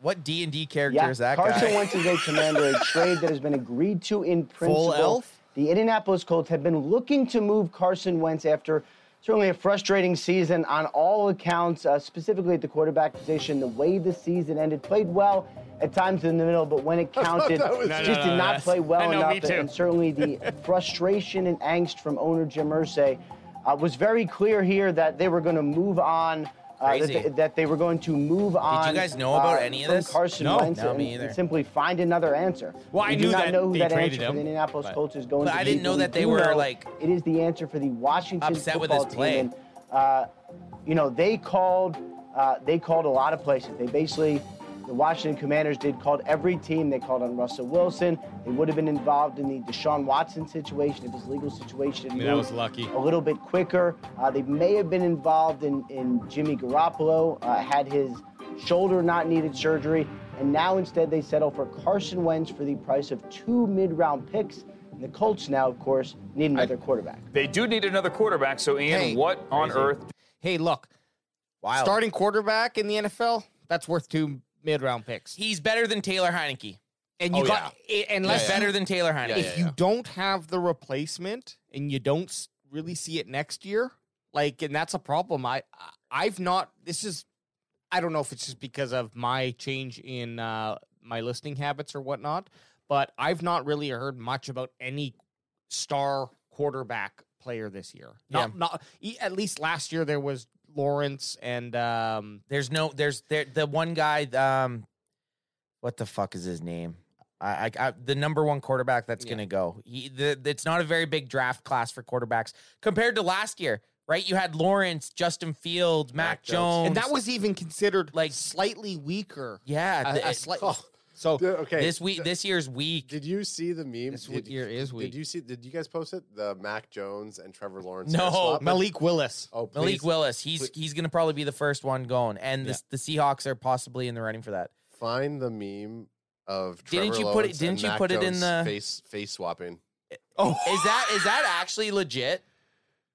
[SPEAKER 2] What D and D character
[SPEAKER 5] Yeah,
[SPEAKER 2] is that
[SPEAKER 5] Carson
[SPEAKER 2] guy?
[SPEAKER 5] Wentz is a commander, a trade that has been agreed to in principle.
[SPEAKER 4] elf?
[SPEAKER 5] The Indianapolis Colts have been looking to move Carson Wentz after certainly a frustrating season on all accounts, uh, specifically at the quarterback position. The way the season ended, played well at times in the middle, but when it counted,
[SPEAKER 3] that was- No,
[SPEAKER 5] just
[SPEAKER 4] no,
[SPEAKER 5] did
[SPEAKER 4] no,
[SPEAKER 5] not
[SPEAKER 4] that's-
[SPEAKER 5] play well
[SPEAKER 4] I know, me
[SPEAKER 5] enough. And
[SPEAKER 4] too.
[SPEAKER 5] certainly the frustration and angst from owner Jim Irsay uh, was very clear here that they were going to move on. Uh, that,
[SPEAKER 2] Crazy.
[SPEAKER 5] they, that they were going to move on. uh,
[SPEAKER 2] guys know about any of
[SPEAKER 5] from
[SPEAKER 2] this?
[SPEAKER 5] Carson
[SPEAKER 4] No.
[SPEAKER 5] Wentz
[SPEAKER 2] No,
[SPEAKER 5] and,
[SPEAKER 2] me either.
[SPEAKER 5] and simply find another answer.
[SPEAKER 4] Well, I
[SPEAKER 5] we
[SPEAKER 4] knew
[SPEAKER 5] do not
[SPEAKER 4] that
[SPEAKER 5] know who
[SPEAKER 4] they
[SPEAKER 5] that
[SPEAKER 4] traded
[SPEAKER 5] answer for
[SPEAKER 4] him,
[SPEAKER 5] the Indianapolis
[SPEAKER 4] but-
[SPEAKER 5] Colts is going
[SPEAKER 2] But
[SPEAKER 5] to
[SPEAKER 2] I
[SPEAKER 5] be,
[SPEAKER 2] didn't know
[SPEAKER 5] we
[SPEAKER 2] that they
[SPEAKER 5] do
[SPEAKER 2] were,
[SPEAKER 5] know
[SPEAKER 2] like,
[SPEAKER 5] it is the answer for the Washington
[SPEAKER 2] upset with
[SPEAKER 5] football
[SPEAKER 2] his play.
[SPEAKER 5] team. And, uh, you know, they called uh, they called a lot of places. They basically the Washington Commanders did called every team. They called on Russell Wilson. They would have been involved in the Deshaun Watson situation if his legal situation. had
[SPEAKER 4] mean, that
[SPEAKER 5] moved
[SPEAKER 4] was lucky.
[SPEAKER 5] a little bit quicker. Uh, they may have been involved in, in Jimmy Garoppolo, uh, had his shoulder not needed surgery, and now instead they settle for Carson Wentz for the price of two mid round picks. And the Colts now, of course, need another quarterback.
[SPEAKER 7] They do need another quarterback. So, Ian,
[SPEAKER 4] Hey,
[SPEAKER 7] what on earth?
[SPEAKER 4] Hey, look,
[SPEAKER 2] Wow,
[SPEAKER 4] starting quarterback in the NFL. That's worth two mid-round picks.
[SPEAKER 2] he's better than Taylor Heineke.
[SPEAKER 4] And you
[SPEAKER 3] Oh,
[SPEAKER 4] got i- unless
[SPEAKER 2] He's better than Taylor Heineke.
[SPEAKER 4] if you don't have the replacement and you don't s- really see it next year, like, and that's a problem. I, I- I've not. This is, I don't know if it's just because of my change in uh, my listening habits or whatnot, but I've not really heard much about any star quarterback player this year. Not,
[SPEAKER 2] Yeah.
[SPEAKER 4] not e- at least last year there was Lawrence and um,
[SPEAKER 2] There's no, there's there the one guy. Um, what the fuck is his name? I, I, I the number one quarterback that's
[SPEAKER 4] Yeah.
[SPEAKER 2] going to go. He, the, it's not a very big draft class for quarterbacks compared to last year, right? You had Lawrence, Justin Fields, Mac,
[SPEAKER 3] Mac Jones.
[SPEAKER 2] Jones,
[SPEAKER 4] and that was even considered
[SPEAKER 2] Like-
[SPEAKER 4] like slightly weaker.
[SPEAKER 2] yeah.
[SPEAKER 4] A-
[SPEAKER 2] th-
[SPEAKER 4] a slight-
[SPEAKER 3] Oh,
[SPEAKER 4] so
[SPEAKER 3] dude, okay.
[SPEAKER 2] this week, this year's week.
[SPEAKER 3] Did you see the meme?
[SPEAKER 4] This
[SPEAKER 3] did,
[SPEAKER 4] year is weak.
[SPEAKER 3] Did you see? Did you guys post it? The Mac Jones and Trevor Lawrence.
[SPEAKER 2] No,
[SPEAKER 3] hair swap?
[SPEAKER 4] Malik Willis.
[SPEAKER 3] Oh, please.
[SPEAKER 2] Malik Willis, he's he's going to probably be the first one going, and the,
[SPEAKER 4] Yeah.
[SPEAKER 2] the Seahawks are possibly in the running for that.
[SPEAKER 3] find the meme of
[SPEAKER 2] Didn't
[SPEAKER 3] Trevor
[SPEAKER 2] you put it-
[SPEAKER 3] Lawrence and
[SPEAKER 2] didn't you
[SPEAKER 3] Mac
[SPEAKER 2] put it in
[SPEAKER 3] Jones
[SPEAKER 2] the-
[SPEAKER 3] face face swapping?
[SPEAKER 4] Oh,
[SPEAKER 2] Is that is that actually legit?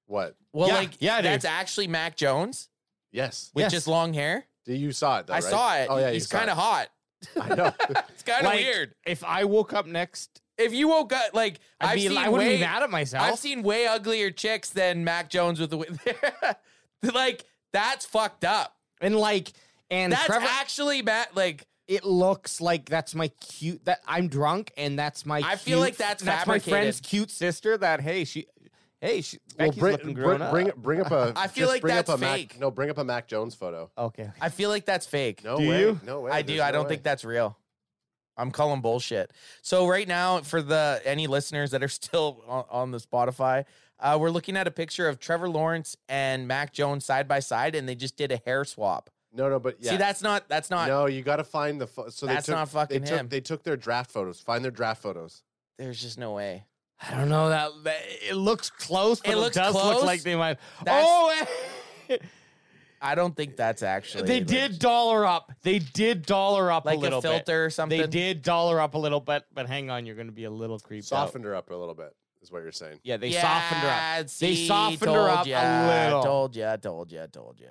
[SPEAKER 3] What?
[SPEAKER 2] Well,
[SPEAKER 4] Yeah,
[SPEAKER 2] like
[SPEAKER 4] yeah, dude.
[SPEAKER 2] that's actually Mac Jones
[SPEAKER 3] Yes,
[SPEAKER 2] with
[SPEAKER 4] Yes.
[SPEAKER 2] just long hair.
[SPEAKER 3] Do you saw it? Though,
[SPEAKER 2] I
[SPEAKER 3] right?
[SPEAKER 2] saw it.
[SPEAKER 3] Oh yeah, you
[SPEAKER 2] he's
[SPEAKER 3] saw
[SPEAKER 2] kind of
[SPEAKER 3] it.
[SPEAKER 2] hot.
[SPEAKER 3] I know.
[SPEAKER 2] It's kind of
[SPEAKER 4] Like,
[SPEAKER 2] weird.
[SPEAKER 4] If I woke up next,
[SPEAKER 2] If you woke up like i
[SPEAKER 4] I'd
[SPEAKER 2] have
[SPEAKER 4] be,
[SPEAKER 2] seen
[SPEAKER 4] I wouldn't
[SPEAKER 2] way,
[SPEAKER 4] be mad at myself.
[SPEAKER 2] I've seen way uglier chicks than Mac Jones with the wi- like that's fucked up.
[SPEAKER 4] and like, and
[SPEAKER 2] that's
[SPEAKER 4] Trevor,
[SPEAKER 2] actually bad. Like
[SPEAKER 4] it looks like that's my cute. That I'm drunk, and that's my.
[SPEAKER 2] I feel
[SPEAKER 4] cute-
[SPEAKER 2] like that's
[SPEAKER 4] that's my friend's
[SPEAKER 2] fabricated.
[SPEAKER 4] cute sister. That hey, she, hey, she.
[SPEAKER 3] well,
[SPEAKER 4] Becky's looking
[SPEAKER 3] bring,
[SPEAKER 4] grown
[SPEAKER 3] bring, bring
[SPEAKER 4] up.
[SPEAKER 3] bring up a.
[SPEAKER 2] I feel
[SPEAKER 3] just
[SPEAKER 2] like
[SPEAKER 3] bring up
[SPEAKER 2] that's
[SPEAKER 3] a Mac-
[SPEAKER 2] fake.
[SPEAKER 3] no, bring up a Mac Jones photo.
[SPEAKER 4] Okay.
[SPEAKER 2] I feel like that's fake.
[SPEAKER 3] No
[SPEAKER 4] Do
[SPEAKER 3] way.
[SPEAKER 4] you?
[SPEAKER 3] No way.
[SPEAKER 2] I do.
[SPEAKER 3] There's
[SPEAKER 2] I
[SPEAKER 3] no
[SPEAKER 2] don't
[SPEAKER 3] way.
[SPEAKER 2] think that's real. I'm calling bullshit. So right now, for the any listeners that are still on, on the Spotify, uh, we're looking at a picture of Trevor Lawrence and Mac Jones side by side, and they just did a hair swap.
[SPEAKER 3] No, no, but yeah.
[SPEAKER 2] See, that's not that's not
[SPEAKER 3] no, you got to find the. Fo- so
[SPEAKER 2] That's
[SPEAKER 3] they took,
[SPEAKER 2] not fucking
[SPEAKER 3] they took,
[SPEAKER 2] him.
[SPEAKER 3] They took their draft photos. Find their draft photos.
[SPEAKER 2] there's just no way.
[SPEAKER 4] I don't know that, that it looks close, but
[SPEAKER 2] It
[SPEAKER 4] it,
[SPEAKER 2] looks
[SPEAKER 4] does
[SPEAKER 2] close.
[SPEAKER 4] look like they might.
[SPEAKER 2] That's-
[SPEAKER 4] oh,
[SPEAKER 2] I don't think that's actually
[SPEAKER 4] they
[SPEAKER 2] like,
[SPEAKER 4] did dollar up. They did dollar up
[SPEAKER 2] like
[SPEAKER 4] a
[SPEAKER 2] a,
[SPEAKER 4] little
[SPEAKER 2] filter
[SPEAKER 4] bit.
[SPEAKER 2] or something.
[SPEAKER 4] They did dollar up a little, but but hang on, you're going to be a little creeped
[SPEAKER 3] Softened
[SPEAKER 4] out.
[SPEAKER 3] her up a little bit. Is what you're saying.
[SPEAKER 4] Yeah, they
[SPEAKER 2] Yeah,
[SPEAKER 4] softened her up.
[SPEAKER 2] see,
[SPEAKER 4] softened her
[SPEAKER 2] told
[SPEAKER 4] up a
[SPEAKER 2] ya,
[SPEAKER 4] little.
[SPEAKER 2] Told ya, told ya, told ya,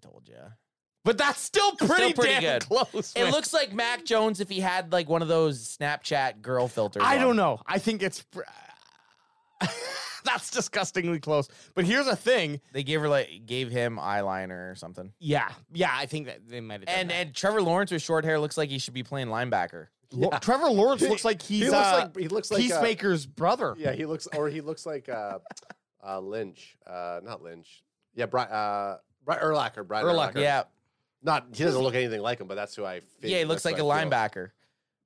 [SPEAKER 2] told ya.
[SPEAKER 4] But that's still pretty,
[SPEAKER 2] pretty
[SPEAKER 4] damn
[SPEAKER 2] good.
[SPEAKER 4] close.
[SPEAKER 2] It
[SPEAKER 4] man.
[SPEAKER 2] looks like Mac Jones if he had like one of those Snapchat girl filters.
[SPEAKER 4] I
[SPEAKER 2] on.
[SPEAKER 4] don't know. I think it's. pr- That's disgustingly close. But here's a thing.
[SPEAKER 2] They gave her like gave him eyeliner or something.
[SPEAKER 4] Yeah, yeah. I think that they might have. done
[SPEAKER 2] And
[SPEAKER 4] that.
[SPEAKER 2] and Trevor Lawrence with short hair looks like he should be playing linebacker.
[SPEAKER 4] Lo- Trevor Lawrence looks like he's
[SPEAKER 3] he looks
[SPEAKER 4] uh,
[SPEAKER 3] like he looks like uh,
[SPEAKER 4] Peacemaker's brother.
[SPEAKER 3] yeah, he looks or he looks like uh, uh, Lynch. Uh, not Lynch. Yeah, Bri- uh, Bri- Urlacher. Brian
[SPEAKER 4] Urlacher.
[SPEAKER 3] Urlacher.
[SPEAKER 2] Yeah,
[SPEAKER 3] Not he doesn't look anything like him, but that's who I. Feel,
[SPEAKER 2] yeah, he looks
[SPEAKER 3] that's
[SPEAKER 2] like
[SPEAKER 3] who
[SPEAKER 2] a
[SPEAKER 3] I feel.
[SPEAKER 2] linebacker.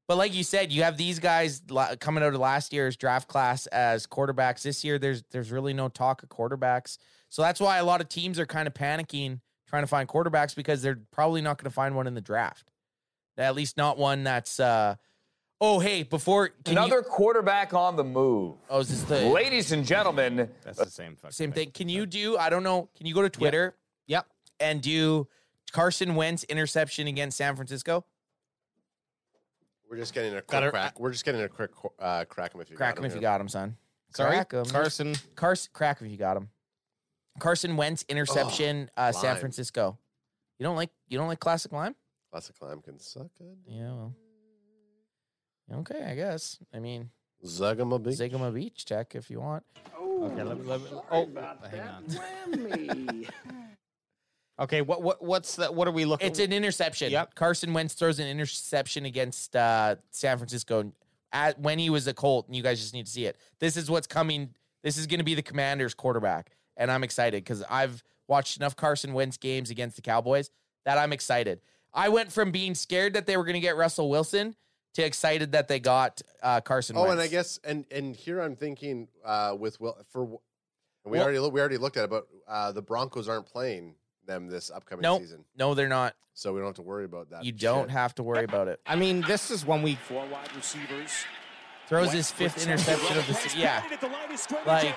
[SPEAKER 2] But like you said, you have these guys li- coming out of last year's draft class as quarterbacks. This year, there's there's really no talk of quarterbacks, so that's why a lot of teams are kind of panicking trying to find quarterbacks because they're probably not going to find one in the draft. At least not one that's. uh Oh hey, before can you-
[SPEAKER 7] Another quarterback on the move.
[SPEAKER 2] oh, is this the
[SPEAKER 7] Ladies and gentlemen,
[SPEAKER 4] That's the same fucking
[SPEAKER 2] Same thing. Can you do? I don't know. Can you go to Twitter
[SPEAKER 4] Yep.
[SPEAKER 2] and do Carson Wentz interception against San Francisco?
[SPEAKER 3] We're just getting a
[SPEAKER 4] Got
[SPEAKER 3] quick
[SPEAKER 4] her-
[SPEAKER 3] crack. We're just getting a quick qu- uh, crack him if you
[SPEAKER 2] Crack
[SPEAKER 3] got
[SPEAKER 2] him
[SPEAKER 3] him
[SPEAKER 2] if you
[SPEAKER 3] here.
[SPEAKER 2] got him, son.
[SPEAKER 4] Sorry,
[SPEAKER 2] Crack him.
[SPEAKER 4] Carson.
[SPEAKER 2] Cars, crack him if you got him. Carson Wentz interception, uh, San
[SPEAKER 3] lime.
[SPEAKER 2] Francisco. You don't like you don't like classic lime?
[SPEAKER 3] Classic climb can suck it.
[SPEAKER 2] Yeah. Well. Okay, I guess. I mean,
[SPEAKER 3] Zugama big.
[SPEAKER 2] Zygma Beach check if you want.
[SPEAKER 4] Okay, let me. Let me oh, hang on. okay, what what what's that? What are we looking?
[SPEAKER 2] It's an interception.
[SPEAKER 4] Yep.
[SPEAKER 2] Carson Wentz throws an interception against uh, San Francisco at, when he was a Colt, and you guys just need to see it. This is what's coming. This is going to be the Commanders' quarterback, and I'm excited because I've watched enough Carson Wentz games against the Cowboys that I'm excited. I went from being scared that they were going to get Russell Wilson to excited that they got uh, Carson.
[SPEAKER 3] Oh,
[SPEAKER 2] Wentz.
[SPEAKER 3] and I guess and and here I'm thinking uh, with Will for w- we
[SPEAKER 2] Well-
[SPEAKER 3] already lo- we already looked at it, but uh, the Broncos aren't playing them this upcoming
[SPEAKER 2] Nope.
[SPEAKER 3] season,
[SPEAKER 2] no, they're not.
[SPEAKER 3] so we don't have to worry about that.
[SPEAKER 2] You don't
[SPEAKER 3] Ah, shit.
[SPEAKER 2] have to worry about it.
[SPEAKER 4] I mean, this is one week.
[SPEAKER 8] Four wide receivers.
[SPEAKER 2] Throws his fifth interception of the se- yeah. Like-
[SPEAKER 8] Like,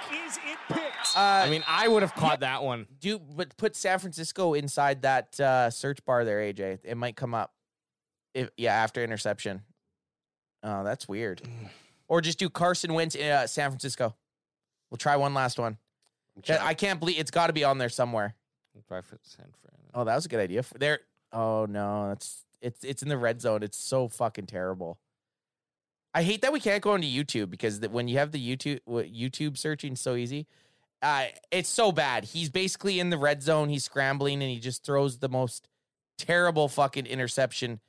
[SPEAKER 2] Uh,
[SPEAKER 4] I mean, I would have caught that one.
[SPEAKER 2] do but put San Francisco inside that uh, search bar there, AJ. It might come up. If yeah, after interception. Oh, that's weird. Or just do Carson Wentz in uh, San Francisco. We'll try one last one. That- I can't believe it's got to be on there somewhere.
[SPEAKER 4] Try for San Fran.
[SPEAKER 2] Oh, that was a good idea. F- There. Oh no, that's it's it's in the red zone. It's so fucking terrible. I hate that we can't go into YouTube because that when you have the YouTube what, YouTube searching so easy, uh, it's so bad. He's basically in the red zone. He's scrambling and he just throws the most terrible fucking interception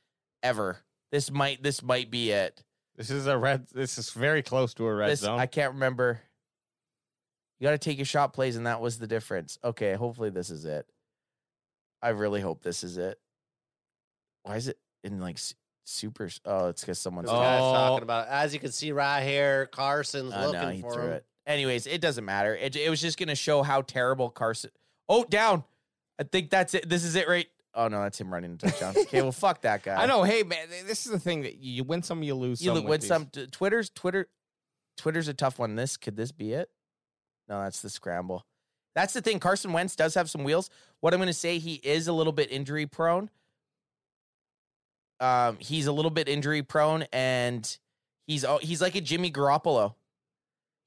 [SPEAKER 2] ever. This might this might be it.
[SPEAKER 4] This is a red. This is very close to a red
[SPEAKER 2] this
[SPEAKER 4] zone.
[SPEAKER 2] I can't remember. You got to take your shot plays, and that was the difference. Okay, hopefully this is it. I really hope this is it. Why is it in like s- Super. Oh, it's because someone's.
[SPEAKER 4] Oh,
[SPEAKER 2] got
[SPEAKER 8] Guy's talking about it. As you can see right here, Carson's
[SPEAKER 2] it. Oh,
[SPEAKER 8] looking
[SPEAKER 2] no, he
[SPEAKER 8] for
[SPEAKER 2] threw
[SPEAKER 8] him.
[SPEAKER 2] it. Anyways, it doesn't matter. It, it was just gonna show how terrible Carson. Oh, down. I think that's it. This is it, right? Oh no, that's him running a touchdown. okay, well, fuck that guy.
[SPEAKER 4] I know. Hey, man, th- this is the thing that you win some, you lose
[SPEAKER 2] You
[SPEAKER 4] some.
[SPEAKER 2] look
[SPEAKER 4] with
[SPEAKER 2] with
[SPEAKER 4] these.
[SPEAKER 2] some t- Twitter's Twitter. Twitter's a tough one. This could this be it? No, that's the scramble. That's the thing. Carson Wentz does have some wheels. What I'm going to say, he is a little bit injury prone. Um, he's a little bit injury prone, and he's al- he's like a Jimmy Garoppolo.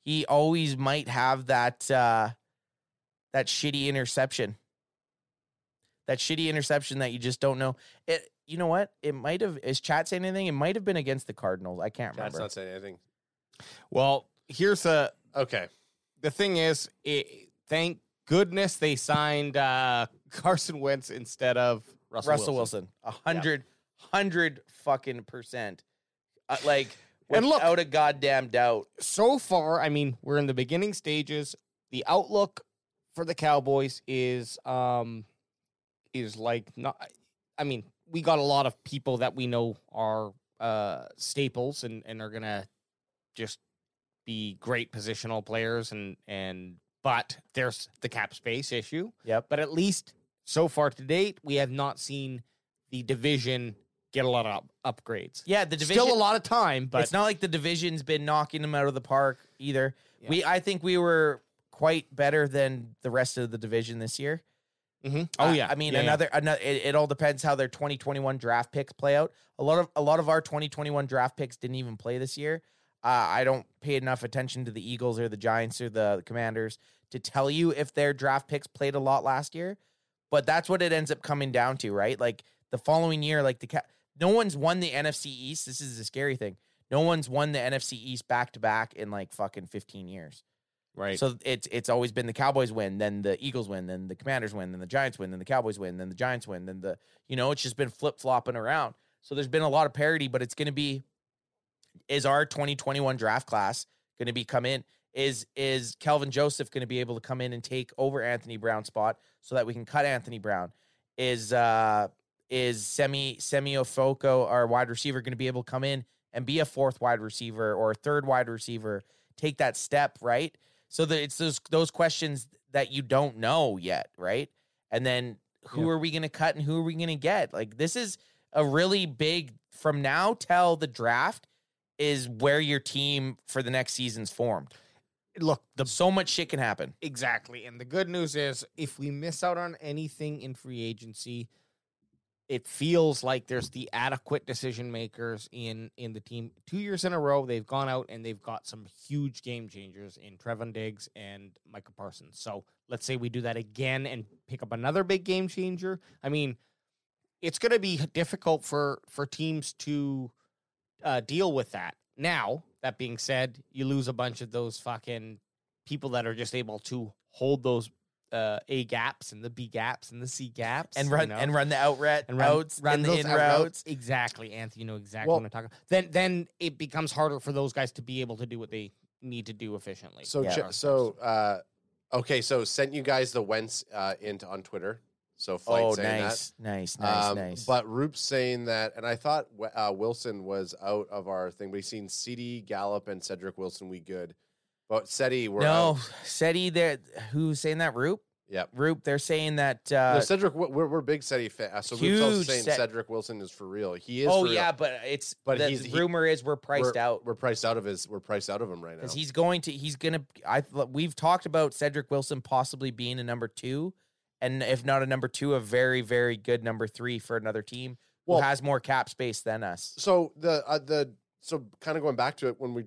[SPEAKER 2] He always might have that uh, that shitty interception. That shitty interception that you just don't know. It, you know what? It might have. Is chat saying anything? It might have been against the Cardinals. I can't
[SPEAKER 3] That's
[SPEAKER 2] remember.
[SPEAKER 3] not saying anything.
[SPEAKER 4] Well, here's the
[SPEAKER 3] Okay.
[SPEAKER 4] the thing is, it, thank goodness they signed uh, Carson Wentz instead of Russell,
[SPEAKER 2] Russell
[SPEAKER 4] Wilson.
[SPEAKER 2] Wilson. A hundred, hundred fucking percent. Uh, like,
[SPEAKER 4] And look-
[SPEAKER 2] without a goddamn doubt.
[SPEAKER 4] So far, I mean, we're in the beginning stages. The outlook for the Cowboys is um is like not. I mean, we got a lot of people that we know are uh staples and and are gonna just be great positional players and and but there's the cap space issue.
[SPEAKER 2] Yep.
[SPEAKER 4] But at least so far to date, we have not seen the division get a lot of up- upgrades.
[SPEAKER 2] Yeah, the division.
[SPEAKER 4] Still a lot of time, but
[SPEAKER 2] it's not like the division's been knocking them out of the park either.
[SPEAKER 4] Yeah.
[SPEAKER 2] We, I think we were quite better than the rest of the division this year.
[SPEAKER 4] Mhm. Oh
[SPEAKER 2] I-
[SPEAKER 4] yeah.
[SPEAKER 2] I mean,
[SPEAKER 4] Yeah, yeah.
[SPEAKER 2] another, another. It, it all depends how their 2021 draft picks play out. A lot of a lot of our 2021 draft picks didn't even play this year. Uh, I don't pay enough attention to the Eagles or the Giants or the Commanders to tell you if their draft picks played a lot last year. But that's what it ends up coming down to, right? Like the following year, like the ca- no one's won the NFC East. This is the scary thing. No one's won the NFC East back to back in like fucking 15 years.
[SPEAKER 4] right.
[SPEAKER 2] So it's it's always been the Cowboys win, then the Eagles win, then the Commanders win, then the Giants win, then the Cowboys win, then the Giants win, then the you know it's just been flip flopping around. So there's been a lot of parity, but it's going to be is our 2021 draft class going to be come in? Is is Kelvin Joseph going to be able to come in and take over Anthony Brown's spot so that we can cut Anthony Brown? Is uh is Semi Semi Ofoco our wide receiver going to be able to come in and be a fourth wide receiver or a third wide receiver? Take that step, right? So that it's those those questions that you don't know yet, right? And then who are we going to cut and who are we going to get? Like this is a really big from now till the draft is where your team for the next season's formed.
[SPEAKER 4] look, the
[SPEAKER 2] So much shit can happen.
[SPEAKER 4] Exactly. And the good news is if we miss out on anything in free agency, it feels like there's the adequate decision makers in in the team. Two years in a row, they've gone out and they've got some huge game changers in Trevon Diggs and Micah Parsons. So let's say we do that again and pick up another big game changer. I mean, it's going to be difficult for for teams to uh, deal with that. Now, that being said, you lose a bunch of those fucking people that are just able to hold those uh, A gaps and the B gaps and the C gaps
[SPEAKER 2] And
[SPEAKER 4] you
[SPEAKER 2] run
[SPEAKER 4] know?
[SPEAKER 2] and run the out route,
[SPEAKER 4] and run,
[SPEAKER 2] routes
[SPEAKER 4] run
[SPEAKER 2] and
[SPEAKER 4] those
[SPEAKER 2] the in
[SPEAKER 4] out routes.
[SPEAKER 2] routes.
[SPEAKER 4] Exactly, Anthony. You know exactly
[SPEAKER 3] Well-
[SPEAKER 4] what I'm talking about. Then then it becomes harder for those guys to be able to do what they need to do efficiently.
[SPEAKER 3] So
[SPEAKER 4] Yeah.
[SPEAKER 3] che- so uh, okay. So sent you guys the Wentz uh, int on Twitter. So flight
[SPEAKER 2] Oh,
[SPEAKER 3] saying
[SPEAKER 2] nice, nice,
[SPEAKER 3] that.
[SPEAKER 2] nice,
[SPEAKER 3] Um,
[SPEAKER 2] nice.
[SPEAKER 3] But Roop's saying that, and I thought Wa- uh, Wilson was out of our thing, but he's seen CD Gallup and Cedric Wilson. We good, but SETI were
[SPEAKER 2] no,
[SPEAKER 3] out.
[SPEAKER 2] SETI, there. Who's saying that? Roop,
[SPEAKER 3] Yep.
[SPEAKER 2] Roop. They're saying that. Uh,
[SPEAKER 3] no, Cedric, Wi- we're, we're big SETI fans. so Roop's also
[SPEAKER 2] Huge
[SPEAKER 3] saying
[SPEAKER 2] Set-
[SPEAKER 3] Cedric Wilson is for real. He is.
[SPEAKER 2] oh
[SPEAKER 3] for real.
[SPEAKER 2] yeah, but it's
[SPEAKER 3] But
[SPEAKER 2] but the
[SPEAKER 3] he's- he-
[SPEAKER 2] rumor is we're priced
[SPEAKER 3] we're,
[SPEAKER 2] out
[SPEAKER 3] We're priced out of his. We're priced out of him right now.
[SPEAKER 2] because he's going to he's gonna. I we've talked about Cedric Wilson possibly being a number two, and if not a number two, a very very good number three for another team
[SPEAKER 3] Well-
[SPEAKER 2] who has more cap space than us.
[SPEAKER 3] so the uh, the so kind of going back to it when we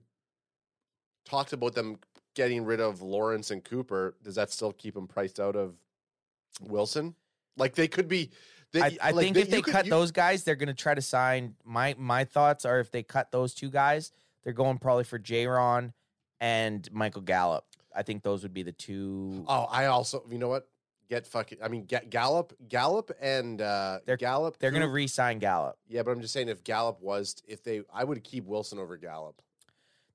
[SPEAKER 3] talked about them getting rid of Lawrence and Cooper, does that still keep them priced out of Wilson? Like they could be. They,
[SPEAKER 2] I, I
[SPEAKER 3] like,
[SPEAKER 2] think
[SPEAKER 3] they-
[SPEAKER 2] if
[SPEAKER 3] you
[SPEAKER 2] they
[SPEAKER 3] could-
[SPEAKER 2] cut
[SPEAKER 3] you-
[SPEAKER 2] those guys, they're going to try to sign. My my thoughts are if they cut those two guys, they're going probably for Jaron and Michael Gallup. I think those would be the two.
[SPEAKER 3] oh, I also you know what? Get fucking. I mean, get Gallup, Gallup, and uh,
[SPEAKER 2] They're-
[SPEAKER 3] Gallup.
[SPEAKER 2] they're going to
[SPEAKER 3] Coop-
[SPEAKER 2] re-sign Gallup.
[SPEAKER 3] yeah, but I'm just saying, if Gallup was, if they, I would keep Wilson over Gallup.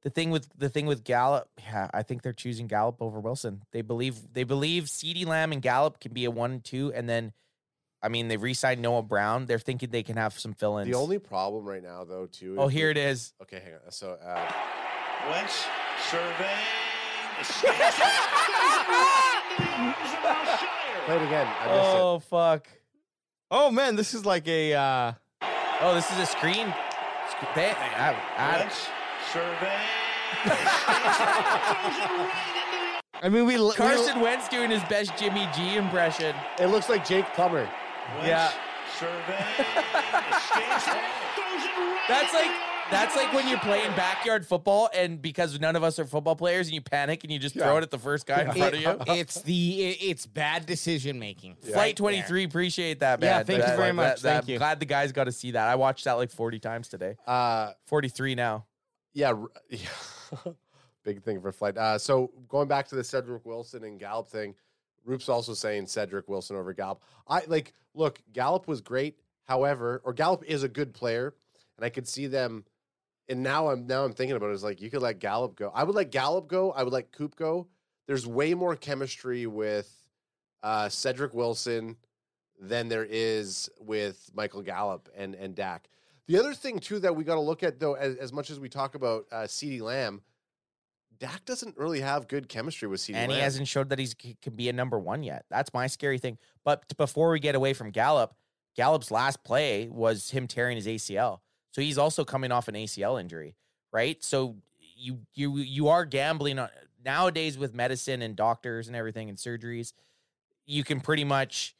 [SPEAKER 2] The thing with the thing with Gallup, yeah, I think they're choosing Gallup over Wilson. They believe they believe Ceedee Lamb and Gallup can be a one and two, and then I mean, they re-signed Noah Brown. They're thinking they can have some fill-ins.
[SPEAKER 3] The only problem right now, though, too.
[SPEAKER 2] oh, here it is.
[SPEAKER 3] Okay, hang on. So, uh,
[SPEAKER 1] Wentz surveying. Stands up.
[SPEAKER 3] play it again. I missed
[SPEAKER 2] Oh fuck.
[SPEAKER 4] Oh man, this is like a uh,
[SPEAKER 2] Oh, this is a screen. Sc- They, I, I,
[SPEAKER 1] Wentz surveying.
[SPEAKER 4] I mean, we we-
[SPEAKER 2] Carson Wentz doing his best Jimmy G impression.
[SPEAKER 3] it. It looks like Jake Plummer.
[SPEAKER 2] Yeah.
[SPEAKER 1] Surveying. Stands up. Throws it right
[SPEAKER 2] That's
[SPEAKER 1] in the
[SPEAKER 2] like that's like when you're playing backyard football and because none of us are football players and you panic and you just throw it at the first guy in front of you.
[SPEAKER 4] it- it's the it, it's bad decision making.
[SPEAKER 2] Flight 23, appreciate that, man.
[SPEAKER 4] Yeah, thank you
[SPEAKER 2] That-
[SPEAKER 4] very
[SPEAKER 2] that- that-
[SPEAKER 4] much. Thank
[SPEAKER 2] I'm
[SPEAKER 4] you.
[SPEAKER 2] glad the guys got to see that. I watched that like 40 times today.
[SPEAKER 3] Uh,
[SPEAKER 2] 43 now.
[SPEAKER 3] yeah, r- yeah. big thing for flight. Uh, so going back to the Cedric Wilson and Gallup thing, Roop's also saying Cedric Wilson over Gallup. I like look. Gallup was great, however, or Gallup is a good player, and I could see them. And now I'm now I'm thinking about it. Is like you could let Gallup go. I would let Gallup go. I would let Coop go. There's way more chemistry with uh, Cedric Wilson than there is with Michael Gallup and and Dak. The other thing too that we got to look at though, as, as much as we talk about uh, Ceedee Lamb, Dak doesn't really have good chemistry with Ceedee
[SPEAKER 2] and
[SPEAKER 3] Lamb.
[SPEAKER 2] he hasn't showed that he's he can be a number one yet. That's my scary thing. But t- before we get away from Gallup, Gallup's last play was him tearing his ACL, so he's also coming off an ACL injury, right? So you you you are gambling on nowadays with medicine and doctors and everything and surgeries. You can pretty much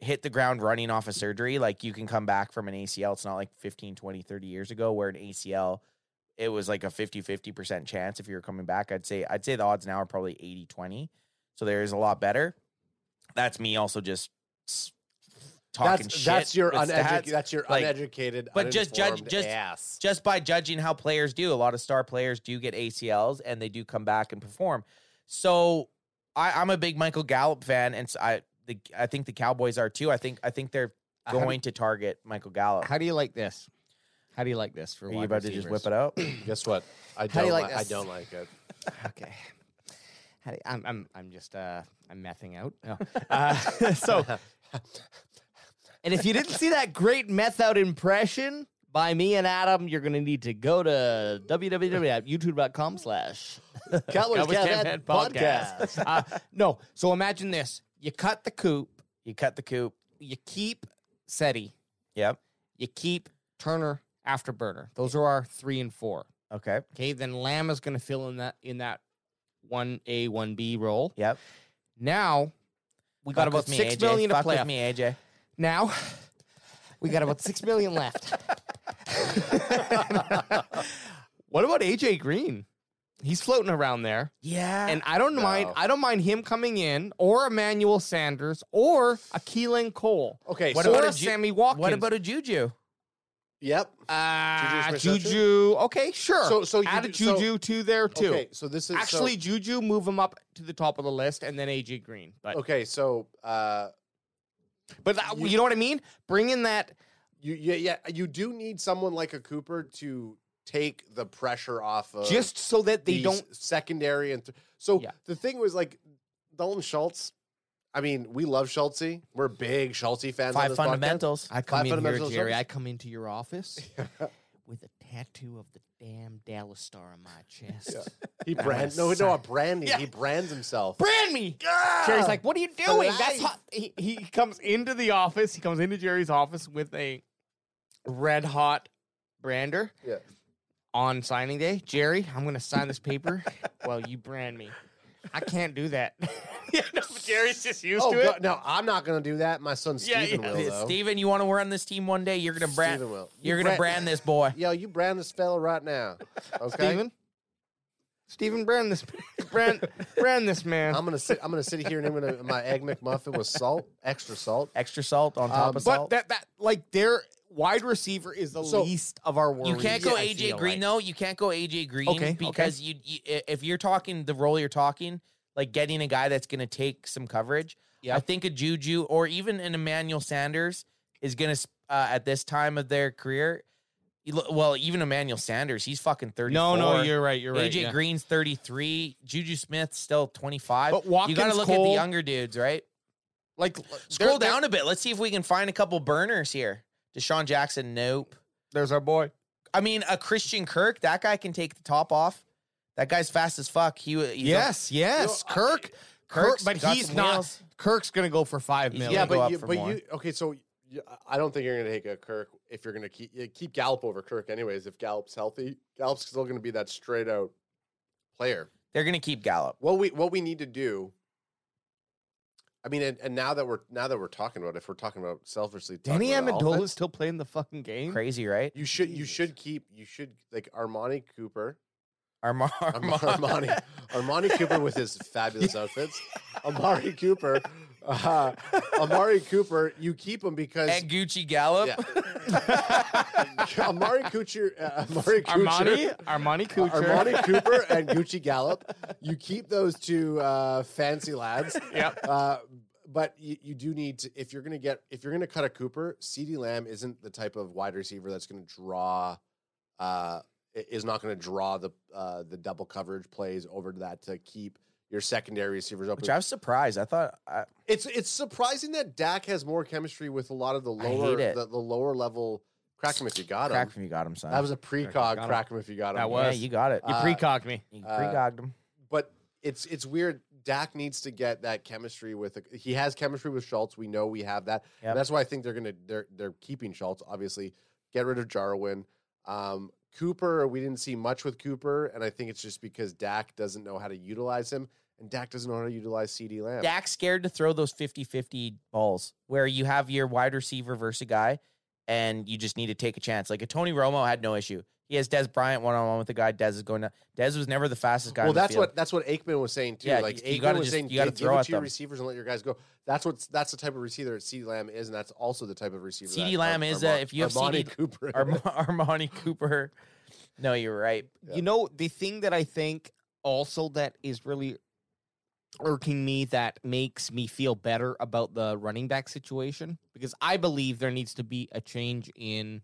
[SPEAKER 2] hit the ground running off a surgery. Like you can come back from an ACL. It's not like 15, 20, 30 years ago where an ACL it was like a 50 50% chance if you were coming back i'd say i'd say the odds now are probably 80 20 so there is a lot better that's me also just s- talking
[SPEAKER 3] that's,
[SPEAKER 2] shit
[SPEAKER 3] that's your
[SPEAKER 2] with
[SPEAKER 3] uneducated.
[SPEAKER 2] stats.
[SPEAKER 3] That's your
[SPEAKER 2] like-
[SPEAKER 3] uneducated.
[SPEAKER 2] but just judge-
[SPEAKER 3] uninformed
[SPEAKER 2] just-
[SPEAKER 3] ass.
[SPEAKER 2] just by judging how players do a lot of star players do get acls and they do come back and perform so I, i'm a big michael gallup fan and s I i the, i think the cowboys are too i think i think they're
[SPEAKER 4] How do-
[SPEAKER 2] going to target michael gallup
[SPEAKER 4] How do you like this? How do you like this for?
[SPEAKER 2] are you about to just whip it out
[SPEAKER 3] Guess what? I
[SPEAKER 4] How do
[SPEAKER 3] don't.
[SPEAKER 4] you
[SPEAKER 3] Like
[SPEAKER 4] like
[SPEAKER 3] I
[SPEAKER 4] this?
[SPEAKER 3] don't like it.
[SPEAKER 4] Okay. How do you- I'm I'm I'm just uh I'm mething out. No. Uh, so. And if you didn't see that great meth out impression by me and Adam, you're gonna need to go to www.youtube.com slash
[SPEAKER 3] Cowboys
[SPEAKER 4] Cowboys
[SPEAKER 3] Cat
[SPEAKER 4] Cat
[SPEAKER 3] Hat
[SPEAKER 4] Podcast. uh, no, so imagine this: you cut the coop,
[SPEAKER 2] you cut the coop
[SPEAKER 4] you keep SETI,
[SPEAKER 2] yep
[SPEAKER 4] you keep Turner afterburner. Those are our three and four.
[SPEAKER 2] okay
[SPEAKER 4] Okay, then Lamb is going to fill in that in that one A one B role.
[SPEAKER 2] yep
[SPEAKER 4] Now we got
[SPEAKER 2] Fuck
[SPEAKER 4] about
[SPEAKER 2] with me,
[SPEAKER 4] six
[SPEAKER 2] AJ.
[SPEAKER 4] million to
[SPEAKER 2] Fuck
[SPEAKER 4] play
[SPEAKER 2] with
[SPEAKER 4] off.
[SPEAKER 2] me aj
[SPEAKER 4] Now we got about six million left. what about AJ Green? He's floating around there.
[SPEAKER 2] yeah
[SPEAKER 4] And I don't mind.
[SPEAKER 3] No.
[SPEAKER 4] I don't mind him coming in, or Emmanuel Sanders, or a Keelan Cole,
[SPEAKER 3] Okay.
[SPEAKER 2] What
[SPEAKER 3] so,
[SPEAKER 4] or
[SPEAKER 2] about
[SPEAKER 4] a
[SPEAKER 2] a Ju-
[SPEAKER 4] Sammy Watkins.
[SPEAKER 2] What about a Juju?
[SPEAKER 3] yep.
[SPEAKER 4] uh,
[SPEAKER 3] Juju's
[SPEAKER 4] Juju?
[SPEAKER 3] reception?
[SPEAKER 4] Okay, sure.
[SPEAKER 3] So- so you
[SPEAKER 4] add a
[SPEAKER 3] do- so-
[SPEAKER 4] Juju to there too.
[SPEAKER 3] Okay. So this is so-
[SPEAKER 4] Actually, Juju move him up to the top of the list, and then AJ Green. But
[SPEAKER 3] okay. So uh,
[SPEAKER 4] but that- you, know what I mean? Bring in that.
[SPEAKER 3] you yeah, yeah you do need someone like a Cooper to take the pressure off of
[SPEAKER 4] just so that they
[SPEAKER 3] the
[SPEAKER 4] don't.
[SPEAKER 3] s- secondary and th- so
[SPEAKER 4] Yeah.
[SPEAKER 3] the thing was like Dalton Schultz. I mean, we love Schultze. We're big Schultze fans. on
[SPEAKER 2] Five
[SPEAKER 3] this
[SPEAKER 2] fundamentals.
[SPEAKER 4] I
[SPEAKER 3] Five
[SPEAKER 4] come in here,
[SPEAKER 3] fundamentals
[SPEAKER 4] Jerry.
[SPEAKER 3] service.
[SPEAKER 4] I come into your office with a tattoo of the damn Dallas Star on my chest.
[SPEAKER 3] Podcast. He brand no no a branding. He brands himself.
[SPEAKER 4] Brand me. Jerry's like, "What are you doing?" That's hot. He, he comes into the office. He comes into Jerry's office with a red hot brander.
[SPEAKER 3] Yeah.
[SPEAKER 4] on signing day, Jerry, I'm gonna sign this paper while you brand me. I can't do that. yeah, no, but Jerry's just used
[SPEAKER 3] Oh
[SPEAKER 4] to it.
[SPEAKER 3] God, no, I'm not gonna do that. My son
[SPEAKER 4] Yeah,
[SPEAKER 3] Steven
[SPEAKER 4] yeah.
[SPEAKER 3] will though.
[SPEAKER 2] Steven, you want to run this team one day? You're gonna brand.
[SPEAKER 3] Steven will.
[SPEAKER 2] You're gonna brand this boy.
[SPEAKER 3] Yo, you brand this fella right now. Okay.
[SPEAKER 4] Steven. Steven, brand this brand brand this man.
[SPEAKER 3] I'm gonna sit. I'm gonna sit here and I'm gonna my egg McMuffin with salt, extra salt.
[SPEAKER 2] Extra salt on top
[SPEAKER 3] Um,
[SPEAKER 2] of
[SPEAKER 4] but
[SPEAKER 2] salt.
[SPEAKER 4] that that like their wide receiver is the
[SPEAKER 3] So,
[SPEAKER 4] least of our worries.
[SPEAKER 2] you can't go
[SPEAKER 4] I
[SPEAKER 2] AJ
[SPEAKER 4] feel
[SPEAKER 2] Green
[SPEAKER 4] like.
[SPEAKER 2] though. You can't go AJ Green
[SPEAKER 4] Okay, okay.
[SPEAKER 2] because you, you i- if you're talking the role you're talking, like getting a guy that's gonna take some coverage.
[SPEAKER 4] Yeah.
[SPEAKER 2] I think a Juju or even an Emmanuel Sanders is gonna s- uh, at this time of their career. you look- Well, even Emmanuel Sanders, he's fucking thirty.
[SPEAKER 4] No, no, you're right. You're right.
[SPEAKER 2] AJ
[SPEAKER 4] yeah.
[SPEAKER 2] Green's 33, Juju Smith's still 25.
[SPEAKER 4] But
[SPEAKER 2] you got to
[SPEAKER 4] Watkins,
[SPEAKER 2] look at
[SPEAKER 4] Cole-
[SPEAKER 2] the younger dudes, right?
[SPEAKER 4] Like
[SPEAKER 2] Scroll
[SPEAKER 4] there- there-
[SPEAKER 2] down a bit. Let's see if we can find a couple burners here. Deshaun Jackson, nope.
[SPEAKER 4] There's our boy.
[SPEAKER 2] I mean, a Christian Kirk, that guy can take the top off. That guy's fast as fuck. He, he's a-
[SPEAKER 4] Yes, yes, Kirk. Kirk,
[SPEAKER 2] Kirk's
[SPEAKER 4] but
[SPEAKER 2] got
[SPEAKER 4] he's
[SPEAKER 2] some
[SPEAKER 4] not.
[SPEAKER 2] wheels.
[SPEAKER 4] Kirk's gonna go for five million.
[SPEAKER 3] yeah,
[SPEAKER 2] go
[SPEAKER 3] but
[SPEAKER 2] up
[SPEAKER 3] you,
[SPEAKER 2] for
[SPEAKER 3] but
[SPEAKER 2] more.
[SPEAKER 3] you okay? So you, I don't think you're going to take a Kirk if you're going to keep you keep Gallup over Kirk anyways. If Gallup's healthy, Gallup's still going to be that straight out player.
[SPEAKER 2] They're gonna keep Gallup.
[SPEAKER 3] What we what we need to do. I mean, and, and now that we're now that we're talking about, it, if we're talking about selfishly, talking
[SPEAKER 4] Danny
[SPEAKER 3] about
[SPEAKER 4] Amendola's
[SPEAKER 3] offense,
[SPEAKER 4] still playing the fucking game.
[SPEAKER 2] Crazy, right?
[SPEAKER 3] You should you should keep you should like Armani Cooper,
[SPEAKER 2] Armand.
[SPEAKER 3] Arm- Armani, Armani Cooper with his fabulous outfits, Amari Cooper, uh, Amari Cooper. You keep him because
[SPEAKER 2] and Gucci Gallup.
[SPEAKER 3] Yeah. Amari Coocher, uh, Amari Coocher,
[SPEAKER 4] Armani, Armani Kucher.
[SPEAKER 3] Armani Cooper, and Gucci Gallup. You keep those two uh, fancy lads.
[SPEAKER 4] Yep.
[SPEAKER 3] Uh, but you, you do need to if you're gonna get if you're gonna cut a Cooper, CD Lamb isn't the type of wide receiver that's gonna draw. Uh, i- is not gonna draw the uh, the double coverage plays over to that to keep your secondary receivers open.
[SPEAKER 2] Which I was surprised. I thought I,
[SPEAKER 3] It's it's surprising that Dak has more chemistry with a lot of the
[SPEAKER 2] I hate
[SPEAKER 3] lower the,
[SPEAKER 2] it.
[SPEAKER 3] the lower level. Crack him if you got him.
[SPEAKER 2] crack him. You got him, son.
[SPEAKER 3] That was a
[SPEAKER 4] got
[SPEAKER 3] precog.
[SPEAKER 4] him.
[SPEAKER 3] Crack him if you got him.
[SPEAKER 4] That
[SPEAKER 2] yeah,
[SPEAKER 4] was.
[SPEAKER 2] you got it.
[SPEAKER 4] You
[SPEAKER 3] Uh,
[SPEAKER 4] precogged me.
[SPEAKER 2] you
[SPEAKER 3] uh,
[SPEAKER 2] precogged him.
[SPEAKER 3] But it's it's weird. Dak needs to get that chemistry with. He has chemistry with Schultz. We know we have that.
[SPEAKER 2] Yep.
[SPEAKER 3] And that's why I think they're gonna they're they're keeping Schultz. Obviously, get rid of Jarwin. Um, Cooper, we didn't see much with Cooper, and I think it's just because Dak doesn't know how to utilize him, and Dak doesn't know how to utilize CD Lamb.
[SPEAKER 2] Dak's scared to throw those 50-50 balls where you have your wide receiver versus a guy and you just need to take a chance. Like a Tony Romo had no issue. He has Des Bryant one on one with the guy. Dez is going to Dez was never the fastest guy.
[SPEAKER 3] Well,
[SPEAKER 2] on the
[SPEAKER 3] that's
[SPEAKER 2] field.
[SPEAKER 3] what that's what Aikman was saying too.
[SPEAKER 2] Yeah,
[SPEAKER 3] like
[SPEAKER 2] you- you
[SPEAKER 3] Aikman
[SPEAKER 2] gotta
[SPEAKER 3] was
[SPEAKER 2] just-
[SPEAKER 3] saying,
[SPEAKER 2] you gotta
[SPEAKER 3] "Give-
[SPEAKER 2] throw
[SPEAKER 3] give it
[SPEAKER 2] at
[SPEAKER 3] to your
[SPEAKER 2] them."
[SPEAKER 3] receivers and let your guys go. That's what that's the type of receiver that CD Lamb is, and that's also the type of receiver. that
[SPEAKER 2] CeeDee
[SPEAKER 3] Ar-
[SPEAKER 2] Lamb is, uh,
[SPEAKER 3] Armon-
[SPEAKER 2] if you have
[SPEAKER 3] Armani
[SPEAKER 2] CeeDee
[SPEAKER 3] Cooper,
[SPEAKER 2] Arma- Armani Cooper. No, you're right.
[SPEAKER 4] You know the thing that I think also that is really irking me that makes me feel better about the running back situation because I believe there needs to be a change in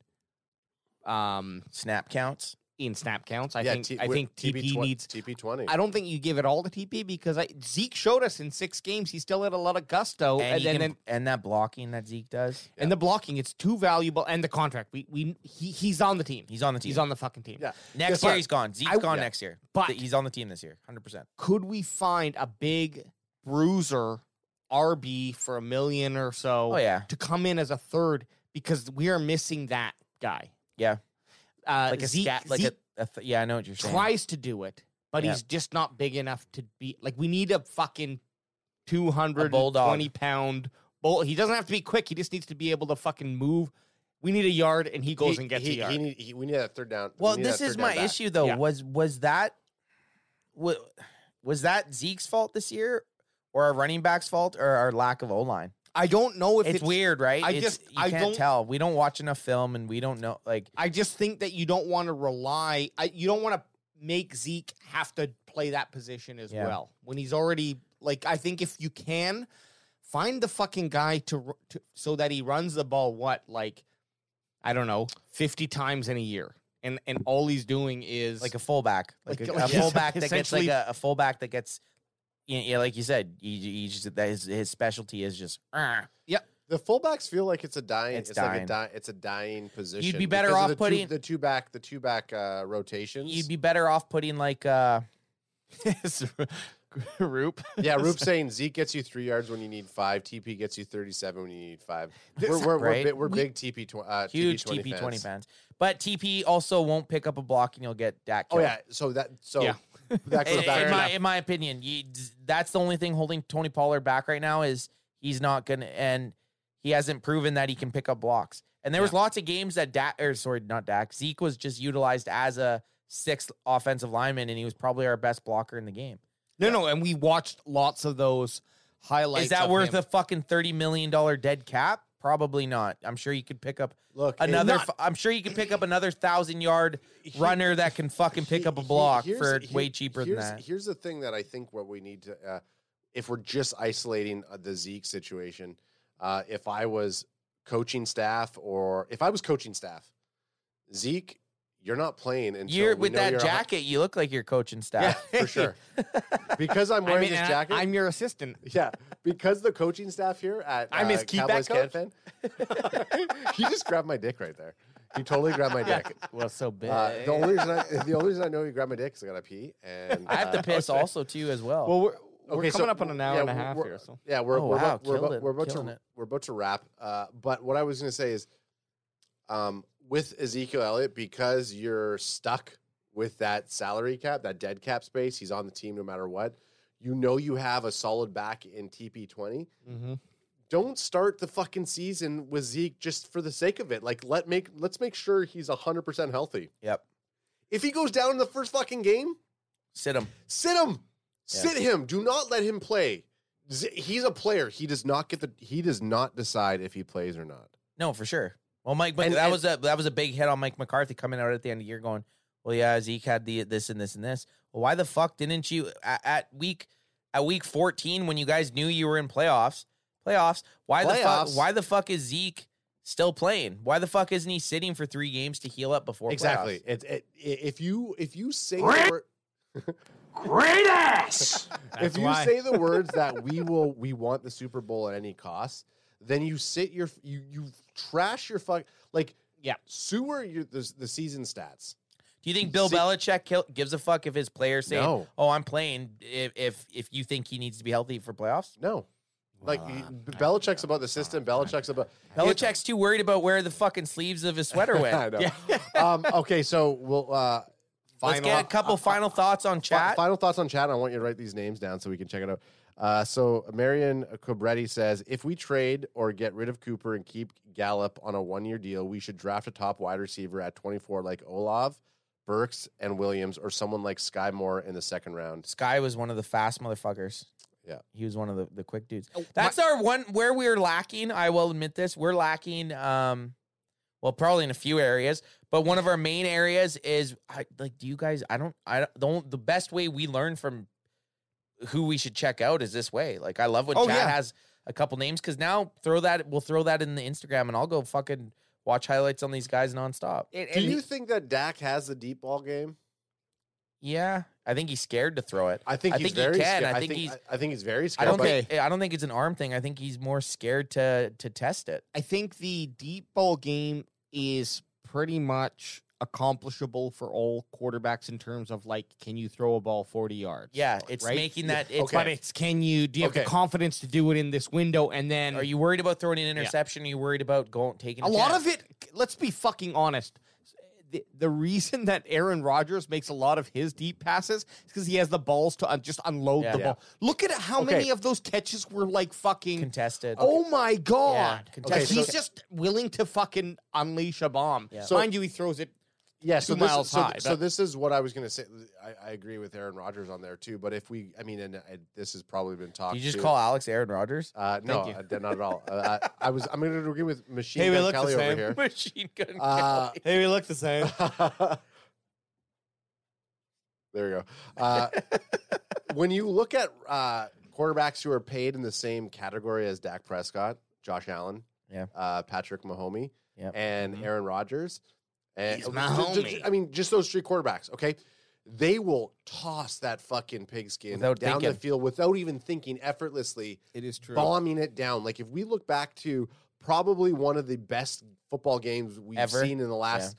[SPEAKER 4] um
[SPEAKER 2] Snap counts.
[SPEAKER 4] in snap counts. I
[SPEAKER 3] yeah,
[SPEAKER 4] think
[SPEAKER 3] T-
[SPEAKER 4] I
[SPEAKER 3] with
[SPEAKER 4] think TP
[SPEAKER 3] tw-
[SPEAKER 4] needs
[SPEAKER 3] TP twenty.
[SPEAKER 4] I don't think you give it all to TP because I, Zeke showed us in six games he still had a lot of gusto,
[SPEAKER 2] And,
[SPEAKER 4] Oh, and,
[SPEAKER 2] he
[SPEAKER 4] then
[SPEAKER 2] can-
[SPEAKER 4] and,
[SPEAKER 2] and that blocking that Zeke does.
[SPEAKER 4] and the blocking it's too valuable, and the contract we we he, he's on the team.
[SPEAKER 2] He's on the team.
[SPEAKER 4] He's on the fucking team.
[SPEAKER 3] Yeah,
[SPEAKER 2] next
[SPEAKER 3] But-
[SPEAKER 2] year he's gone. Zeke's
[SPEAKER 4] I-
[SPEAKER 2] gone
[SPEAKER 3] yeah.
[SPEAKER 2] next year.
[SPEAKER 4] But-
[SPEAKER 2] he's on the team this year. 100%.
[SPEAKER 4] Could we find a big bruiser RB for a million or so?
[SPEAKER 2] Oh yeah.
[SPEAKER 4] to come in as a third because we are missing that guy.
[SPEAKER 2] Yeah.
[SPEAKER 4] uh,
[SPEAKER 2] Like a
[SPEAKER 4] Zeke,
[SPEAKER 2] stat like
[SPEAKER 4] Zeke
[SPEAKER 2] a, a th- yeah, I know what you're saying.
[SPEAKER 4] tries to do it, but
[SPEAKER 2] Yeah.
[SPEAKER 4] he's just not big enough to be like we need a fucking 220
[SPEAKER 2] bulldog.
[SPEAKER 4] pound bull. He doesn't have to be quick. He just needs to be able to fucking move. We need a yard and he goes
[SPEAKER 3] he,
[SPEAKER 4] and gets
[SPEAKER 3] he,
[SPEAKER 4] a yard.
[SPEAKER 3] He need, he, we need that third down. we
[SPEAKER 2] Well,
[SPEAKER 3] need that
[SPEAKER 2] this is
[SPEAKER 3] third down
[SPEAKER 2] my
[SPEAKER 3] back.
[SPEAKER 2] issue though.
[SPEAKER 4] Yeah.
[SPEAKER 2] Was was that was, was that Zeke's fault this year, or our running back's fault, or our lack of O line?
[SPEAKER 4] I don't know if
[SPEAKER 2] It's,
[SPEAKER 4] it's,
[SPEAKER 2] weird, right?
[SPEAKER 4] I
[SPEAKER 2] It's-
[SPEAKER 4] just-
[SPEAKER 2] you
[SPEAKER 4] I
[SPEAKER 2] can't
[SPEAKER 4] don't-
[SPEAKER 2] tell. We don't watch enough film, and we don't know. Like
[SPEAKER 4] I just think that you don't want to rely. I, you don't want to make Zeke have to play that position as
[SPEAKER 2] Yeah.
[SPEAKER 4] well when he's already like. I think if you can find the fucking guy to, ru- to so that he runs the ball what like I don't know fifty times in a year, and and all he's doing is
[SPEAKER 2] like a fullback, like,
[SPEAKER 4] Like,
[SPEAKER 2] a, a
[SPEAKER 4] like,
[SPEAKER 2] fullback that gets like
[SPEAKER 4] essentially-
[SPEAKER 2] a, a fullback that gets. Yeah, yeah, like you said, he, he just that his, his specialty is just. "Argh."
[SPEAKER 3] The fullbacks feel like it's a dying. It's,
[SPEAKER 2] It's
[SPEAKER 3] like a
[SPEAKER 2] dying.
[SPEAKER 3] di- It's a dying position.
[SPEAKER 2] be better
[SPEAKER 3] because of
[SPEAKER 2] off
[SPEAKER 3] the two-
[SPEAKER 2] putting-
[SPEAKER 3] the two back the two back uh, rotations.
[SPEAKER 2] You'd be better off putting like uh
[SPEAKER 4] Roop.
[SPEAKER 3] yeah, Roop's saying Zeke gets you three yards when you need five. TP gets you thirty-seven when you need five.
[SPEAKER 4] This-
[SPEAKER 3] We're we're, we're,
[SPEAKER 2] Right?
[SPEAKER 3] bi- we're
[SPEAKER 4] We-
[SPEAKER 3] big TP tw- uh,
[SPEAKER 2] huge
[SPEAKER 3] TP20
[SPEAKER 2] TP twenty
[SPEAKER 3] fans.
[SPEAKER 2] fans, but TP also won't pick up a block, and you'll get Dak.
[SPEAKER 3] Oh
[SPEAKER 2] killed.
[SPEAKER 3] yeah, so that so
[SPEAKER 4] Yeah.
[SPEAKER 3] that
[SPEAKER 2] in,
[SPEAKER 3] goes back.
[SPEAKER 2] in
[SPEAKER 3] to
[SPEAKER 2] my
[SPEAKER 3] that-
[SPEAKER 2] in my opinion, you, that's the only thing holding Tony Pollard back right now is he's not gonna and he hasn't proven that he can pick up blocks. And there was lots of games that Dak or sorry, not Dak Zeke was just utilized as a sixth offensive lineman, and he was probably our best blocker in the game.
[SPEAKER 4] No, no, and we watched lots of those highlights.
[SPEAKER 2] is that
[SPEAKER 4] of
[SPEAKER 2] worth
[SPEAKER 4] him.
[SPEAKER 2] a fucking thirty million dollar dead cap? Probably not. I'm sure you could pick up
[SPEAKER 3] Look, it-
[SPEAKER 2] another.
[SPEAKER 3] not-
[SPEAKER 2] f- I'm sure you could pick up another thousand yard runner that can fucking pick
[SPEAKER 3] He-
[SPEAKER 2] up a
[SPEAKER 3] he-
[SPEAKER 2] block
[SPEAKER 3] here's-
[SPEAKER 2] for
[SPEAKER 3] he-
[SPEAKER 2] way cheaper than
[SPEAKER 3] here's-
[SPEAKER 2] that.
[SPEAKER 3] Here's the thing that I think what we need to, uh, if we're just isolating uh, the Zeke situation, uh, if I was coaching staff or if I was coaching staff, Zeke, You're not playing until
[SPEAKER 2] You're
[SPEAKER 3] we
[SPEAKER 2] with
[SPEAKER 3] know
[SPEAKER 2] that
[SPEAKER 3] you're a hun-
[SPEAKER 2] jacket. You look like your coaching staff.
[SPEAKER 3] for sure. because I'm wearing
[SPEAKER 4] I mean,
[SPEAKER 3] this
[SPEAKER 4] and
[SPEAKER 3] jacket.
[SPEAKER 4] I, am your assistant.
[SPEAKER 3] yeah, because the coaching staff here at
[SPEAKER 4] I miss
[SPEAKER 3] uh,
[SPEAKER 4] keep
[SPEAKER 3] Cowboys
[SPEAKER 4] that coach.
[SPEAKER 3] Can Fan, he just grabbed my dick right there. He totally grabbed my dick.
[SPEAKER 4] Well, so big.
[SPEAKER 3] Uh, the only reason I, the only reason I know he grabbed my dick is I gotta pee, and
[SPEAKER 2] I have
[SPEAKER 3] uh,
[SPEAKER 2] to piss also too as well.
[SPEAKER 4] well, we're, we're
[SPEAKER 3] Okay, so
[SPEAKER 4] coming up on an hour
[SPEAKER 3] yeah,
[SPEAKER 4] and a half
[SPEAKER 3] we're-
[SPEAKER 4] here. So
[SPEAKER 3] Yeah, we're
[SPEAKER 2] Oh, wow,
[SPEAKER 3] we're, about, we're,
[SPEAKER 2] killed
[SPEAKER 3] about,
[SPEAKER 2] it,
[SPEAKER 3] we're about
[SPEAKER 2] killing
[SPEAKER 3] to
[SPEAKER 2] it.
[SPEAKER 3] we're about to wrap. Uh, but what I was going to say is, um, with Ezekiel Elliott, because you're stuck with that salary cap, that dead cap space, he's on the team no matter what. You know you have a solid back in TP twenty.
[SPEAKER 2] Mm-hmm.
[SPEAKER 3] Don't start the fucking season with Zeke just for the sake of it. Like let make let's make sure he's hundred percent healthy.
[SPEAKER 2] yep.
[SPEAKER 3] If he goes down in the first fucking game,
[SPEAKER 2] Sit him.
[SPEAKER 3] Sit him. Sit him. Do not let him play. Z- He's a player. He does not get the. He does not decide if he plays or not.
[SPEAKER 2] No, for sure. Well, Mike, but
[SPEAKER 3] And-
[SPEAKER 2] that
[SPEAKER 3] and-
[SPEAKER 2] was a that was a big hit on Mike McCarthy coming out at the end of the year, going, "Well, yeah, Zeke had the this and this and this. Well, why the fuck didn't you at, at week at week fourteen when you guys knew you were in playoffs? Playoffs. Why the fuck?
[SPEAKER 3] Playoffs?
[SPEAKER 2] Why the fuck is Zeke still playing? Why the fuck isn't he sitting for three games to heal up before
[SPEAKER 3] Exactly.
[SPEAKER 2] playoffs?
[SPEAKER 3] It, it, i- if you if you say the wor-
[SPEAKER 6] Great ass!
[SPEAKER 3] if you
[SPEAKER 4] why.
[SPEAKER 3] say the words that we will we want the Super Bowl at any cost, then you sit your you you trash your fuck like
[SPEAKER 4] Yeah.
[SPEAKER 3] sewer your the, the season stats.
[SPEAKER 2] Do you think Bill
[SPEAKER 3] Zeke-
[SPEAKER 2] Belichick kill, gives a fuck if his players say,
[SPEAKER 3] No.
[SPEAKER 2] "Oh, I'm playing"? If if if you think he needs to be healthy for playoffs,
[SPEAKER 3] No. Like you- Belichick's about the system. Belichick's about
[SPEAKER 2] Belichick's too worried about where the fucking sleeves of his sweater went.
[SPEAKER 3] I know. um, okay, so we'll uh,
[SPEAKER 2] Let's
[SPEAKER 3] final-
[SPEAKER 2] get a couple final thoughts on
[SPEAKER 3] Fi-
[SPEAKER 2] chat.
[SPEAKER 3] Final thoughts on chat. I want you to write these names down so we can check it out. Uh, so Marion Cobretti says, if we trade or get rid of Cooper and keep Gallup on a one-year deal, we should draft a top wide receiver at 24 like Olav, Burks, and Williams, or someone like Sky Moore in the second round.
[SPEAKER 2] Sky was one of the fast motherfuckers.
[SPEAKER 3] Yeah.
[SPEAKER 2] He was one of the, the quick dudes.
[SPEAKER 4] Oh,
[SPEAKER 2] That's our one where we're lacking. I will admit this. We're lacking um well probably in a few areas, but one of our main areas is I, like do you guys I don't I don't the, on- the best way we learn from who we should check out is this way. Like I love when
[SPEAKER 4] Oh,
[SPEAKER 2] Chad
[SPEAKER 4] yeah.
[SPEAKER 2] has a couple names cuz now throw that we'll throw that in the Instagram and I'll go fucking watch highlights on these guys nonstop.
[SPEAKER 3] Do you think that Dak has the deep ball game?
[SPEAKER 2] Yeah, I think he's scared to throw it.
[SPEAKER 3] I think
[SPEAKER 2] I
[SPEAKER 3] he's
[SPEAKER 2] think
[SPEAKER 3] very
[SPEAKER 2] he can.
[SPEAKER 3] scared.
[SPEAKER 2] I think he's
[SPEAKER 3] I think he's very
[SPEAKER 2] I
[SPEAKER 3] scared.
[SPEAKER 2] don't
[SPEAKER 3] but-
[SPEAKER 2] think I don't think it's an arm thing. I think he's more scared to to test it.
[SPEAKER 4] I think the deep ball game is pretty much accomplishable for all quarterbacks in terms of like, can you throw a ball forty yards?
[SPEAKER 2] Yeah, it's
[SPEAKER 4] Right?
[SPEAKER 2] making that. It's,
[SPEAKER 4] But it's can you do you have
[SPEAKER 3] Okay.
[SPEAKER 4] the confidence to do it in this window? And then
[SPEAKER 2] Are you worried about throwing an interception? Are you worried about going taking a,
[SPEAKER 4] a lot
[SPEAKER 2] chance?
[SPEAKER 4] of it? Let's be fucking honest. The, the reason that Aaron Rodgers makes a lot of his deep passes is because he has the balls to un- just unload
[SPEAKER 2] Yeah.
[SPEAKER 4] the ball. Look at how
[SPEAKER 3] Okay.
[SPEAKER 4] many of those catches were like fucking
[SPEAKER 2] contested?
[SPEAKER 4] Oh my god!
[SPEAKER 2] contested.
[SPEAKER 4] Like,
[SPEAKER 3] Okay,
[SPEAKER 4] he's
[SPEAKER 3] so-
[SPEAKER 4] just willing to fucking unleash a bomb.
[SPEAKER 2] Yeah.
[SPEAKER 3] So-
[SPEAKER 4] Mind you, he throws it.
[SPEAKER 3] yeah,
[SPEAKER 4] two
[SPEAKER 3] so this,
[SPEAKER 4] miles
[SPEAKER 3] so,
[SPEAKER 4] high,
[SPEAKER 3] So
[SPEAKER 4] but-
[SPEAKER 3] this is what I was going to say. I, I agree with Aaron Rodgers on there too. But if we, I mean, and I, this has probably been talked.
[SPEAKER 2] Did you
[SPEAKER 3] to.
[SPEAKER 2] just call Alex Aaron Rodgers?
[SPEAKER 3] Uh, no,
[SPEAKER 4] you.
[SPEAKER 3] I did not at all. Uh, I, I was. I'm going to agree with Machine
[SPEAKER 4] Hey, we
[SPEAKER 3] Gun
[SPEAKER 4] look the
[SPEAKER 3] Kelly over
[SPEAKER 4] same.
[SPEAKER 3] here.
[SPEAKER 2] Machine gun.
[SPEAKER 3] Uh,
[SPEAKER 4] Hey, we look the same.
[SPEAKER 3] there we go. Uh, when you look at uh, quarterbacks who are paid in the same category as Dak Prescott, Josh Allen,
[SPEAKER 2] Yeah.
[SPEAKER 3] uh, Patrick Mahomes,
[SPEAKER 2] Yep. Mm-hmm.
[SPEAKER 3] and
[SPEAKER 4] Mhm.
[SPEAKER 3] Aaron Rodgers, eh, and
[SPEAKER 4] He's
[SPEAKER 3] d- d- d-
[SPEAKER 4] Mahomey.
[SPEAKER 3] I mean, just those three quarterbacks. Okay. They will toss that fucking pigskin
[SPEAKER 2] Without
[SPEAKER 3] down the
[SPEAKER 2] thinking.
[SPEAKER 3] field without even thinking, effortlessly
[SPEAKER 4] It is true.
[SPEAKER 3] bombing it down. Like if we look back to probably one of the best football games we've
[SPEAKER 2] Ever.
[SPEAKER 3] seen in the last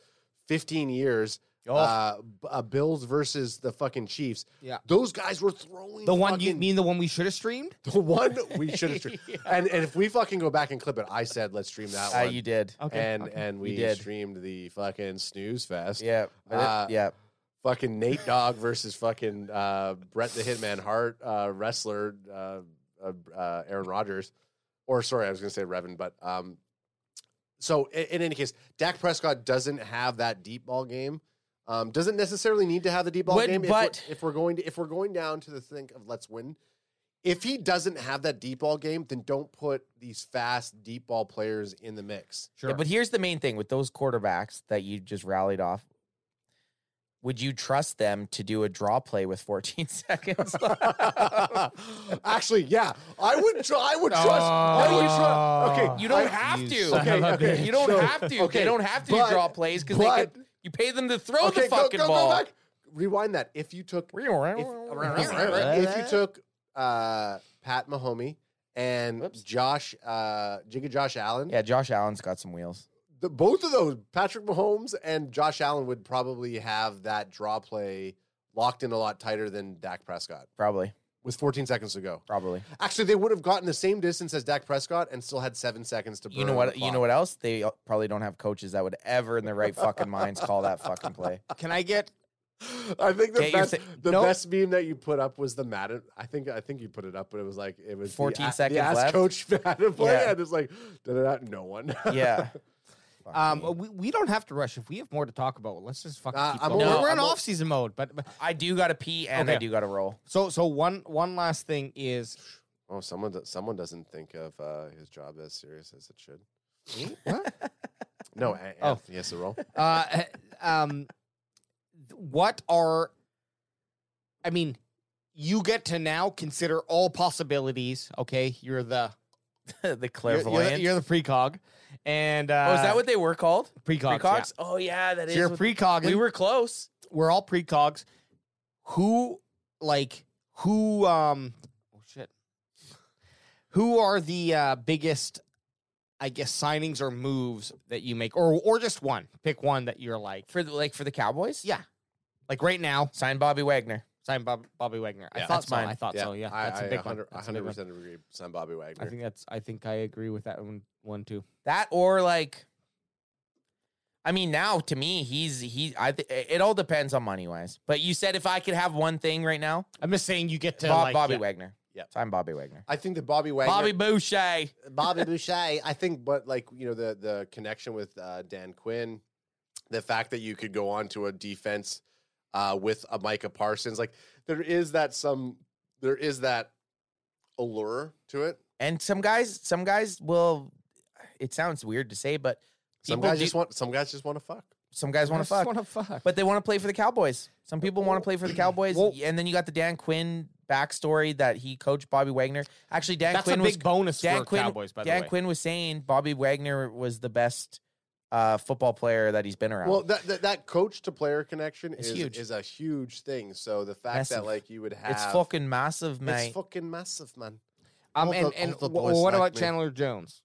[SPEAKER 3] 15 years,
[SPEAKER 4] Oh.
[SPEAKER 3] uh, B- uh, Bills versus the fucking Chiefs.
[SPEAKER 4] Yeah.
[SPEAKER 3] those guys were throwing
[SPEAKER 4] the one you
[SPEAKER 3] fucking-
[SPEAKER 4] mean the one we should have streamed?
[SPEAKER 3] the one we should have streamed. And and if we fucking go back and clip it, I said let's stream that
[SPEAKER 2] Uh,
[SPEAKER 3] one.
[SPEAKER 2] you did.
[SPEAKER 3] And and we
[SPEAKER 2] did.
[SPEAKER 3] streamed the fucking snooze fest.
[SPEAKER 2] Yeah. but it-
[SPEAKER 3] Uh,
[SPEAKER 2] yeah.
[SPEAKER 3] Fucking Nate Dogg versus fucking uh, Brett the Hitman Hart uh, wrestler uh, uh, uh, Aaron Rodgers, or sorry, I was gonna say Revan, but um, so in, in any case, Dak Prescott doesn't have that deep ball game. Um, doesn't necessarily need to have the deep ball
[SPEAKER 2] When-
[SPEAKER 3] game. if
[SPEAKER 2] but-
[SPEAKER 3] we're, if we're going to, if we're going down to the think of let's win, if he doesn't have that deep ball game, then don't put these fast deep ball players in the mix.
[SPEAKER 4] Sure.
[SPEAKER 2] Yeah, but here's the main thing with those quarterbacks that you just rallied off. Would you trust them to do a draw play with 14 seconds?
[SPEAKER 3] Actually, yeah, I would. Tr- I would trust. I would trust. Okay,
[SPEAKER 2] You don't
[SPEAKER 3] I-
[SPEAKER 2] have
[SPEAKER 4] you
[SPEAKER 2] to.
[SPEAKER 4] son
[SPEAKER 3] Okay,
[SPEAKER 4] of a
[SPEAKER 3] okay.
[SPEAKER 4] bitch.
[SPEAKER 2] You don't
[SPEAKER 3] So,
[SPEAKER 2] have to.
[SPEAKER 3] okay,
[SPEAKER 2] they don't have to
[SPEAKER 3] but-
[SPEAKER 2] draw plays because they
[SPEAKER 3] but-
[SPEAKER 2] could You pay them to throw
[SPEAKER 3] okay,
[SPEAKER 2] the
[SPEAKER 3] go,
[SPEAKER 2] fucking
[SPEAKER 3] go, go
[SPEAKER 2] ball.
[SPEAKER 3] back. Rewind that. If you took if, if you took uh, Pat Mahomey and
[SPEAKER 2] Whoops.
[SPEAKER 3] Josh uh, Jigga Josh Allen,
[SPEAKER 2] Yeah, Josh Allen's got some wheels.
[SPEAKER 3] the, both of those Patrick Mahomes and Josh Allen would probably have that draw play locked in a lot tighter than Dak Prescott
[SPEAKER 2] Probably.
[SPEAKER 3] with 14 seconds to go.
[SPEAKER 2] Probably.
[SPEAKER 3] Actually, they would have gotten the same distance as Dak Prescott and still had seven seconds to. Burn
[SPEAKER 2] You know
[SPEAKER 3] on
[SPEAKER 2] what?
[SPEAKER 3] the
[SPEAKER 2] You
[SPEAKER 3] clock.
[SPEAKER 2] know what else? They probably don't have coaches that would ever, in their right fucking minds, call that fucking play.
[SPEAKER 4] Can I get
[SPEAKER 3] I think the
[SPEAKER 2] Get your
[SPEAKER 3] best
[SPEAKER 2] thi-
[SPEAKER 3] the
[SPEAKER 2] Nope.
[SPEAKER 3] best meme that you put up was the Madden. I think I think you put it up, but it was like it was the
[SPEAKER 2] 14
[SPEAKER 3] a- the,
[SPEAKER 2] seconds
[SPEAKER 3] ass
[SPEAKER 2] left.
[SPEAKER 3] Coach Madden play,
[SPEAKER 2] Yeah.
[SPEAKER 3] and it's like da, da, da, no one.
[SPEAKER 2] Yeah.
[SPEAKER 4] um we, we don't have to rush if we have more to talk about. Let's just fucking
[SPEAKER 3] Uh,
[SPEAKER 4] keep
[SPEAKER 3] I'm
[SPEAKER 4] going.
[SPEAKER 2] o-
[SPEAKER 4] we're, we're in
[SPEAKER 2] I'm o-
[SPEAKER 4] off season mode, but, but
[SPEAKER 2] I do got to pee and I
[SPEAKER 4] Okay.
[SPEAKER 2] do got to roll.
[SPEAKER 4] so so one one last thing is
[SPEAKER 3] oh, someone do- someone doesn't think of uh, his job as serious as it should. No, a-
[SPEAKER 4] Oh.
[SPEAKER 3] F, he has to roll.
[SPEAKER 4] uh, um, what are I mean, you get to now consider all possibilities. Okay, you're the
[SPEAKER 2] the
[SPEAKER 4] you're, you're the-
[SPEAKER 2] clairvoyant.
[SPEAKER 4] you're the precog, and uh,
[SPEAKER 2] oh, is that what they were called?
[SPEAKER 4] precogs? yeah.
[SPEAKER 2] Precogs? Oh yeah, that
[SPEAKER 4] So
[SPEAKER 2] is.
[SPEAKER 4] you're
[SPEAKER 2] what-
[SPEAKER 4] precog.
[SPEAKER 2] we were close.
[SPEAKER 4] we're all precogs. Who like who um oh shit. Who are the uh, biggest I guess signings or moves that you make or or just one. Pick one that you're like
[SPEAKER 2] For the, like for the Cowboys?
[SPEAKER 4] Yeah. like right now,
[SPEAKER 2] Sign Bobby Wagner.
[SPEAKER 4] sign Bob, Bobby Wagner. I
[SPEAKER 3] Yeah,
[SPEAKER 4] thought
[SPEAKER 2] that's
[SPEAKER 4] so.
[SPEAKER 2] mine.
[SPEAKER 4] I thought so. Yeah.
[SPEAKER 3] I,
[SPEAKER 4] that's a
[SPEAKER 3] I
[SPEAKER 4] big
[SPEAKER 3] 100,
[SPEAKER 4] one. That's a big one.
[SPEAKER 3] percent agree. Sign Bobby Wagner.
[SPEAKER 4] I think that's I think I agree with that one one too.
[SPEAKER 2] That or like I mean now to me he's he I th- it all depends on money wise. But you said if I could have one thing right now,
[SPEAKER 4] I'm just saying you get to
[SPEAKER 2] Bob,
[SPEAKER 4] like,
[SPEAKER 2] Bobby
[SPEAKER 4] yeah.
[SPEAKER 2] Wagner.
[SPEAKER 3] Yeah.
[SPEAKER 2] Sign Bobby Wagner.
[SPEAKER 3] I think that Bobby Wagner.
[SPEAKER 2] Bobby Boucher.
[SPEAKER 3] Bobby Boucher. I think, but like you know, the the connection with uh, Dan Quinn, the fact that you could go on to a defense uh, with a Micah Parsons, like there is that some there is that allure to it.
[SPEAKER 2] And some guys some guys will it sounds weird to say, but
[SPEAKER 3] Some
[SPEAKER 2] people
[SPEAKER 3] guys
[SPEAKER 2] do-
[SPEAKER 3] just want some guys just want to fuck.
[SPEAKER 2] some guys want to fuck.
[SPEAKER 4] Wanna fuck.
[SPEAKER 2] But they want to play for the Cowboys. Some people want to play for the Cowboys,
[SPEAKER 4] Well-
[SPEAKER 2] and then you got the Dan Quinn backstory that he coached Bobby Wagner. Actually, Dan
[SPEAKER 4] that's
[SPEAKER 2] Quinn
[SPEAKER 4] a big
[SPEAKER 2] was
[SPEAKER 4] bonus
[SPEAKER 2] Dan
[SPEAKER 4] for
[SPEAKER 2] Quinn-
[SPEAKER 4] Cowboys by
[SPEAKER 2] Dan
[SPEAKER 4] the way.
[SPEAKER 2] Quinn was saying Bobby Wagner was the best uh, football player that he's been around.
[SPEAKER 3] Well, that that, that coach to player connection
[SPEAKER 2] It's
[SPEAKER 3] is
[SPEAKER 2] huge.
[SPEAKER 3] is a huge thing. So the fact
[SPEAKER 2] Massive.
[SPEAKER 3] that like you would have
[SPEAKER 2] it's fucking massive,
[SPEAKER 3] it's
[SPEAKER 2] mate.
[SPEAKER 3] fucking massive, man.
[SPEAKER 4] Um
[SPEAKER 3] all
[SPEAKER 4] and,
[SPEAKER 3] the-
[SPEAKER 4] and
[SPEAKER 3] all the
[SPEAKER 4] wh-
[SPEAKER 3] boys like
[SPEAKER 4] what about
[SPEAKER 3] me.
[SPEAKER 4] Chandler Jones?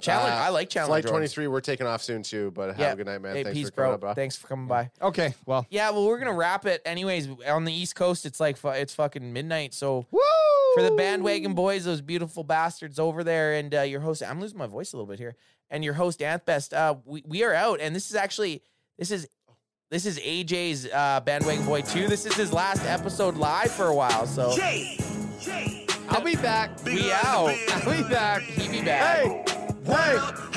[SPEAKER 2] Chandler,
[SPEAKER 3] Uh,
[SPEAKER 2] I like Chandler.
[SPEAKER 3] Flight
[SPEAKER 2] Jordan.
[SPEAKER 3] twenty three, we're taking off soon too. But have
[SPEAKER 2] Yeah.
[SPEAKER 3] a good night, man.
[SPEAKER 2] Hey,
[SPEAKER 3] Thanks
[SPEAKER 2] peace,
[SPEAKER 3] for coming
[SPEAKER 2] bro.
[SPEAKER 3] up, bro.
[SPEAKER 2] Thanks for coming by.
[SPEAKER 4] Okay, well,
[SPEAKER 2] Yeah, well, we're gonna wrap it anyways. On the East Coast, it's like fu- it's fucking midnight. So
[SPEAKER 4] woo
[SPEAKER 2] for the bandwagon boys, those beautiful bastards over there, and uh, your host. I'm losing my voice a little bit here, and your host Anthbest. Uh, we we are out, and this is actually this is this is AJ's uh, bandwagon boy too. This is his last episode live for a while, so
[SPEAKER 1] Jay, Jay,
[SPEAKER 4] I'll be back.
[SPEAKER 1] big
[SPEAKER 2] We
[SPEAKER 1] up,
[SPEAKER 2] out.
[SPEAKER 1] big up,
[SPEAKER 4] I'll be back.
[SPEAKER 1] big
[SPEAKER 2] he
[SPEAKER 1] up.
[SPEAKER 2] be back.
[SPEAKER 4] Hey, hey.
[SPEAKER 1] How